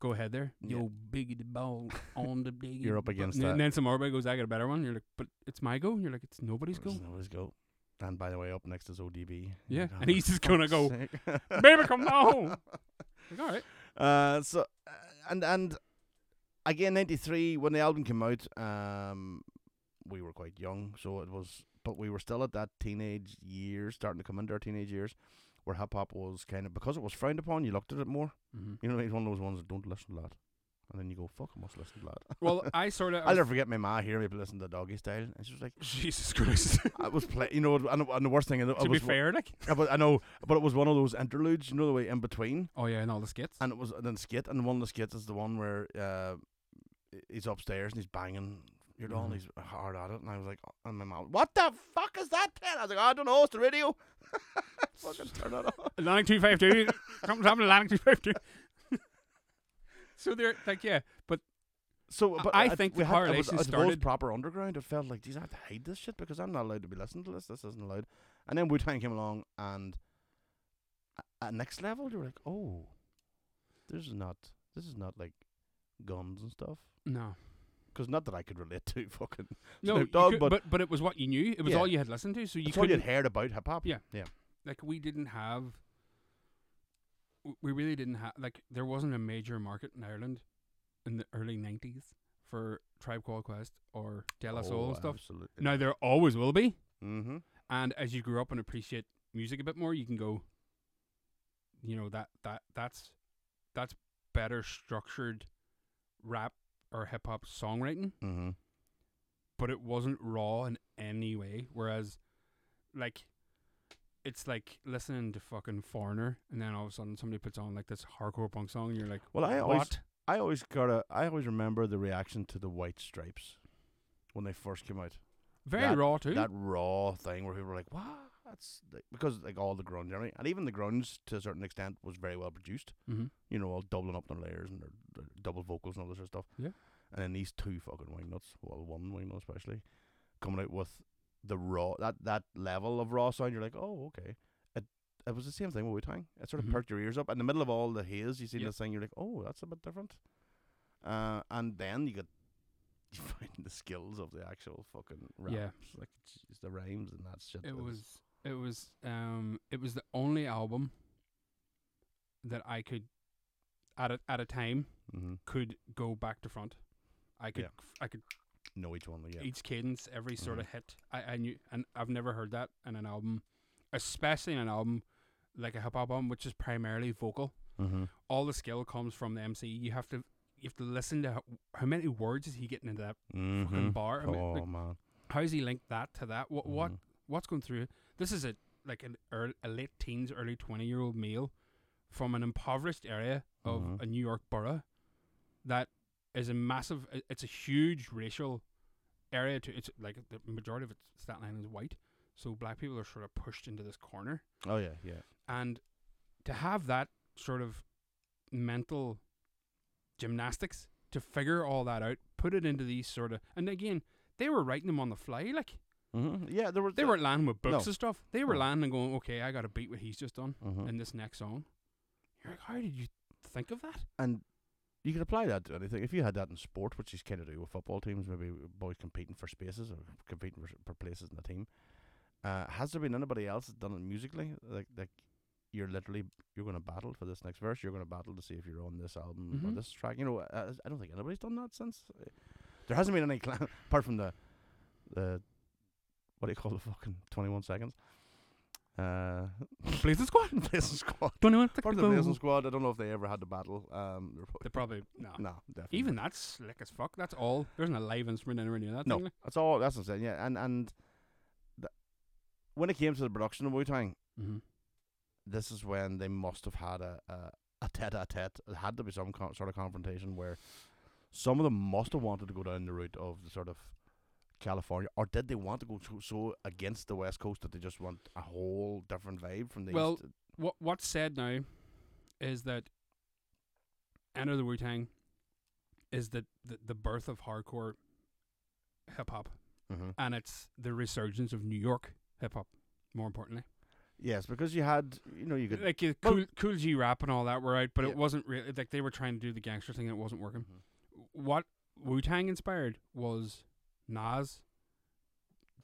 [SPEAKER 8] Go ahead there.
[SPEAKER 7] Yeah.
[SPEAKER 8] Yo, biggie the ball on the biggie.
[SPEAKER 7] You're up
[SPEAKER 8] ball."
[SPEAKER 7] against
[SPEAKER 8] and then-
[SPEAKER 7] that.
[SPEAKER 8] then some everybody goes, I got a better one. You're like, but it's my go. And you're like, it's nobody's go.
[SPEAKER 7] Just Always go. And by the way, up next is ODB.
[SPEAKER 8] Yeah,
[SPEAKER 7] Like,
[SPEAKER 8] <laughs> and
[SPEAKER 7] oh,
[SPEAKER 8] he's
[SPEAKER 7] for
[SPEAKER 8] just gonna
[SPEAKER 7] fuck's sake. <laughs>
[SPEAKER 8] Baby, come now. Like, all right.
[SPEAKER 7] Uh, so uh, and and again, ninety three when the album came out, um, we were quite young, so it was, but we were still at that teenage years, starting to come into our teenage years, where hip hop was kind of because it was frowned upon. You looked at it more.
[SPEAKER 8] Mm-hmm.
[SPEAKER 7] You know, it's one of those ones that don't listen to that, and then you go, "Fuck, I must listen to that."
[SPEAKER 8] Well, I sort
[SPEAKER 7] <laughs>
[SPEAKER 8] of.
[SPEAKER 7] I'll never forget my ma hearing me listen to Doggy Style, and
[SPEAKER 8] <laughs>
[SPEAKER 7] she was like,
[SPEAKER 8] Jesus Christ.
[SPEAKER 7] "I was playing," you know, and, and the worst thing, is <laughs> I
[SPEAKER 8] to be
[SPEAKER 7] was,
[SPEAKER 8] fair, like.
[SPEAKER 7] I, was, I know, but it was one of those interludes, you know, the way in between.
[SPEAKER 8] Oh yeah, and all the skits.
[SPEAKER 7] and it was then skit, and one of the skits is the one where uh, he's upstairs and he's banging. You're doing
[SPEAKER 8] Mhm.
[SPEAKER 7] he's hard at it, and I was like, and my mom, what the fuck is that? Then I was like, I don't know, it's the radio. Fucking turn it off.
[SPEAKER 8] <laughs> Atlantic two five two. Something's happening. Atlantic two five two. <laughs> So they're like, yeah, but
[SPEAKER 7] So,
[SPEAKER 8] I-
[SPEAKER 7] but
[SPEAKER 8] I
[SPEAKER 7] it-
[SPEAKER 8] think
[SPEAKER 7] we
[SPEAKER 8] the
[SPEAKER 7] had, it was,
[SPEAKER 8] correlation
[SPEAKER 7] I suppose,
[SPEAKER 8] started-
[SPEAKER 7] proper underground. It felt like, geez, I have to hide this shit because I'm not allowed to be listening to this. This isn't allowed. And then Wu Tang came along, and a- at next level, you were like, oh, this is not, this is not like guns and stuff.
[SPEAKER 8] no,
[SPEAKER 7] Because not that I could relate to <laughs> fucking
[SPEAKER 8] no,
[SPEAKER 7] Snoop
[SPEAKER 8] you
[SPEAKER 7] Dogg,
[SPEAKER 8] could-
[SPEAKER 7] but-
[SPEAKER 8] but, but it was what you knew. It was
[SPEAKER 7] Yeah.
[SPEAKER 8] all you had listened to. So you
[SPEAKER 7] That's all you'd
[SPEAKER 8] could
[SPEAKER 7] heard about hip hop.
[SPEAKER 8] Yeah.
[SPEAKER 7] yeah.
[SPEAKER 8] like we didn't have. w- We really didn't have like there wasn't a major market in Ireland in the early nineties for Tribe Called Quest or De La
[SPEAKER 7] Oh,
[SPEAKER 8] Soul and stuff.
[SPEAKER 7] Absolutely.
[SPEAKER 8] Now there always will be,
[SPEAKER 7] Mm-hmm.
[SPEAKER 8] and as you grow up and appreciate music a bit more, you can go. You know that that that's that's better structured rap or hip hop songwriting,
[SPEAKER 7] Mm-hmm.
[SPEAKER 8] but it wasn't raw in any way. Whereas, like, it's like listening to fucking Foreigner, and then all of a sudden somebody puts on like this hardcore punk song, and you're like,
[SPEAKER 7] Well, I always-
[SPEAKER 8] what?
[SPEAKER 7] I always got a. I always remember the reaction to the White Stripes when they first came out.
[SPEAKER 8] very
[SPEAKER 7] that-
[SPEAKER 8] raw too."
[SPEAKER 7] That raw thing where people were like, "Wow, that's like, because like all the grunge, I mean, and even the grunge to a certain extent was very well produced.
[SPEAKER 8] Mhm.
[SPEAKER 7] You know, all doubling up their layers and their, their double vocals and all this sort of stuff.
[SPEAKER 8] Yeah.
[SPEAKER 7] And then these two fucking wingnuts, well, one wingnut especially, coming out with the raw that that level of raw sound. You're like, oh, okay. It it was the same thing with Wu Tang. It sort of
[SPEAKER 8] Mhm.
[SPEAKER 7] perked your ears up in the middle of all the haze. You see
[SPEAKER 8] Yeah.
[SPEAKER 7] this thing, you're like, oh, that's a bit different. Uh, and then you get <laughs> you find the skills of the actual fucking raps,
[SPEAKER 8] Yeah.
[SPEAKER 7] like jeez, the rhymes and that shit.
[SPEAKER 8] It
[SPEAKER 7] that
[SPEAKER 8] was
[SPEAKER 7] is-
[SPEAKER 8] it was um it was the only album that I could at a, at a time
[SPEAKER 7] Mhm.
[SPEAKER 8] could go back to front. I could
[SPEAKER 7] Yeah.
[SPEAKER 8] f- I could
[SPEAKER 7] know each one. Yeah,
[SPEAKER 8] each cadence, every sort
[SPEAKER 7] Mhm.
[SPEAKER 8] of hit. I, I knew and I've never heard that in an album, especially in an album like a hip hop album, which is primarily vocal.
[SPEAKER 7] mm-hmm.
[SPEAKER 8] All the skill comes from the MC. You have to you have to listen to how, how many words is he getting into that fucking bar. I mean,
[SPEAKER 7] oh
[SPEAKER 8] like,
[SPEAKER 7] man,
[SPEAKER 8] how's he linked that to that? What what
[SPEAKER 7] Mhm.
[SPEAKER 8] what's going through? This is a like an early, a late teens, early twenty year old male from an impoverished area of
[SPEAKER 7] Mhm.
[SPEAKER 8] a New York borough that is a massive. i- It's a huge racial area. To it's like the majority of it, Staten Island is white, so black people are sort of pushed into this corner,
[SPEAKER 7] oh yeah, yeah,
[SPEAKER 8] and to have that sort of mental gymnastics to figure all that out, put it into these sort of, and again. They were writing them on the fly, like
[SPEAKER 7] mm-hmm. yeah. There were
[SPEAKER 8] they weren't landing with books
[SPEAKER 7] No.
[SPEAKER 8] and stuff. They were
[SPEAKER 7] No.
[SPEAKER 8] landing and going, okay, I got to beat what he's just done
[SPEAKER 7] Mhm.
[SPEAKER 8] in this next song. You're like, how did you think of that?
[SPEAKER 7] and you could apply that to anything. If you had that in sport, which you kind of do with football teams, maybe boys competing for spaces or competing for, s- for places in the team. Uh, has there been anybody else that's done it musically? Like, like you're literally you're going to battle for this next verse. You're going to battle to see if you're on this album or
[SPEAKER 8] Mhm.
[SPEAKER 7] this track. You know, uh, I don't think anybody's done that since. Uh, There hasn't been any <laughs> cla- apart from the the what do you call the fucking twenty one seconds. Uh, <laughs>
[SPEAKER 8] Blazing Squad.
[SPEAKER 7] Blazing Squad. <laughs>
[SPEAKER 8] Don't know
[SPEAKER 7] Part of
[SPEAKER 8] <laughs>
[SPEAKER 7] the Blazing Squad. I don't know if they ever had the battle. Um, they're
[SPEAKER 8] They
[SPEAKER 7] probably-
[SPEAKER 8] probably no.
[SPEAKER 7] no, definitely
[SPEAKER 8] Even
[SPEAKER 7] not.
[SPEAKER 8] that's slick as fuck. That's all. There's not a live instrument anywhere near that.
[SPEAKER 7] No,
[SPEAKER 8] thing, like.
[SPEAKER 7] that's all. That's what I'm saying. Yeah, and and th- when it came to the production of Wu Tang,
[SPEAKER 8] Mhm.
[SPEAKER 7] this is when they must have had a a, a tete-a-tete. It had to be some con- sort of confrontation where some of them must have wanted to go down the route of the sort of California, or did they want to go so, so against the West Coast that they just want a whole different vibe from the
[SPEAKER 8] Well,
[SPEAKER 7] East?
[SPEAKER 8] What What's said now is that Enter the Wu Tang is the, the the birth of hardcore hip hop,
[SPEAKER 7] Mm-hmm.
[SPEAKER 8] and it's the resurgence of New York hip hop. More importantly,
[SPEAKER 7] Yes, because you had, you know, you could.
[SPEAKER 8] like uh,
[SPEAKER 7] Well-
[SPEAKER 8] cool, cool G rap and all that were out, but
[SPEAKER 7] Yeah.
[SPEAKER 8] it wasn't really like they were trying to do the gangster thing and it wasn't working. What Wu Tang inspired was Nas,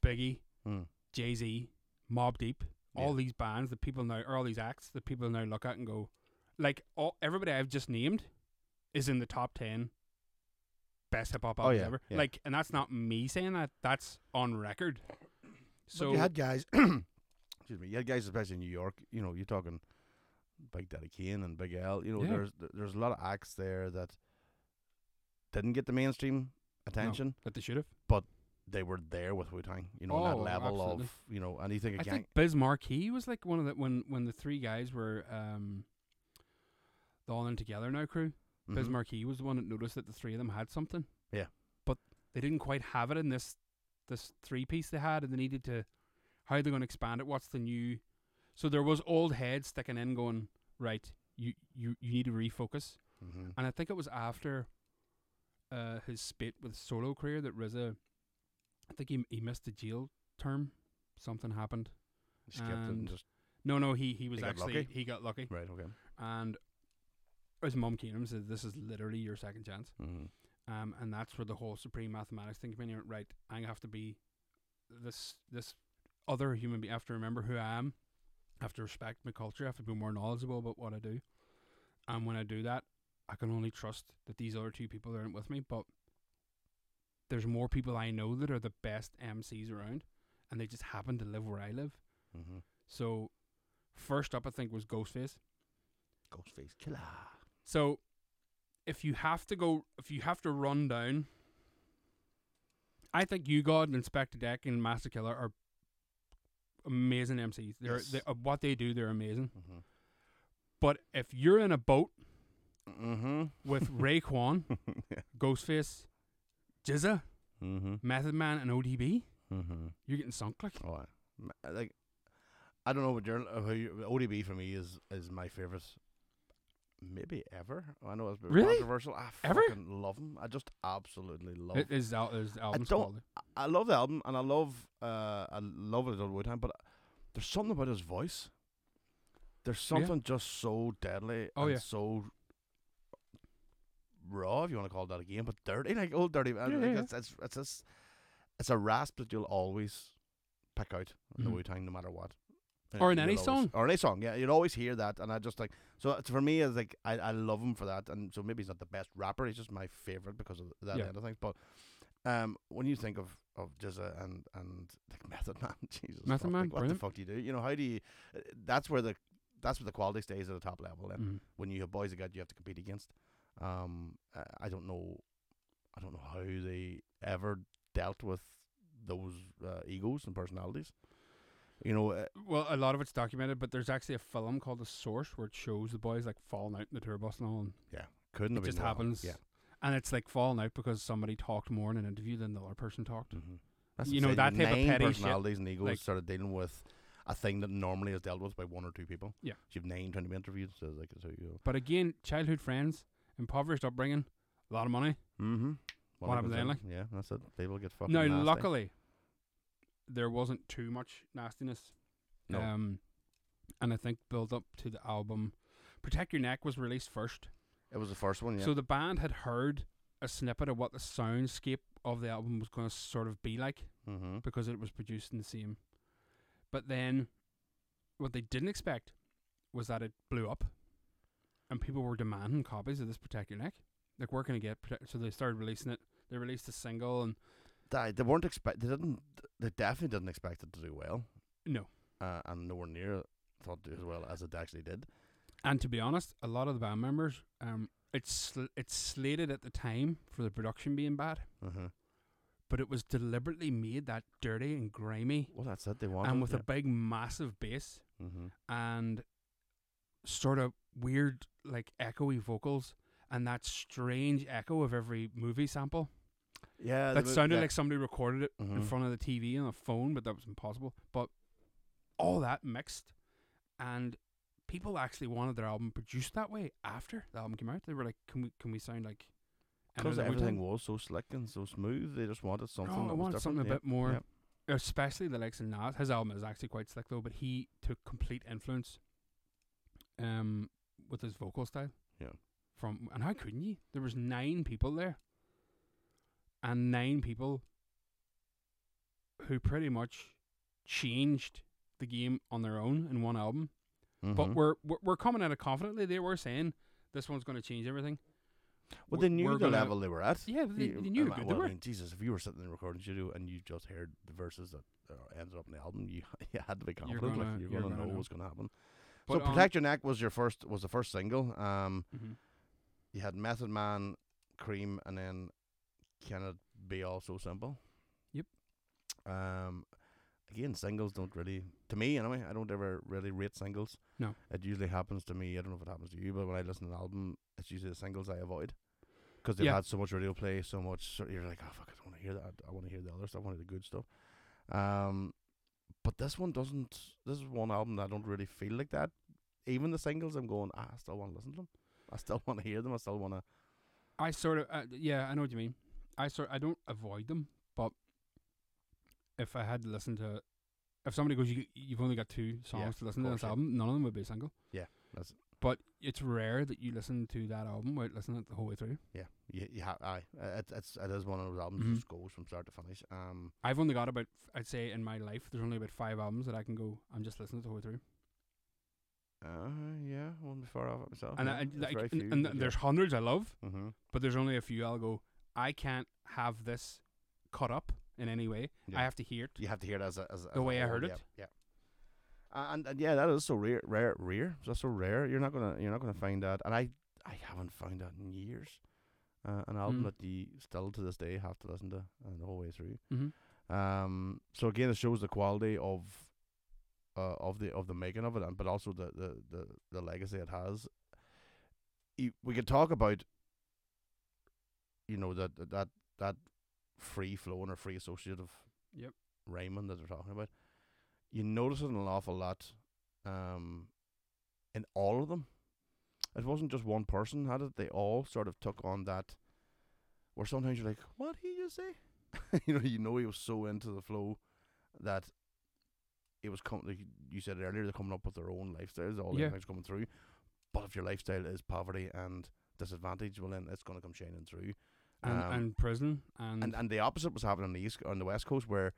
[SPEAKER 8] Biggie,
[SPEAKER 7] Mm.
[SPEAKER 8] Jay Z, Mob Deep,
[SPEAKER 7] Yeah.
[SPEAKER 8] all these bands that people now, or all these acts that people now look at and go, like all everybody I've just named is in the top ten best hip hop
[SPEAKER 7] Oh,
[SPEAKER 8] albums
[SPEAKER 7] yeah,
[SPEAKER 8] ever.
[SPEAKER 7] yeah.
[SPEAKER 8] Like, and that's not me saying that; that's on record.
[SPEAKER 7] So
[SPEAKER 8] So
[SPEAKER 7] you had guys, <clears throat> excuse me, you had guys, especially in New York. You know, you're talking Big Daddy Kane and Big L. You know,
[SPEAKER 8] Yeah.
[SPEAKER 7] there's there's a lot of acts there that didn't get the mainstream attention.
[SPEAKER 8] that they should have.
[SPEAKER 7] They were there with Wu Tang. You know, and
[SPEAKER 8] Oh,
[SPEAKER 7] that level
[SPEAKER 8] absolutely.
[SPEAKER 7] of you know anything
[SPEAKER 8] I
[SPEAKER 7] again.
[SPEAKER 8] think Biz Marquee was like one of the when when the three guys were um the All In Together Now crew.
[SPEAKER 7] Mm-hmm.
[SPEAKER 8] Biz Marquee was the one that noticed that the three of them had something.
[SPEAKER 7] Yeah.
[SPEAKER 8] But they didn't quite have it in this this three piece they had and they needed to how are they gonna expand it? What's the new so there was old heads sticking in going, Right, you you, you need to refocus.
[SPEAKER 7] hmm
[SPEAKER 8] And I think it was after uh, his spate with solo career that RZA, I think he, he missed the jail term. Something happened.
[SPEAKER 7] Skipped it and
[SPEAKER 8] and-
[SPEAKER 7] just
[SPEAKER 8] No, no, he he was
[SPEAKER 7] He got
[SPEAKER 8] actually
[SPEAKER 7] lucky?
[SPEAKER 8] he got lucky,
[SPEAKER 7] right. Okay.
[SPEAKER 8] and his mum came to him and said, "This is literally your second chance."
[SPEAKER 7] Mm-hmm.
[SPEAKER 8] Um, and that's where the whole supreme mathematics thing came in. He went, right, I'm gonna have to be this this other human being. I have to remember who I am. I have to respect my culture. I have to be more knowledgeable about what I do. And when I do that, I can only trust that these other two people aren't with me. But there's more people I know that are the best MCs around, and they just happen to live where I live.
[SPEAKER 7] Mm-hmm.
[SPEAKER 8] So first up, I think was Ghostface.
[SPEAKER 7] Ghostface Killer.
[SPEAKER 8] So if you have to go, if you have to run down, I think you God and Inspector Deck and Master Killer are amazing MCs. They're,
[SPEAKER 7] Yes.
[SPEAKER 8] they- uh, what they do, they're amazing.
[SPEAKER 7] Mm-hmm.
[SPEAKER 8] But if you're in a boat
[SPEAKER 7] Mm-hmm. <laughs>
[SPEAKER 8] with Raekwon,
[SPEAKER 7] yeah.
[SPEAKER 8] Ghostface, Jizza,
[SPEAKER 7] Mm-hmm.
[SPEAKER 8] Method Man, and ODB,
[SPEAKER 7] Mm-hmm.
[SPEAKER 8] you're getting sunk like.
[SPEAKER 7] Oh, I- m- I like I don't know what your uh, who you- ODB for me is is my favorite, maybe ever. I know it's a bit
[SPEAKER 8] Really?
[SPEAKER 7] controversial. I
[SPEAKER 8] Ever?
[SPEAKER 7] fucking love him. I just absolutely love.
[SPEAKER 8] It is out is the album's
[SPEAKER 7] don't-
[SPEAKER 8] quality.
[SPEAKER 7] I- I love the album and I love uh I love it all the time. But there's something about his voice. There's
[SPEAKER 8] Yeah.
[SPEAKER 7] something just so deadly
[SPEAKER 8] Oh,
[SPEAKER 7] and
[SPEAKER 8] yeah.
[SPEAKER 7] so raw, if you want to call it that again, but dirty, <laughs> like old dirty. Yeah,
[SPEAKER 8] Yeah,
[SPEAKER 7] like
[SPEAKER 8] yeah, yeah.
[SPEAKER 7] It's, it's it's just- it's a rasp that you'll always pick out in the
[SPEAKER 8] Mhm.
[SPEAKER 7] Wu Tang, no matter what.
[SPEAKER 8] Or in
[SPEAKER 7] You'll
[SPEAKER 8] any
[SPEAKER 7] always-
[SPEAKER 8] song.
[SPEAKER 7] or in any song, yeah, you'd always hear that, and I just like so it's, for me, it's like I, I love him for that, and so maybe he's not the best rapper, he's just my favorite because of that
[SPEAKER 8] Yeah.
[SPEAKER 7] end of things. But um, when you think of of Jizza and and like Method Man, <laughs> Jesus,
[SPEAKER 8] Method
[SPEAKER 7] fuck,
[SPEAKER 8] Man,
[SPEAKER 7] like, what the
[SPEAKER 8] brilliant.
[SPEAKER 7] fuck do you do? You know, how do you? uh, That's where the that's where the quality stays at the top level. Then
[SPEAKER 8] Mhm.
[SPEAKER 7] when you have boys like that, you have to compete against. Um, I- I don't know, I don't know how they ever dealt with those uh, egos and personalities. You know, uh,
[SPEAKER 8] Well, a lot of it's documented, but there's actually a film called The Source where it shows the boys like falling out in the tour bus and all. And
[SPEAKER 7] couldn't have
[SPEAKER 8] it
[SPEAKER 7] been
[SPEAKER 8] just
[SPEAKER 7] more-
[SPEAKER 8] happens.
[SPEAKER 7] Yeah,
[SPEAKER 8] And it's like falling out because somebody talked more in an interview than the other person talked.
[SPEAKER 7] Mhm. That's
[SPEAKER 8] You know,
[SPEAKER 7] insane.
[SPEAKER 8] that type of
[SPEAKER 7] Nine
[SPEAKER 8] petty shit,
[SPEAKER 7] personalities and egos
[SPEAKER 8] like-
[SPEAKER 7] started dealing with a thing that normally is dealt with by one or two people.
[SPEAKER 8] Yeah.
[SPEAKER 7] so you've nine trying to be interviewed. So like, so you
[SPEAKER 8] But again, childhood friends, impoverished upbringing, a lot of money.
[SPEAKER 7] go. Mm-hmm.
[SPEAKER 8] What happens then, like?
[SPEAKER 7] Yeah, that's it. People get fucking.
[SPEAKER 8] Now,
[SPEAKER 7] nasty.
[SPEAKER 8] luckily, there wasn't too much nastiness.
[SPEAKER 7] No.
[SPEAKER 8] Um, and I think build up to the album. Protect Your Neck was released first.
[SPEAKER 7] it was the first one. Yeah.
[SPEAKER 8] So the band had heard a snippet of what the soundscape of the album was going to sort of be like.
[SPEAKER 7] mm-hmm.
[SPEAKER 8] because it was produced in the same. But then, what they didn't expect was that it blew up, and people were demanding copies of this "Protect Your Neck." Like, where can I get? Protect-" So they started releasing it. They released a single, and
[SPEAKER 7] They, they weren't expect. They didn't. They definitely didn't expect it to do well,
[SPEAKER 8] no.
[SPEAKER 7] uh, and nowhere near thought it as well as it actually did.
[SPEAKER 8] And to be honest, a lot of the band members, um, it's sl- it's slated at the time for the production being bad,
[SPEAKER 7] Mm-hmm.
[SPEAKER 8] but it was deliberately made that dirty and grimy,
[SPEAKER 7] Well, that's it. They wanted.
[SPEAKER 8] and with a big massive bass,
[SPEAKER 7] mm-hmm.
[SPEAKER 8] and sort of weird, like echoey vocals and that strange echo of every movie sample.
[SPEAKER 7] Yeah,
[SPEAKER 8] that
[SPEAKER 7] the-
[SPEAKER 8] sounded
[SPEAKER 7] yeah.
[SPEAKER 8] like somebody recorded it in
[SPEAKER 7] Mhm.
[SPEAKER 8] front of the TV on a phone, but that was impossible. But all that mixed, and people actually wanted their album produced that way after the album came out. They were like, "Can we can we sound like?" Enter
[SPEAKER 7] because
[SPEAKER 8] the
[SPEAKER 7] everything
[SPEAKER 8] Wu-Tang?"
[SPEAKER 7] was so slick and so smooth. They just wanted something.
[SPEAKER 8] Oh, I
[SPEAKER 7] that
[SPEAKER 8] wanted
[SPEAKER 7] was different.
[SPEAKER 8] something a
[SPEAKER 7] yeah.
[SPEAKER 8] bit more,
[SPEAKER 7] yep.
[SPEAKER 8] especially the likes of Nas. His album is actually quite slick though, but he took complete influence, um, with his vocal style.
[SPEAKER 7] Yeah.
[SPEAKER 8] From and how couldn't you? There was nine people there, and nine people who pretty much changed the game on their own in one album. But
[SPEAKER 7] Mhm.
[SPEAKER 8] we're, we're we're coming at it confidently. They were saying this one's going to change everything.
[SPEAKER 7] well, they
[SPEAKER 8] we're-
[SPEAKER 7] knew
[SPEAKER 8] we're
[SPEAKER 7] the
[SPEAKER 8] gonna-
[SPEAKER 7] level they were at.
[SPEAKER 8] Yeah, they,
[SPEAKER 7] You-
[SPEAKER 8] they knew
[SPEAKER 7] I,
[SPEAKER 8] how good they
[SPEAKER 7] well, I
[SPEAKER 8] were.
[SPEAKER 7] mean, Jesus, if you were sitting in the recording studio and you just heard the verses that uh, ended up in the album, you, <laughs> you had to be
[SPEAKER 8] You're
[SPEAKER 7] confident.
[SPEAKER 8] gonna-
[SPEAKER 7] like you're,
[SPEAKER 8] you're
[SPEAKER 7] gonna,
[SPEAKER 8] gonna
[SPEAKER 7] know
[SPEAKER 8] know.
[SPEAKER 7] what's gonna happen.
[SPEAKER 8] But um,
[SPEAKER 7] so,
[SPEAKER 8] on-
[SPEAKER 7] protect your neck was your first was the first single. Um,
[SPEAKER 8] Mhm.
[SPEAKER 7] you had Method Man, Cream, and then Can It Be All So Simple?
[SPEAKER 8] Yep.
[SPEAKER 7] Um, again, singles don't really, to me anyway, I don't ever really rate singles.
[SPEAKER 8] No.
[SPEAKER 7] It usually happens to me, I don't know if it happens to you, but when I listen to an album, it's usually the singles I avoid. Because they've
[SPEAKER 8] Yeah.
[SPEAKER 7] had so much radio play, so much, so you're like, oh fuck, I don't want to hear that. I want to hear the other stuff, I want to hear the good stuff. Um, but this one doesn't, this is one album that I don't really feel like that. Even the singles, I'm going, ah, I still want to listen to them. I still want to hear them. I still want to
[SPEAKER 8] I sort of uh, yeah, I know what you mean. I sort I don't avoid them, but if I had to listen to, if somebody goes, you you've only got two songs to listen to on
[SPEAKER 7] course,
[SPEAKER 8] this
[SPEAKER 7] yeah.
[SPEAKER 8] album, none of them would be a single.
[SPEAKER 7] Yeah, that's it.
[SPEAKER 8] But it's rare that you listen to that album without listening to it the whole way through.
[SPEAKER 7] Yeah, you, you ha- aye. Uh, It, it's it is one of those albums
[SPEAKER 8] Mhm.
[SPEAKER 7] that just goes from start to finish. Um,
[SPEAKER 8] I've only got about I'd say in my life there's only about five albums that I can go. I'm just listening to the whole way through,
[SPEAKER 7] uh, yeah, I wouldn't be far off it myself.
[SPEAKER 8] and
[SPEAKER 7] yeah.
[SPEAKER 8] I,
[SPEAKER 7] There's
[SPEAKER 8] like,
[SPEAKER 7] very
[SPEAKER 8] and,
[SPEAKER 7] few
[SPEAKER 8] and
[SPEAKER 7] that you-
[SPEAKER 8] there's hundreds I love,
[SPEAKER 7] Mhm.
[SPEAKER 8] but there's only a few I'll go. I can't have this cut up in any way.
[SPEAKER 7] Yeah.
[SPEAKER 8] I have to hear it.
[SPEAKER 7] you have to hear it as a, as a,
[SPEAKER 8] The
[SPEAKER 7] as a
[SPEAKER 8] way I
[SPEAKER 7] whole,
[SPEAKER 8] heard
[SPEAKER 7] yeah,
[SPEAKER 8] it.
[SPEAKER 7] Yeah. Uh, and, and yeah, that is so rare, rare, rare. That's so rare. You're not gonna, you're not gonna find that. And I, I haven't found that in years. Uh, an album
[SPEAKER 8] Mm.
[SPEAKER 7] that you still to this day have to listen to uh, the whole way through.
[SPEAKER 8] Mm-hmm.
[SPEAKER 7] Um, so again, it shows the quality of uh, of the of the making of it, and but also the the the, the legacy it has. You, we could talk about, you know, that that- that that free flowing or free associative
[SPEAKER 8] Yep.
[SPEAKER 7] Raymond that they're talking about. You notice it an awful lot, um, in all of them. It wasn't just one person had it; they all sort of took on that. Where sometimes you're like, "What did he just say?" <laughs> you know, you know he was so into the flow that it was coming. Like you said earlier, they're coming up with their own lifestyles. All
[SPEAKER 8] Yeah.
[SPEAKER 7] everything's coming through. But if your lifestyle is poverty and disadvantage, well, then it's going to come shining through.
[SPEAKER 8] And,
[SPEAKER 7] Um,
[SPEAKER 8] and prison and,
[SPEAKER 7] And and the opposite was happening on the east on the west coast where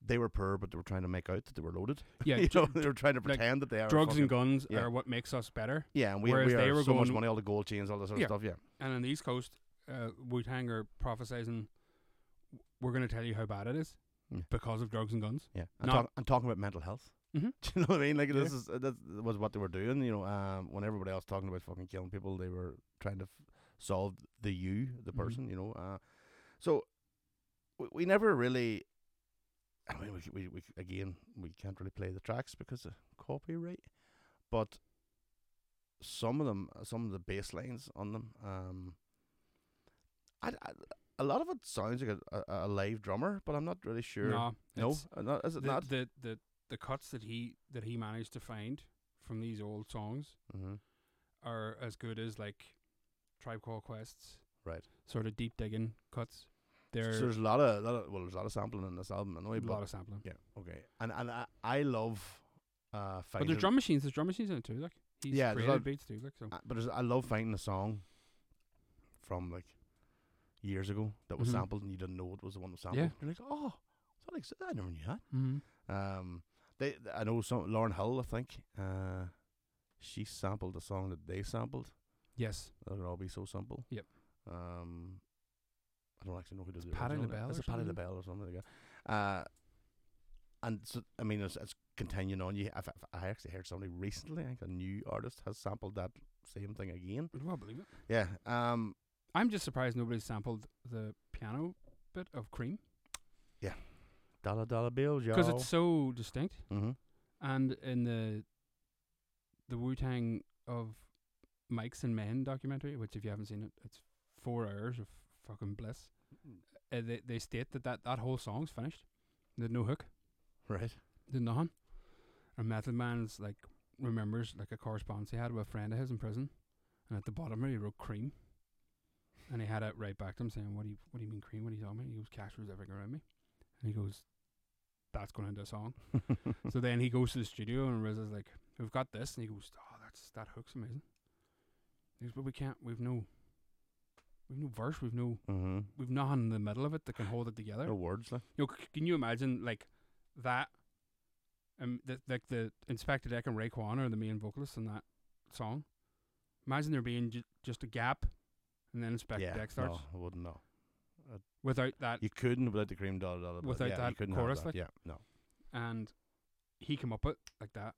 [SPEAKER 7] they were poor, but they were trying to make out that they were loaded.
[SPEAKER 8] <laughs> yeah,
[SPEAKER 7] <laughs> you
[SPEAKER 8] dr-
[SPEAKER 7] know, they were trying to
[SPEAKER 8] like,
[SPEAKER 7] pretend that they are
[SPEAKER 8] drugs
[SPEAKER 7] fucking-
[SPEAKER 8] and guns
[SPEAKER 7] yeah.
[SPEAKER 8] are what makes us better.
[SPEAKER 7] Yeah, and we,
[SPEAKER 8] whereas
[SPEAKER 7] we
[SPEAKER 8] they
[SPEAKER 7] are
[SPEAKER 8] were
[SPEAKER 7] so much
[SPEAKER 8] going-
[SPEAKER 7] money, all the gold chains, all that sort
[SPEAKER 8] Yeah.
[SPEAKER 7] of stuff. Yeah,
[SPEAKER 8] And on the East Coast, uh, Wu Tang are prophesizing, we're going to tell you how bad it is
[SPEAKER 7] Yeah.
[SPEAKER 8] because of drugs and guns.
[SPEAKER 7] yeah. And,
[SPEAKER 8] Not-
[SPEAKER 7] talk, and talking about mental health.
[SPEAKER 8] Mhm.
[SPEAKER 7] <laughs> Do you know what I mean? Like this
[SPEAKER 8] Yeah.
[SPEAKER 7] is that was what they were doing. You know, um, when everybody else talking about fucking killing people, they were trying to f- solve the you, the
[SPEAKER 8] Mhm.
[SPEAKER 7] person. You know, uh, so we, we never really. I mean, we, c- we we c- again we can't really play the tracks because of copyright, but some of them, uh, some of the bass lines on them, um, I, I a lot of it sounds like a, a, a live drummer, but I'm not really sure.
[SPEAKER 8] No,
[SPEAKER 7] No,
[SPEAKER 8] it's
[SPEAKER 7] uh, not, is
[SPEAKER 8] The,
[SPEAKER 7] it not?
[SPEAKER 8] the the the cuts that he that he managed to find from these old songs
[SPEAKER 7] mm-hmm.
[SPEAKER 8] are as good as like Tribe Call Quests,
[SPEAKER 7] Right.
[SPEAKER 8] Sort of deep digging cuts. They're
[SPEAKER 7] So there's a lot of, lot of well, there's a lot of sampling in this album,
[SPEAKER 8] a
[SPEAKER 7] anyway. But
[SPEAKER 8] lot of sampling.
[SPEAKER 7] yeah, okay. And and I, I love uh
[SPEAKER 8] But
[SPEAKER 7] finding
[SPEAKER 8] there's drum machines. There's drum machines in it too. Like he's
[SPEAKER 7] Yeah, there's a lot
[SPEAKER 8] created
[SPEAKER 7] of-
[SPEAKER 8] beats too. Like so.
[SPEAKER 7] uh, but there's, I love finding a song from like years ago that was
[SPEAKER 8] Mhm.
[SPEAKER 7] sampled and you didn't know it was the one that was sampled.
[SPEAKER 8] Yeah.
[SPEAKER 7] You're like, oh, that exists. I never knew that.
[SPEAKER 8] Mm-hmm.
[SPEAKER 7] Um, they th- I know some Lauren Hill, I think. Uh, she sampled a song that they sampled.
[SPEAKER 8] Yes,
[SPEAKER 7] That would all be so simple.
[SPEAKER 8] Yep.
[SPEAKER 7] Um, I don't actually know who does it.
[SPEAKER 8] Patti LaBelle
[SPEAKER 7] It's
[SPEAKER 8] or
[SPEAKER 7] a Patty
[SPEAKER 8] something?
[SPEAKER 7] LaBelle or something like that. Uh, and so I mean, it's, it's continuing on. You, I've, I've- I actually heard somebody recently. I think a new artist has sampled that same thing again.
[SPEAKER 8] well, believe it.
[SPEAKER 7] Yeah. Um.
[SPEAKER 8] I'm just surprised nobody sampled the piano bit of Cream
[SPEAKER 7] Dollar dollar bills, y'all. Mm-hmm.
[SPEAKER 8] because it's so distinct.
[SPEAKER 7] hmm
[SPEAKER 8] And in the the Wu Tang of Mike's and Men documentary, which if you haven't seen it, it's four hours of fucking bliss. Uh, they they state that, that that whole song's finished. There's no hook.
[SPEAKER 7] Right.
[SPEAKER 8] There's nothing. And Method Man's like remembers like a correspondence he had with a friend of his in prison, and at the bottom of it he wrote cream. And he had it right back to him saying, "What do you what do you mean cream? What are you talking about?" He goes, "Cash was everything around me," and he goes, "That's going into a song." So then he goes to the studio and Riz is like, "We've got this," and he goes, "Oh, that's that hook's amazing." He goes, "But we can't. We've no, we've no verse. We've no,
[SPEAKER 7] mm-hmm.
[SPEAKER 8] we've nothing in the middle of it that can hold it together."
[SPEAKER 7] No words, like.
[SPEAKER 8] You know, c- can you imagine like that? Um, the, like the Inspector Deck and Raekwon are the main vocalists in that song. Imagine there being j- just a gap, and then Inspector
[SPEAKER 7] yeah.
[SPEAKER 8] Deck starts
[SPEAKER 7] No, I wouldn't know.
[SPEAKER 8] without that.
[SPEAKER 7] You couldn't without the cream dollar dollar.
[SPEAKER 8] Without
[SPEAKER 7] yeah,
[SPEAKER 8] that
[SPEAKER 7] you couldn't have
[SPEAKER 8] chorus,
[SPEAKER 7] that.
[SPEAKER 8] like-
[SPEAKER 7] yeah. No.
[SPEAKER 8] And he came up with it like that.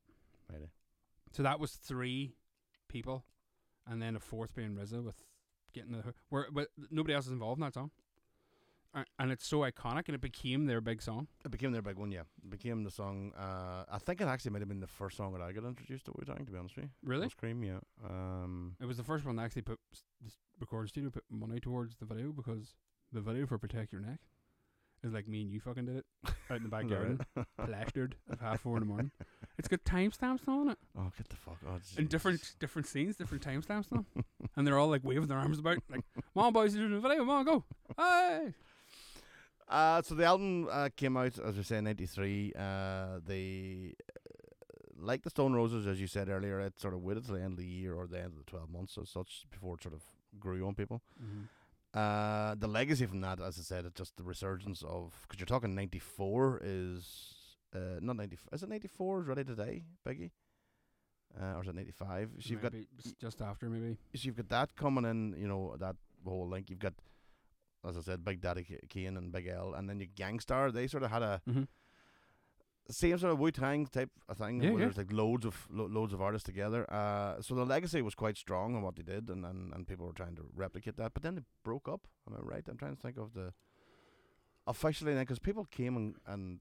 [SPEAKER 7] Really.
[SPEAKER 8] So that was three people, and then a fourth being RZA with getting the where, but nobody else is involved in that song. A- And it's so iconic, and it became their big song.
[SPEAKER 7] It became their big one, yeah. It became the song. Uh, I think it actually might have been the first song that I got introduced to Wu Tang, to be honest with you.
[SPEAKER 8] Really,
[SPEAKER 7] Was Cream, yeah. Um,
[SPEAKER 8] It was the first one that actually put s- this recording studio put money towards the video because the video for Protect Your Neck is like me and you fucking did it <laughs> out in the back
[SPEAKER 7] is that
[SPEAKER 8] garden,
[SPEAKER 7] right?
[SPEAKER 8] plastered at half four in the
[SPEAKER 7] <laughs>
[SPEAKER 8] morning. It's got timestamps on it
[SPEAKER 7] oh, get the fuck out.
[SPEAKER 8] in different different scenes, different timestamps
[SPEAKER 7] <laughs>
[SPEAKER 8] on, it. and they're all like waving their arms about, like, "Come on, boys, you're doing a video, come on, go!" Hey,
[SPEAKER 7] Uh, so the album uh, came out, as we say, in '93. Uh, they, like the Stone Roses, as you said earlier, it sort of waited till the end of the year or the end of the 12 months as such before it sort of grew on people. Uh, the legacy from that, as I said, it's just the resurgence of because you're talking '94 is uh, not '90. Is it '94 is ready today, Biggie? Uh, or is it '95? So you've got
[SPEAKER 8] Maybe it's just after maybe.
[SPEAKER 7] so you've got that coming in, you know, that whole link. You've got, as I said, Big Daddy K- Kane and Big L, and then you Gangstar. They sort of had a
[SPEAKER 8] Mhm.
[SPEAKER 7] same sort of Wu Tang type of thing,
[SPEAKER 8] Yeah,
[SPEAKER 7] where
[SPEAKER 8] yeah.
[SPEAKER 7] there's like loads of lo- loads of artists together. Uh, so the legacy was quite strong on what they did, and, and and people were trying to replicate that. But then they broke up. Am I right? I'm trying to think of the officially because people came and. and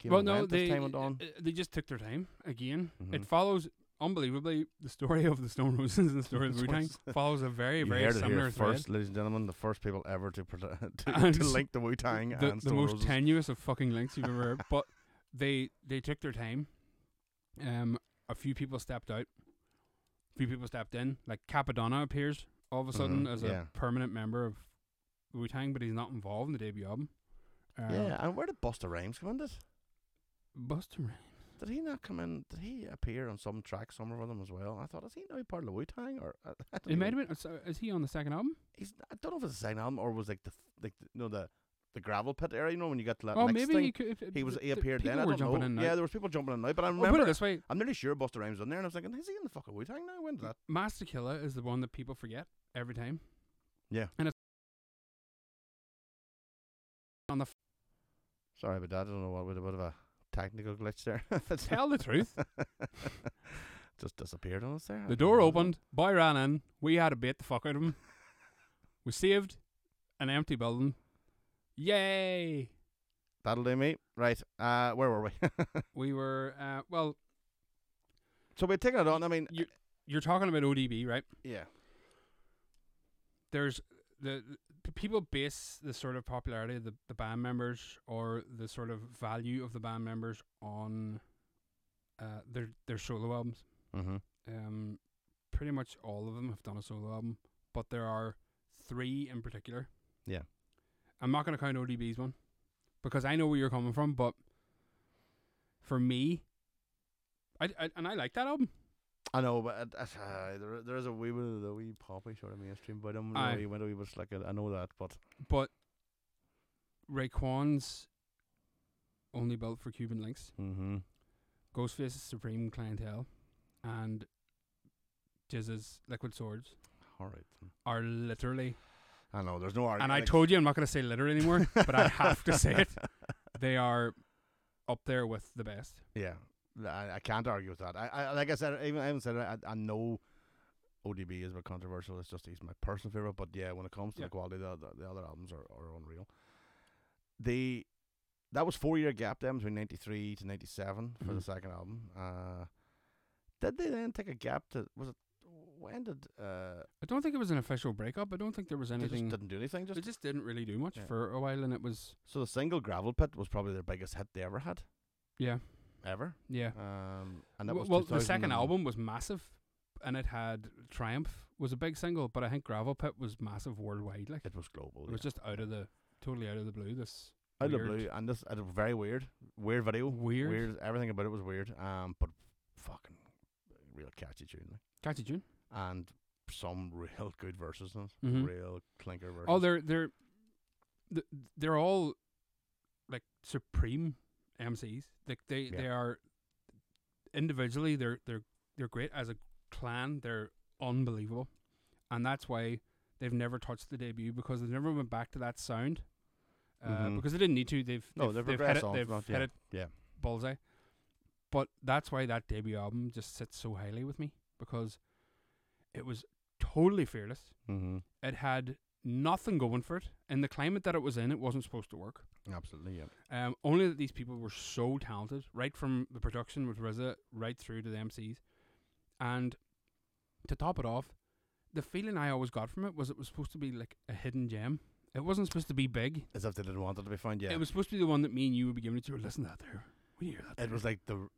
[SPEAKER 7] Came
[SPEAKER 8] well,
[SPEAKER 7] and
[SPEAKER 8] no,
[SPEAKER 7] went
[SPEAKER 8] they
[SPEAKER 7] this time and on.
[SPEAKER 8] uh, they just took their time again. It
[SPEAKER 7] Mhm.
[SPEAKER 8] follows unbelievably the story of the Stone Roses and the
[SPEAKER 7] <laughs>
[SPEAKER 8] story of the Wu Tang follows a very
[SPEAKER 7] You
[SPEAKER 8] very
[SPEAKER 7] heard it
[SPEAKER 8] similar
[SPEAKER 7] here
[SPEAKER 8] thread.
[SPEAKER 7] first, ladies and gentlemen, the first people ever to pro- <laughs> to,
[SPEAKER 8] <laughs> And
[SPEAKER 7] to link the Wu Tang
[SPEAKER 8] the,
[SPEAKER 7] and
[SPEAKER 8] the
[SPEAKER 7] Stone
[SPEAKER 8] most
[SPEAKER 7] Roses.
[SPEAKER 8] tenuous of fucking links you've ever
[SPEAKER 7] <laughs>
[SPEAKER 8] heard. But they they took their time. Um, a few people stepped out. A few people stepped in. Like Capadonna appears all of a sudden
[SPEAKER 7] Mhm,
[SPEAKER 8] as
[SPEAKER 7] yeah.
[SPEAKER 8] a permanent member of Wu Tang, but he's not involved in the debut album. Uh,
[SPEAKER 7] Yeah, and where did Buster Rhymes come in? Did
[SPEAKER 8] Busta Rhymes.
[SPEAKER 7] did he not come in? Did he appear on some track somewhere with them as well? I thought is he now part of the Wu Tang or I, I
[SPEAKER 8] It
[SPEAKER 7] don't even-
[SPEAKER 8] might have been. so Is he on the second album?
[SPEAKER 7] He's, I don't know if it's the second album or was like the th- like the, no the the gravel pit area. You know when you got to that
[SPEAKER 8] oh,
[SPEAKER 7] Uh, next
[SPEAKER 8] maybe
[SPEAKER 7] thing.
[SPEAKER 8] he could. if- if
[SPEAKER 7] He was he
[SPEAKER 8] the
[SPEAKER 7] appeared then.
[SPEAKER 8] people
[SPEAKER 7] I
[SPEAKER 8] were
[SPEAKER 7] don't
[SPEAKER 8] jumping
[SPEAKER 7] know.
[SPEAKER 8] in now.
[SPEAKER 7] yeah, there was people jumping in now, but I
[SPEAKER 8] Well, put
[SPEAKER 7] remember
[SPEAKER 8] it this way:
[SPEAKER 7] I'm nearly sure Buster Rhymes was in there, and I was thinking, is he in the fucking Wu Tang now? When did that?
[SPEAKER 8] Master Killer is the one that people forget every
[SPEAKER 7] <laughs>
[SPEAKER 8] time.
[SPEAKER 7] Yeah.
[SPEAKER 8] And it's on the f-
[SPEAKER 7] Sorry about that. I don't know what with a bit of a technical glitch there. <laughs>
[SPEAKER 8] tell the truth.
[SPEAKER 7] Just disappeared on us there. I
[SPEAKER 8] The
[SPEAKER 7] don't
[SPEAKER 8] door
[SPEAKER 7] <laughs> know.
[SPEAKER 8] opened, boy ran in, we had to beat the fuck out
[SPEAKER 7] <laughs>
[SPEAKER 8] of him. We saved an empty building. Yay!
[SPEAKER 7] That'll do me. Right. Uh, where were we? <laughs>
[SPEAKER 8] We were uh, well,
[SPEAKER 7] so we're taking it on. I mean,
[SPEAKER 8] You- you're talking about ODB, right?
[SPEAKER 7] yeah.
[SPEAKER 8] There's the, the people base the sort of popularity of the, the band members or the sort of value of the band members on uh, their their solo albums.
[SPEAKER 7] Mm-hmm.
[SPEAKER 8] Um, pretty much all of them have done a solo album, but there are three in particular.
[SPEAKER 7] Yeah.
[SPEAKER 8] I'm not going to count ODB's one because I know where you're coming from, but for me, I, I and I like that album.
[SPEAKER 7] I know, but it- it's, uh, there, there is a wee bit of the wee poppy sort of mainstream, but I'm
[SPEAKER 8] Aye.
[SPEAKER 7] really went a wee bit slick. I know that, but
[SPEAKER 8] But Raekwon's only built for Cuban links,
[SPEAKER 7] mm-hmm.
[SPEAKER 8] Ghostface's Supreme Clientele, and Jizz's Liquid Swords
[SPEAKER 7] all right. then.
[SPEAKER 8] are literally.
[SPEAKER 7] I know there's no argument.
[SPEAKER 8] And I told you I'm not going to say literally anymore, but I have to say it. <laughs>
[SPEAKER 7] <laughs>
[SPEAKER 8] They are up there with the best.
[SPEAKER 7] Yeah, I, I can't argue with that. I, I like I said, even I haven't said it. I, I know ODB is a bit controversial. It's just he's my personal favorite, but yeah, when it comes to
[SPEAKER 8] Yeah.
[SPEAKER 7] the quality, the, the the other albums are, are unreal. They that was four year gap then between ninety three to ninety seven for the
[SPEAKER 8] Mhm.
[SPEAKER 7] second album. Uh, did they then take a gap to was it when did uh,
[SPEAKER 8] I don't think it was an official breakup. I don't think there was
[SPEAKER 7] they just
[SPEAKER 8] anything.
[SPEAKER 7] didn't do anything? Just
[SPEAKER 8] It just didn't really do much
[SPEAKER 7] Yeah.
[SPEAKER 8] for a while, and it was
[SPEAKER 7] so the single gravel pit was probably their biggest hit they ever had
[SPEAKER 8] yeah,
[SPEAKER 7] ever.
[SPEAKER 8] yeah.
[SPEAKER 7] Um, and that
[SPEAKER 8] W
[SPEAKER 7] was
[SPEAKER 8] well, the second
[SPEAKER 7] 2000
[SPEAKER 8] album was massive, and it had Triumph was a big single, but I think Gravel Pit was massive worldwide. Like it
[SPEAKER 7] It was global.
[SPEAKER 8] was just out of the totally out of the blue. This
[SPEAKER 7] yeah. out of the
[SPEAKER 8] weird.
[SPEAKER 7] blue, and this it was very weird, weird video,
[SPEAKER 8] Weird.
[SPEAKER 7] Everything about it was weird. Um, but fucking real catchy tune, like.
[SPEAKER 8] catchy tune.
[SPEAKER 7] and some real good verses, in it,
[SPEAKER 8] Mhm.
[SPEAKER 7] real clinker verses.
[SPEAKER 8] Oh, they're they're th- they're all like supreme MCs. Like they
[SPEAKER 7] Yeah.
[SPEAKER 8] they are individually they're they're they're great as a clan. They're unbelievable, and that's why they've never touched the debut because they've never went back to that sound. Uh,
[SPEAKER 7] Mhm.
[SPEAKER 8] Because they didn't need to. They've
[SPEAKER 7] no,
[SPEAKER 8] they've,
[SPEAKER 7] they've
[SPEAKER 8] they've hit
[SPEAKER 7] progressed
[SPEAKER 8] it.
[SPEAKER 7] on
[SPEAKER 8] They've
[SPEAKER 7] from that,
[SPEAKER 8] hit
[SPEAKER 7] yeah.
[SPEAKER 8] it
[SPEAKER 7] yeah.
[SPEAKER 8] bullseye. But that's why that debut album just sits so highly with me because it was totally fearless
[SPEAKER 7] Mm-hmm.
[SPEAKER 8] it had nothing going for it. In the climate that it was in, it wasn't supposed to work.
[SPEAKER 7] Absolutely, yeah.
[SPEAKER 8] Um, only that these people were so talented, right from the production with RZA, right through to the MCs. And to top it off, the feeling I always got from it was it was supposed to be like a hidden gem. It wasn't supposed to be big.
[SPEAKER 7] As if they didn't want it to be found. Yeah,
[SPEAKER 8] It was supposed to be the one that me and you would be giving it to. Listen to that there. We hear that.
[SPEAKER 7] It was like the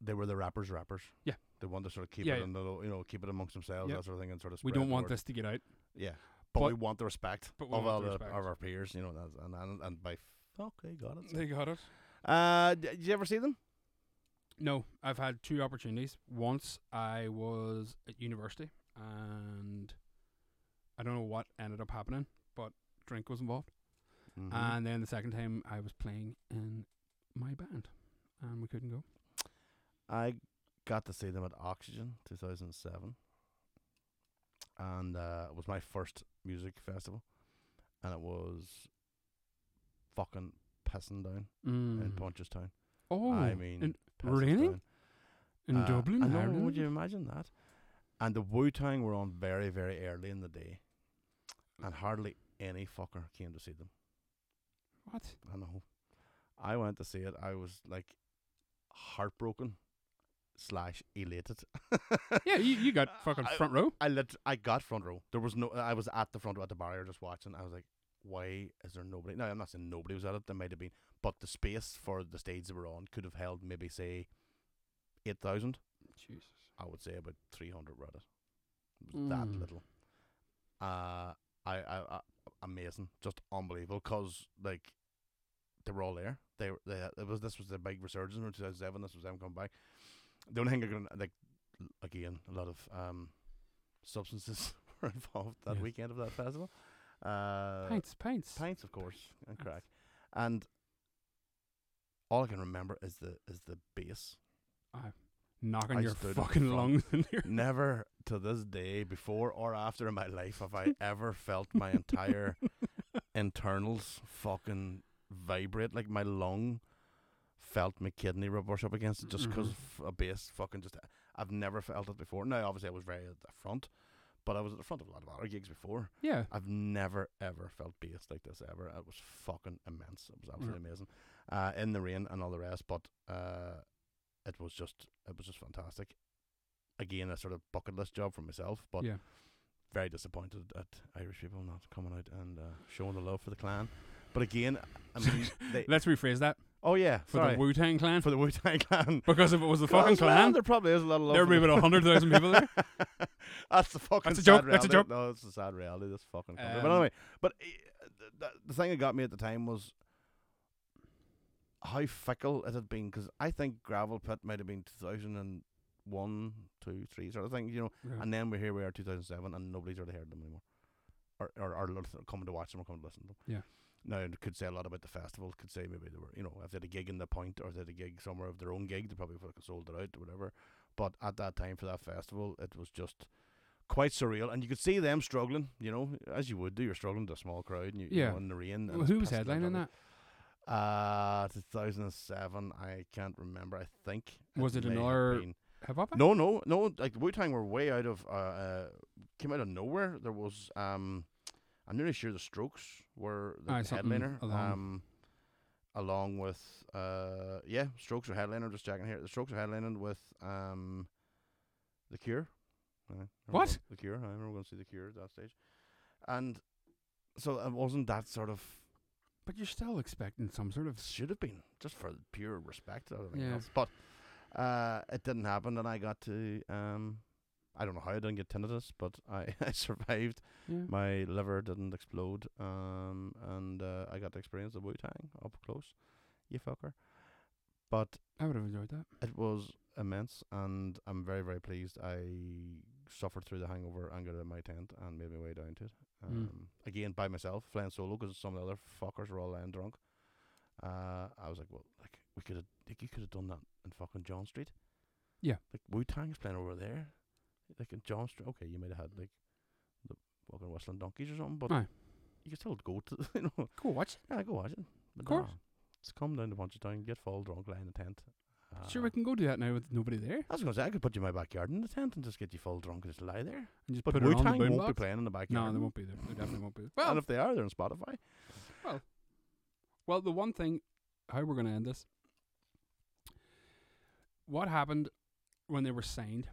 [SPEAKER 7] they were the rappers, rappers.
[SPEAKER 8] Yeah.
[SPEAKER 7] they wanted to sort of keep
[SPEAKER 8] Yeah,
[SPEAKER 7] it
[SPEAKER 8] yeah.
[SPEAKER 7] in the lo- you know keep it amongst themselves
[SPEAKER 8] Yeah.
[SPEAKER 7] that sort of thing and sort of.
[SPEAKER 8] we
[SPEAKER 7] spread
[SPEAKER 8] don't
[SPEAKER 7] the
[SPEAKER 8] want
[SPEAKER 7] word.
[SPEAKER 8] this to get out.
[SPEAKER 7] Yeah, but, we
[SPEAKER 8] But-
[SPEAKER 7] want the respect
[SPEAKER 8] but we
[SPEAKER 7] of
[SPEAKER 8] want
[SPEAKER 7] all
[SPEAKER 8] the
[SPEAKER 7] the
[SPEAKER 8] respect.
[SPEAKER 7] of our peers. You know, that's, and, and and by fuck, they got it.
[SPEAKER 8] They got it.
[SPEAKER 7] Uh, d- did you ever see them?
[SPEAKER 8] No, I've had two opportunities. Once I was at university, and I don't know what ended up happening, but drink was involved.
[SPEAKER 7] Mm-hmm.
[SPEAKER 8] And then the second time, I was playing in my band, and we couldn't go.
[SPEAKER 7] I got to see them at Oxygen 2007, and uh, it was my first music festival, and it was fucking pissing down in
[SPEAKER 8] Mm.
[SPEAKER 7] Punchestown.
[SPEAKER 8] Oh,
[SPEAKER 7] I mean,
[SPEAKER 8] in,
[SPEAKER 7] pissing
[SPEAKER 8] raining?
[SPEAKER 7] down.
[SPEAKER 8] in
[SPEAKER 7] Uh,
[SPEAKER 8] Dublin,
[SPEAKER 7] I know,
[SPEAKER 8] Ireland.
[SPEAKER 7] Would you imagine that? And the Wu Tang were on very, very early in the day, and hardly any fucker came to see them.
[SPEAKER 8] What?
[SPEAKER 7] I know. I went to see it. I was like heartbroken slash elated.
[SPEAKER 8] <laughs> Yeah, you, you
[SPEAKER 7] <laughs>
[SPEAKER 8] got fucking
[SPEAKER 7] I-
[SPEAKER 8] front row.
[SPEAKER 7] I lit- I got front row. There was no. I was at the front row at the barrier just watching. I was like, why is there nobody? No, I'm not saying nobody was at it. There might have been, but the space for the stage they were on could have held maybe say eight thousand.
[SPEAKER 8] Jesus.
[SPEAKER 7] I would say about three hundred were at it. It was That
[SPEAKER 8] Mm.
[SPEAKER 7] little. Uh, I, I, I amazing, just unbelievable. Cause like, they were all there. They were. They, it was this was the big resurgence in 2007. This was them coming back. The only thing I can like, again, a lot of um, substances <laughs> were involved that
[SPEAKER 8] Yes.
[SPEAKER 7] weekend of that festival. Uh,
[SPEAKER 8] pints, pints.
[SPEAKER 7] pints, of course, and crack. And all I can remember is the is the bass.
[SPEAKER 8] Knocking
[SPEAKER 7] I
[SPEAKER 8] your
[SPEAKER 7] stood in
[SPEAKER 8] fucking
[SPEAKER 7] front.
[SPEAKER 8] lungs in
[SPEAKER 7] <laughs>
[SPEAKER 8] here.
[SPEAKER 7] Never to this day, before or after in my life, have I ever felt my entire internals fucking vibrate. Like my lung felt my kidney rub- brush up against it just because
[SPEAKER 8] Mhm.
[SPEAKER 7] a bass fucking just. I've never felt it before. Now, obviously, I was very at the front, but I was at the front of a lot of other gigs before.
[SPEAKER 8] <laughs> yeah.
[SPEAKER 7] I've never ever felt bass like this ever. It was fucking immense. It was absolutely amazing. Uh, in the rain and all the rest, but uh, it was just it was just fantastic. Again, a sort of bucket list job for myself, but
[SPEAKER 8] yeah.
[SPEAKER 7] very disappointed at Irish people not coming out and uh, showing the love for the clan. But again,
[SPEAKER 8] <laughs>
[SPEAKER 7] I mean, they,
[SPEAKER 8] Let's rephrase that
[SPEAKER 7] oh yeah,
[SPEAKER 8] for
[SPEAKER 7] sorry
[SPEAKER 8] the Wu Tang Clan.
[SPEAKER 7] for the Wu Tang <laughs> Clan.
[SPEAKER 8] because if it was the fucking
[SPEAKER 7] Because, well,
[SPEAKER 8] clan,
[SPEAKER 7] there probably is a lot of love.
[SPEAKER 8] there
[SPEAKER 7] for
[SPEAKER 8] would be
[SPEAKER 7] the-
[SPEAKER 8] about 100,000 people there.
[SPEAKER 7] <laughs> That's the fucking.
[SPEAKER 8] That's a
[SPEAKER 7] sad
[SPEAKER 8] joke, that's a
[SPEAKER 7] reality.
[SPEAKER 8] joke.
[SPEAKER 7] No, it's a sad reality. This fucking. Country. but
[SPEAKER 8] Um,
[SPEAKER 7] anyway, but eh, th- th- the thing that got me at the time was how fickle it had been because I think gravel pit might have been two thousand and one, two, three sort of thing, you know.
[SPEAKER 8] Yeah.
[SPEAKER 7] And then we're here, we are two thousand seven, and nobody's really heard them anymore, or or, or listen- coming to watch them or coming to listen to them.
[SPEAKER 8] Yeah.
[SPEAKER 7] Now it could say a lot about the festival. It could say maybe they were, you know, if they had a gig in the point or if they had a gig somewhere of their own gig, they probably fucking sold it out or whatever. But at that time for that festival, it was just quite surreal, and you could see them struggling. You know, as you would do. You're struggling to a small crowd, and you, you
[SPEAKER 8] Yeah.
[SPEAKER 7] know, in the rain. and
[SPEAKER 8] Well,
[SPEAKER 7] it's
[SPEAKER 8] who was
[SPEAKER 7] pissing down on
[SPEAKER 8] headlining
[SPEAKER 7] you.
[SPEAKER 8] that?
[SPEAKER 7] Uh, 2007. I can't remember. I think
[SPEAKER 8] Was it
[SPEAKER 7] may have
[SPEAKER 8] another-
[SPEAKER 7] been-
[SPEAKER 8] Have I?
[SPEAKER 7] No, no, no. Like Wu Tang were way out of uh, uh, came out of nowhere. There was um, I'm nearly sure the Strokes were the
[SPEAKER 8] Aye, something
[SPEAKER 7] headliner.
[SPEAKER 8] along-
[SPEAKER 7] Um, along with uh, yeah, Strokes are headliner. Just checking here. The Strokes are headlining with um, the Cure. I remember
[SPEAKER 8] What?
[SPEAKER 7] going- The Cure. I remember going to see The Cure at that stage. And so it wasn't that sort of.
[SPEAKER 8] But you're still expecting some sort of.
[SPEAKER 7] Should have been, just for pure respect. I don't think
[SPEAKER 8] Yeah.
[SPEAKER 7] else. But uh, it didn't happen, and I got to. Um, I don't know how I didn't get tinnitus, but I, <laughs> I survived.
[SPEAKER 8] Yeah.
[SPEAKER 7] My liver didn't explode, um, and uh, I got to experience the Wu Tang up close. You fucker. But
[SPEAKER 8] I would have enjoyed that.
[SPEAKER 7] it was immense, and I'm very, very pleased. I suffered through the hangover and got out of my tent and made my way down to it.
[SPEAKER 8] Mm.
[SPEAKER 7] Um, Again, by myself, playing solo because some of the other fuckers were all lying drunk. Uh, I was like, well, like we could have, like you could have done that in fucking John Street.
[SPEAKER 8] Yeah.
[SPEAKER 7] like Wu Tang's playing over there, like in John Street. Okay, you might have had like the fucking whistling donkeys or something, but
[SPEAKER 8] Aye.
[SPEAKER 7] you could still go to, <laughs> you know,
[SPEAKER 8] Cool, watch.
[SPEAKER 7] yeah, go watch it. But
[SPEAKER 8] course.
[SPEAKER 7] nah, just come down to Punchestown, get full drunk, lie in the tent.
[SPEAKER 8] Sure, we
[SPEAKER 7] uh,
[SPEAKER 8] can go do that now with nobody there.
[SPEAKER 7] I was going to say, I could put you in my backyard in the tent and just get you full drunk and just lie there.
[SPEAKER 8] And just
[SPEAKER 7] But
[SPEAKER 8] put it
[SPEAKER 7] Wu
[SPEAKER 8] on the
[SPEAKER 7] Tang won't be
[SPEAKER 8] boombox.
[SPEAKER 7] playing in the backyard.
[SPEAKER 8] No, they won't be there. They definitely won't be there.
[SPEAKER 7] <laughs> And
[SPEAKER 8] Well,
[SPEAKER 7] if they are, they're on Spotify.
[SPEAKER 8] well, the one thing, how we're going to end this. What happened when they were signed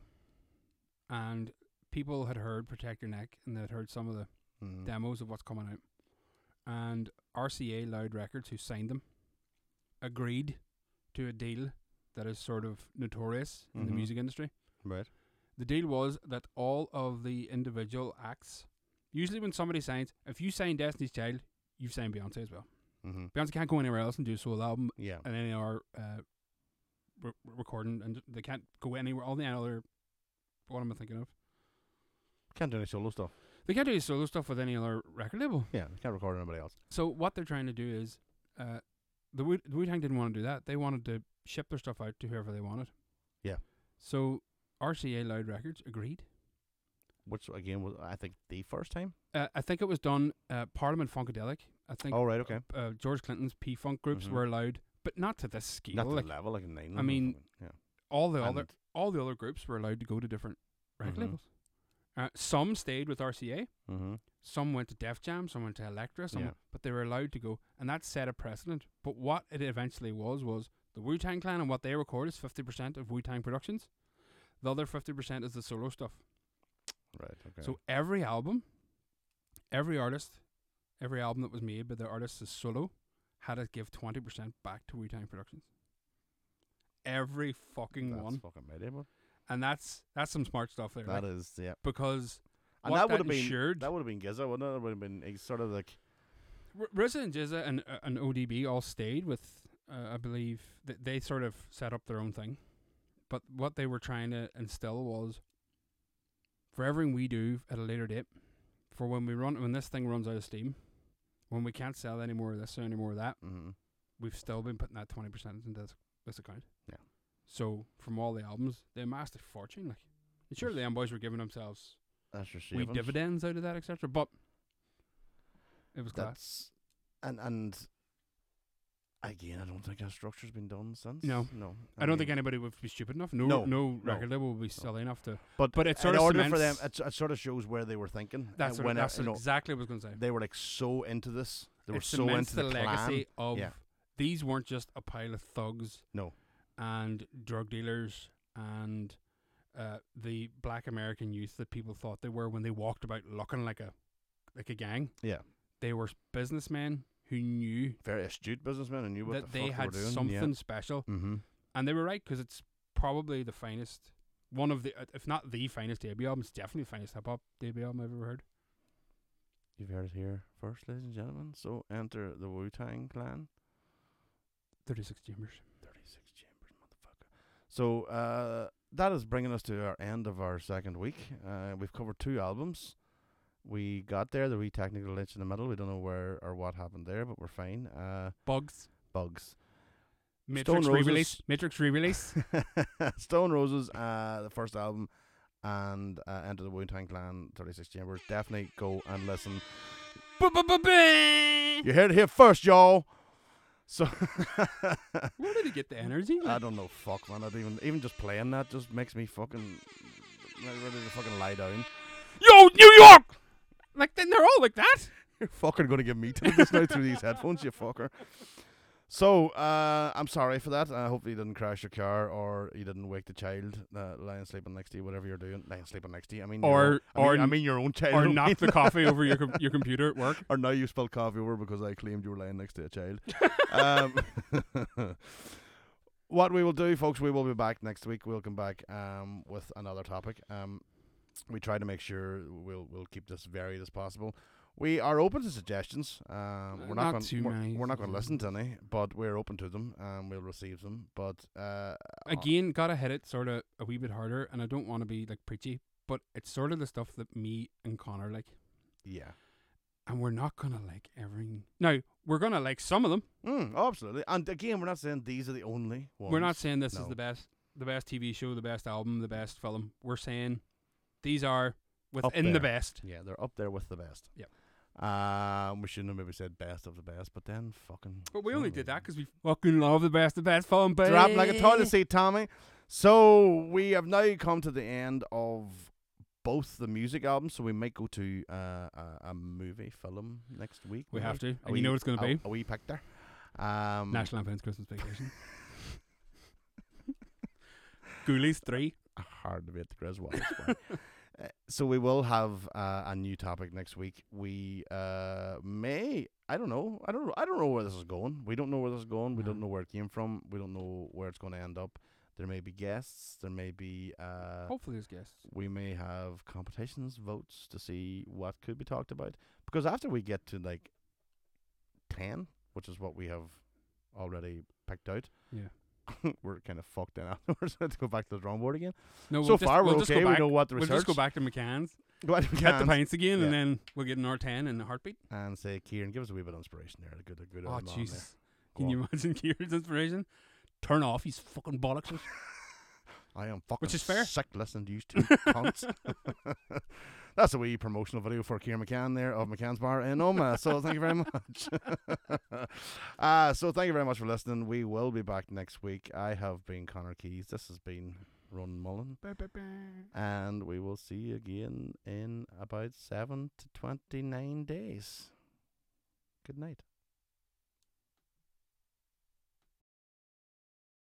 [SPEAKER 8] and people had heard Protect Your Neck and they'd heard some of the
[SPEAKER 7] Mm.
[SPEAKER 8] demos of what's coming out. And RCA Loud Records, who signed them, agreed to a deal that is sort of notorious in the
[SPEAKER 7] Mhm.
[SPEAKER 8] music industry.
[SPEAKER 7] Right.
[SPEAKER 8] The deal was that all of the individual acts, usually when somebody signs, if you sign Destiny's Child, you've signed Beyonce as well.
[SPEAKER 7] Mm-hmm.
[SPEAKER 8] Beyonce can't go anywhere else and do a solo album
[SPEAKER 7] Yeah.
[SPEAKER 8] and any are uh, re- re- recording, and they can't go anywhere. All the other, what am I thinking of?
[SPEAKER 7] Can't do any solo stuff.
[SPEAKER 8] They can't do solo stuff with any other record label.
[SPEAKER 7] Yeah. they Can't record anybody else.
[SPEAKER 8] So what they're trying to do is, uh, the Wu Wu Tang didn't want to do that. They wanted to ship their stuff out to whoever they wanted.
[SPEAKER 7] Yeah.
[SPEAKER 8] So RCA Loud Records agreed.
[SPEAKER 7] Which, again, was, I think, the first time.
[SPEAKER 8] Uh, I think it was done uh, Parliament Funkadelic. I think
[SPEAKER 7] Oh, right. Okay.
[SPEAKER 8] uh, George Clinton's P Funk groups
[SPEAKER 7] Mhm.
[SPEAKER 8] were allowed, but not to this scale.
[SPEAKER 7] Not
[SPEAKER 8] like
[SPEAKER 7] the level, like in England.
[SPEAKER 8] I mean,
[SPEAKER 7] yeah.
[SPEAKER 8] all the other
[SPEAKER 7] And-
[SPEAKER 8] all the other groups were allowed to go to different record
[SPEAKER 7] Mhm.
[SPEAKER 8] labels. Uh, some stayed with RCA.
[SPEAKER 7] Mm-hmm.
[SPEAKER 8] Some went to Def Jam, some went to Elektra, some,
[SPEAKER 7] Yeah.
[SPEAKER 8] but they were allowed to go, and that set a precedent. But what it eventually was was the Wu Tang Clan and what they record is fifty percent of Wu Tang productions. The other fifty percent is the solo stuff.
[SPEAKER 7] Right. Okay.
[SPEAKER 8] So every album, every artist, every album that was made by the artist as solo, had to give twenty percent back to Wu Tang Productions. Every fucking
[SPEAKER 7] that's
[SPEAKER 8] one,
[SPEAKER 7] fucking mighty, but
[SPEAKER 8] and that's that's some smart stuff there.
[SPEAKER 7] that
[SPEAKER 8] like,
[SPEAKER 7] is, yeah.
[SPEAKER 8] because
[SPEAKER 7] And
[SPEAKER 8] what
[SPEAKER 7] that would have
[SPEAKER 8] that
[SPEAKER 7] been
[SPEAKER 8] ensured-
[SPEAKER 7] that would have been Giza, wouldn't it? It would have been eh, sort of like
[SPEAKER 8] R- RZA and Jizza and uh, and ODB all stayed with, uh, I believe th- they sort of set up their own thing, but what they were trying to instill was for everything we do at a later date, for when we run when this thing runs out of steam, when we can't sell any more of this or any more of that,
[SPEAKER 7] mm-hmm.
[SPEAKER 8] we've still been putting that twenty percent into this, this account.
[SPEAKER 7] Yeah.
[SPEAKER 8] So from all the albums, they amassed a fortune. Like, and sure, the Amboys were giving themselves
[SPEAKER 7] that's your
[SPEAKER 8] wee
[SPEAKER 7] savings.
[SPEAKER 8] dividends out of that, etc. But it was class.
[SPEAKER 7] That's and and again, I don't think our structure's been done since.
[SPEAKER 8] No.
[SPEAKER 7] no.
[SPEAKER 8] I don't
[SPEAKER 7] mean-
[SPEAKER 8] think anybody would be stupid enough. No,
[SPEAKER 7] No,
[SPEAKER 8] no, record label would be silly enough to.
[SPEAKER 7] But
[SPEAKER 8] But it sort
[SPEAKER 7] in
[SPEAKER 8] of
[SPEAKER 7] order for them,
[SPEAKER 8] cements-
[SPEAKER 7] it, it sort of shows where they were thinking. uh,
[SPEAKER 8] That's what,
[SPEAKER 7] when it-
[SPEAKER 8] that's
[SPEAKER 7] you know,
[SPEAKER 8] exactly what I was going to say.
[SPEAKER 7] they were like so into this. They were
[SPEAKER 8] it
[SPEAKER 7] so
[SPEAKER 8] cements
[SPEAKER 7] into the, clan.
[SPEAKER 8] legacy of
[SPEAKER 7] Yeah.
[SPEAKER 8] these weren't just a pile of thugs.
[SPEAKER 7] No.
[SPEAKER 8] and drug dealers and uh, the black American youth that people thought they were when they walked about looking like a like a gang.
[SPEAKER 7] Yeah.
[SPEAKER 8] they were businessmen who knew
[SPEAKER 7] Very astute businessmen and knew what
[SPEAKER 8] that
[SPEAKER 7] the
[SPEAKER 8] they
[SPEAKER 7] fuck
[SPEAKER 8] had
[SPEAKER 7] were doing.
[SPEAKER 8] something special,
[SPEAKER 7] Yeah. Mm-hmm.
[SPEAKER 8] and they were right because it's probably the finest. One of the, uh, if not the finest debut album, it's definitely the finest hip hop debut album I've ever heard.
[SPEAKER 7] You've heard it here first, ladies and gentlemen. So enter the Wu Tang Clan.
[SPEAKER 8] 36 Chambers.
[SPEAKER 7] 36 chambers, motherfucker. So uh, that is bringing us to our end of our second week. Uh, we've covered two albums. We got there. The wee technical glitch in the middle. We don't know where or what happened there, but we're fine. Uh,
[SPEAKER 8] Bugs.
[SPEAKER 7] bugs.
[SPEAKER 8] Matrix
[SPEAKER 7] Roses.
[SPEAKER 8] re-release. Matrix
[SPEAKER 7] <laughs>
[SPEAKER 8] re-release.
[SPEAKER 7] Stone Roses, uh, the first album, and uh, Enter the Wu Tang Clan, 36 Chambers. Definitely go and listen.
[SPEAKER 8] Ba-ba-ba-bing!
[SPEAKER 7] You heard it here first, y'all. So <laughs>
[SPEAKER 8] Where did he get the energy?
[SPEAKER 7] I
[SPEAKER 8] Like,
[SPEAKER 7] don't know, fuck man. That even even just playing that just makes me fucking ready to fucking lie down. <laughs>
[SPEAKER 8] Yo, New York! Like, then they're all like that.
[SPEAKER 7] You're fucking gonna give me tinnitus now through these headphones, you fucker. So uh, I'm sorry for that. I hope you didn't crash your car or you didn't wake the child uh, lying sleeping next to you, whatever you're doing, lying sleeping next to you. I mean, your
[SPEAKER 8] Or-
[SPEAKER 7] own- I
[SPEAKER 8] or
[SPEAKER 7] mean, I
[SPEAKER 8] n-
[SPEAKER 7] mean your own child,
[SPEAKER 8] or
[SPEAKER 7] I mean-
[SPEAKER 8] knock
[SPEAKER 7] <laughs>
[SPEAKER 8] the coffee over your com- your computer at work.
[SPEAKER 7] or now you spilled coffee over because I claimed you were lying next to a
[SPEAKER 8] <laughs>
[SPEAKER 7] child. um, <laughs> what we will do, folks, we will be back next week. We'll come back um, with another topic. Um, we try to make sure we'll we'll keep this varied as possible. We are open to suggestions. Um, we're
[SPEAKER 8] Not
[SPEAKER 7] not,
[SPEAKER 8] too
[SPEAKER 7] going, we're,
[SPEAKER 8] many
[SPEAKER 7] we're not going to listen
[SPEAKER 8] suggestions.
[SPEAKER 7] to any, but we're open to them and we'll receive them. But uh,
[SPEAKER 8] Again, gotta hit it sort of a wee bit harder, and I don't want to be like preachy, but it's sort of the stuff that me and Connor like,
[SPEAKER 7] yeah,
[SPEAKER 8] and we're not gonna like every. Now we're gonna like some of them.
[SPEAKER 7] mm, absolutely. And again, we're not saying these are the only ones.
[SPEAKER 8] We're not saying this is
[SPEAKER 7] No.
[SPEAKER 8] the best, the best TV show, the best album, the best film. We're saying these are within the
[SPEAKER 7] there.
[SPEAKER 8] best.
[SPEAKER 7] Yeah, they're up there with the best.
[SPEAKER 8] Yep.
[SPEAKER 7] Um, we shouldn't have maybe said best of the best, but then fucking.
[SPEAKER 8] But we only did that
[SPEAKER 7] Mm.
[SPEAKER 8] because we fucking love the best, the best film, baby.
[SPEAKER 7] Drop like a toilet seat, Tommy. So we have now come to the end of both the music albums, so we might go to uh, a, a movie film next week.
[SPEAKER 8] We
[SPEAKER 7] maybe.
[SPEAKER 8] have to.
[SPEAKER 7] A
[SPEAKER 8] And you
[SPEAKER 7] wee-
[SPEAKER 8] know what it's gonna
[SPEAKER 7] a-
[SPEAKER 8] be?
[SPEAKER 7] A wee pick there. Um,
[SPEAKER 8] National Lampoon's Christmas
[SPEAKER 7] <laughs>
[SPEAKER 8] Vacation. Ghoulies three.
[SPEAKER 7] <laughs> hard to beat the Griswolds. boy. Uh, so we will have uh, a new topic next week. We uh, may I don't know I don't I don't know where this is going. We don't know where this is going. We don't
[SPEAKER 8] No.
[SPEAKER 7] know where it came from. We don't know where it's going to end up. There may be guests. There may be uh,
[SPEAKER 8] Hopefully, there's guests.
[SPEAKER 7] we may have competitions, votes to see what could be talked about. Because after we get to like ten, which is what we have already picked out,
[SPEAKER 8] Yeah.
[SPEAKER 7] <laughs> we're kind of fucked then <laughs> afterwards. We have to go back to the drawing board again
[SPEAKER 8] No,
[SPEAKER 7] so far, we're
[SPEAKER 8] we'll just
[SPEAKER 7] okay.
[SPEAKER 8] Go
[SPEAKER 7] We
[SPEAKER 8] back.
[SPEAKER 7] know what the
[SPEAKER 8] we'll
[SPEAKER 7] research.
[SPEAKER 8] just go back to
[SPEAKER 7] <laughs>
[SPEAKER 8] McCann's,
[SPEAKER 7] Go back to
[SPEAKER 8] get the
[SPEAKER 7] Cannes
[SPEAKER 8] pints again, and
[SPEAKER 7] Yeah.
[SPEAKER 8] then we'll get an R10 and a heartbeat.
[SPEAKER 7] and say, Kieran, give us a wee bit of inspiration there. A good, a good.
[SPEAKER 8] oh,
[SPEAKER 7] old man there."
[SPEAKER 8] Jesus.
[SPEAKER 7] Go
[SPEAKER 8] Can
[SPEAKER 7] on.
[SPEAKER 8] you imagine <laughs> Kieran's inspiration? Turn off, he's fucking bollocks.
[SPEAKER 7] <laughs> I am fucking
[SPEAKER 8] is fair.
[SPEAKER 7] sick listening to you two cunts. <laughs> That's a wee promotional video for Kieran McCann there of McCann's Bar in Oma. So thank you very <laughs> much. <laughs> uh, so thank you very much for listening. We will be back next week. I have been Connor Keys. This has been Ron Mullen. And we will see you again in about 7 to 29 days. Good night.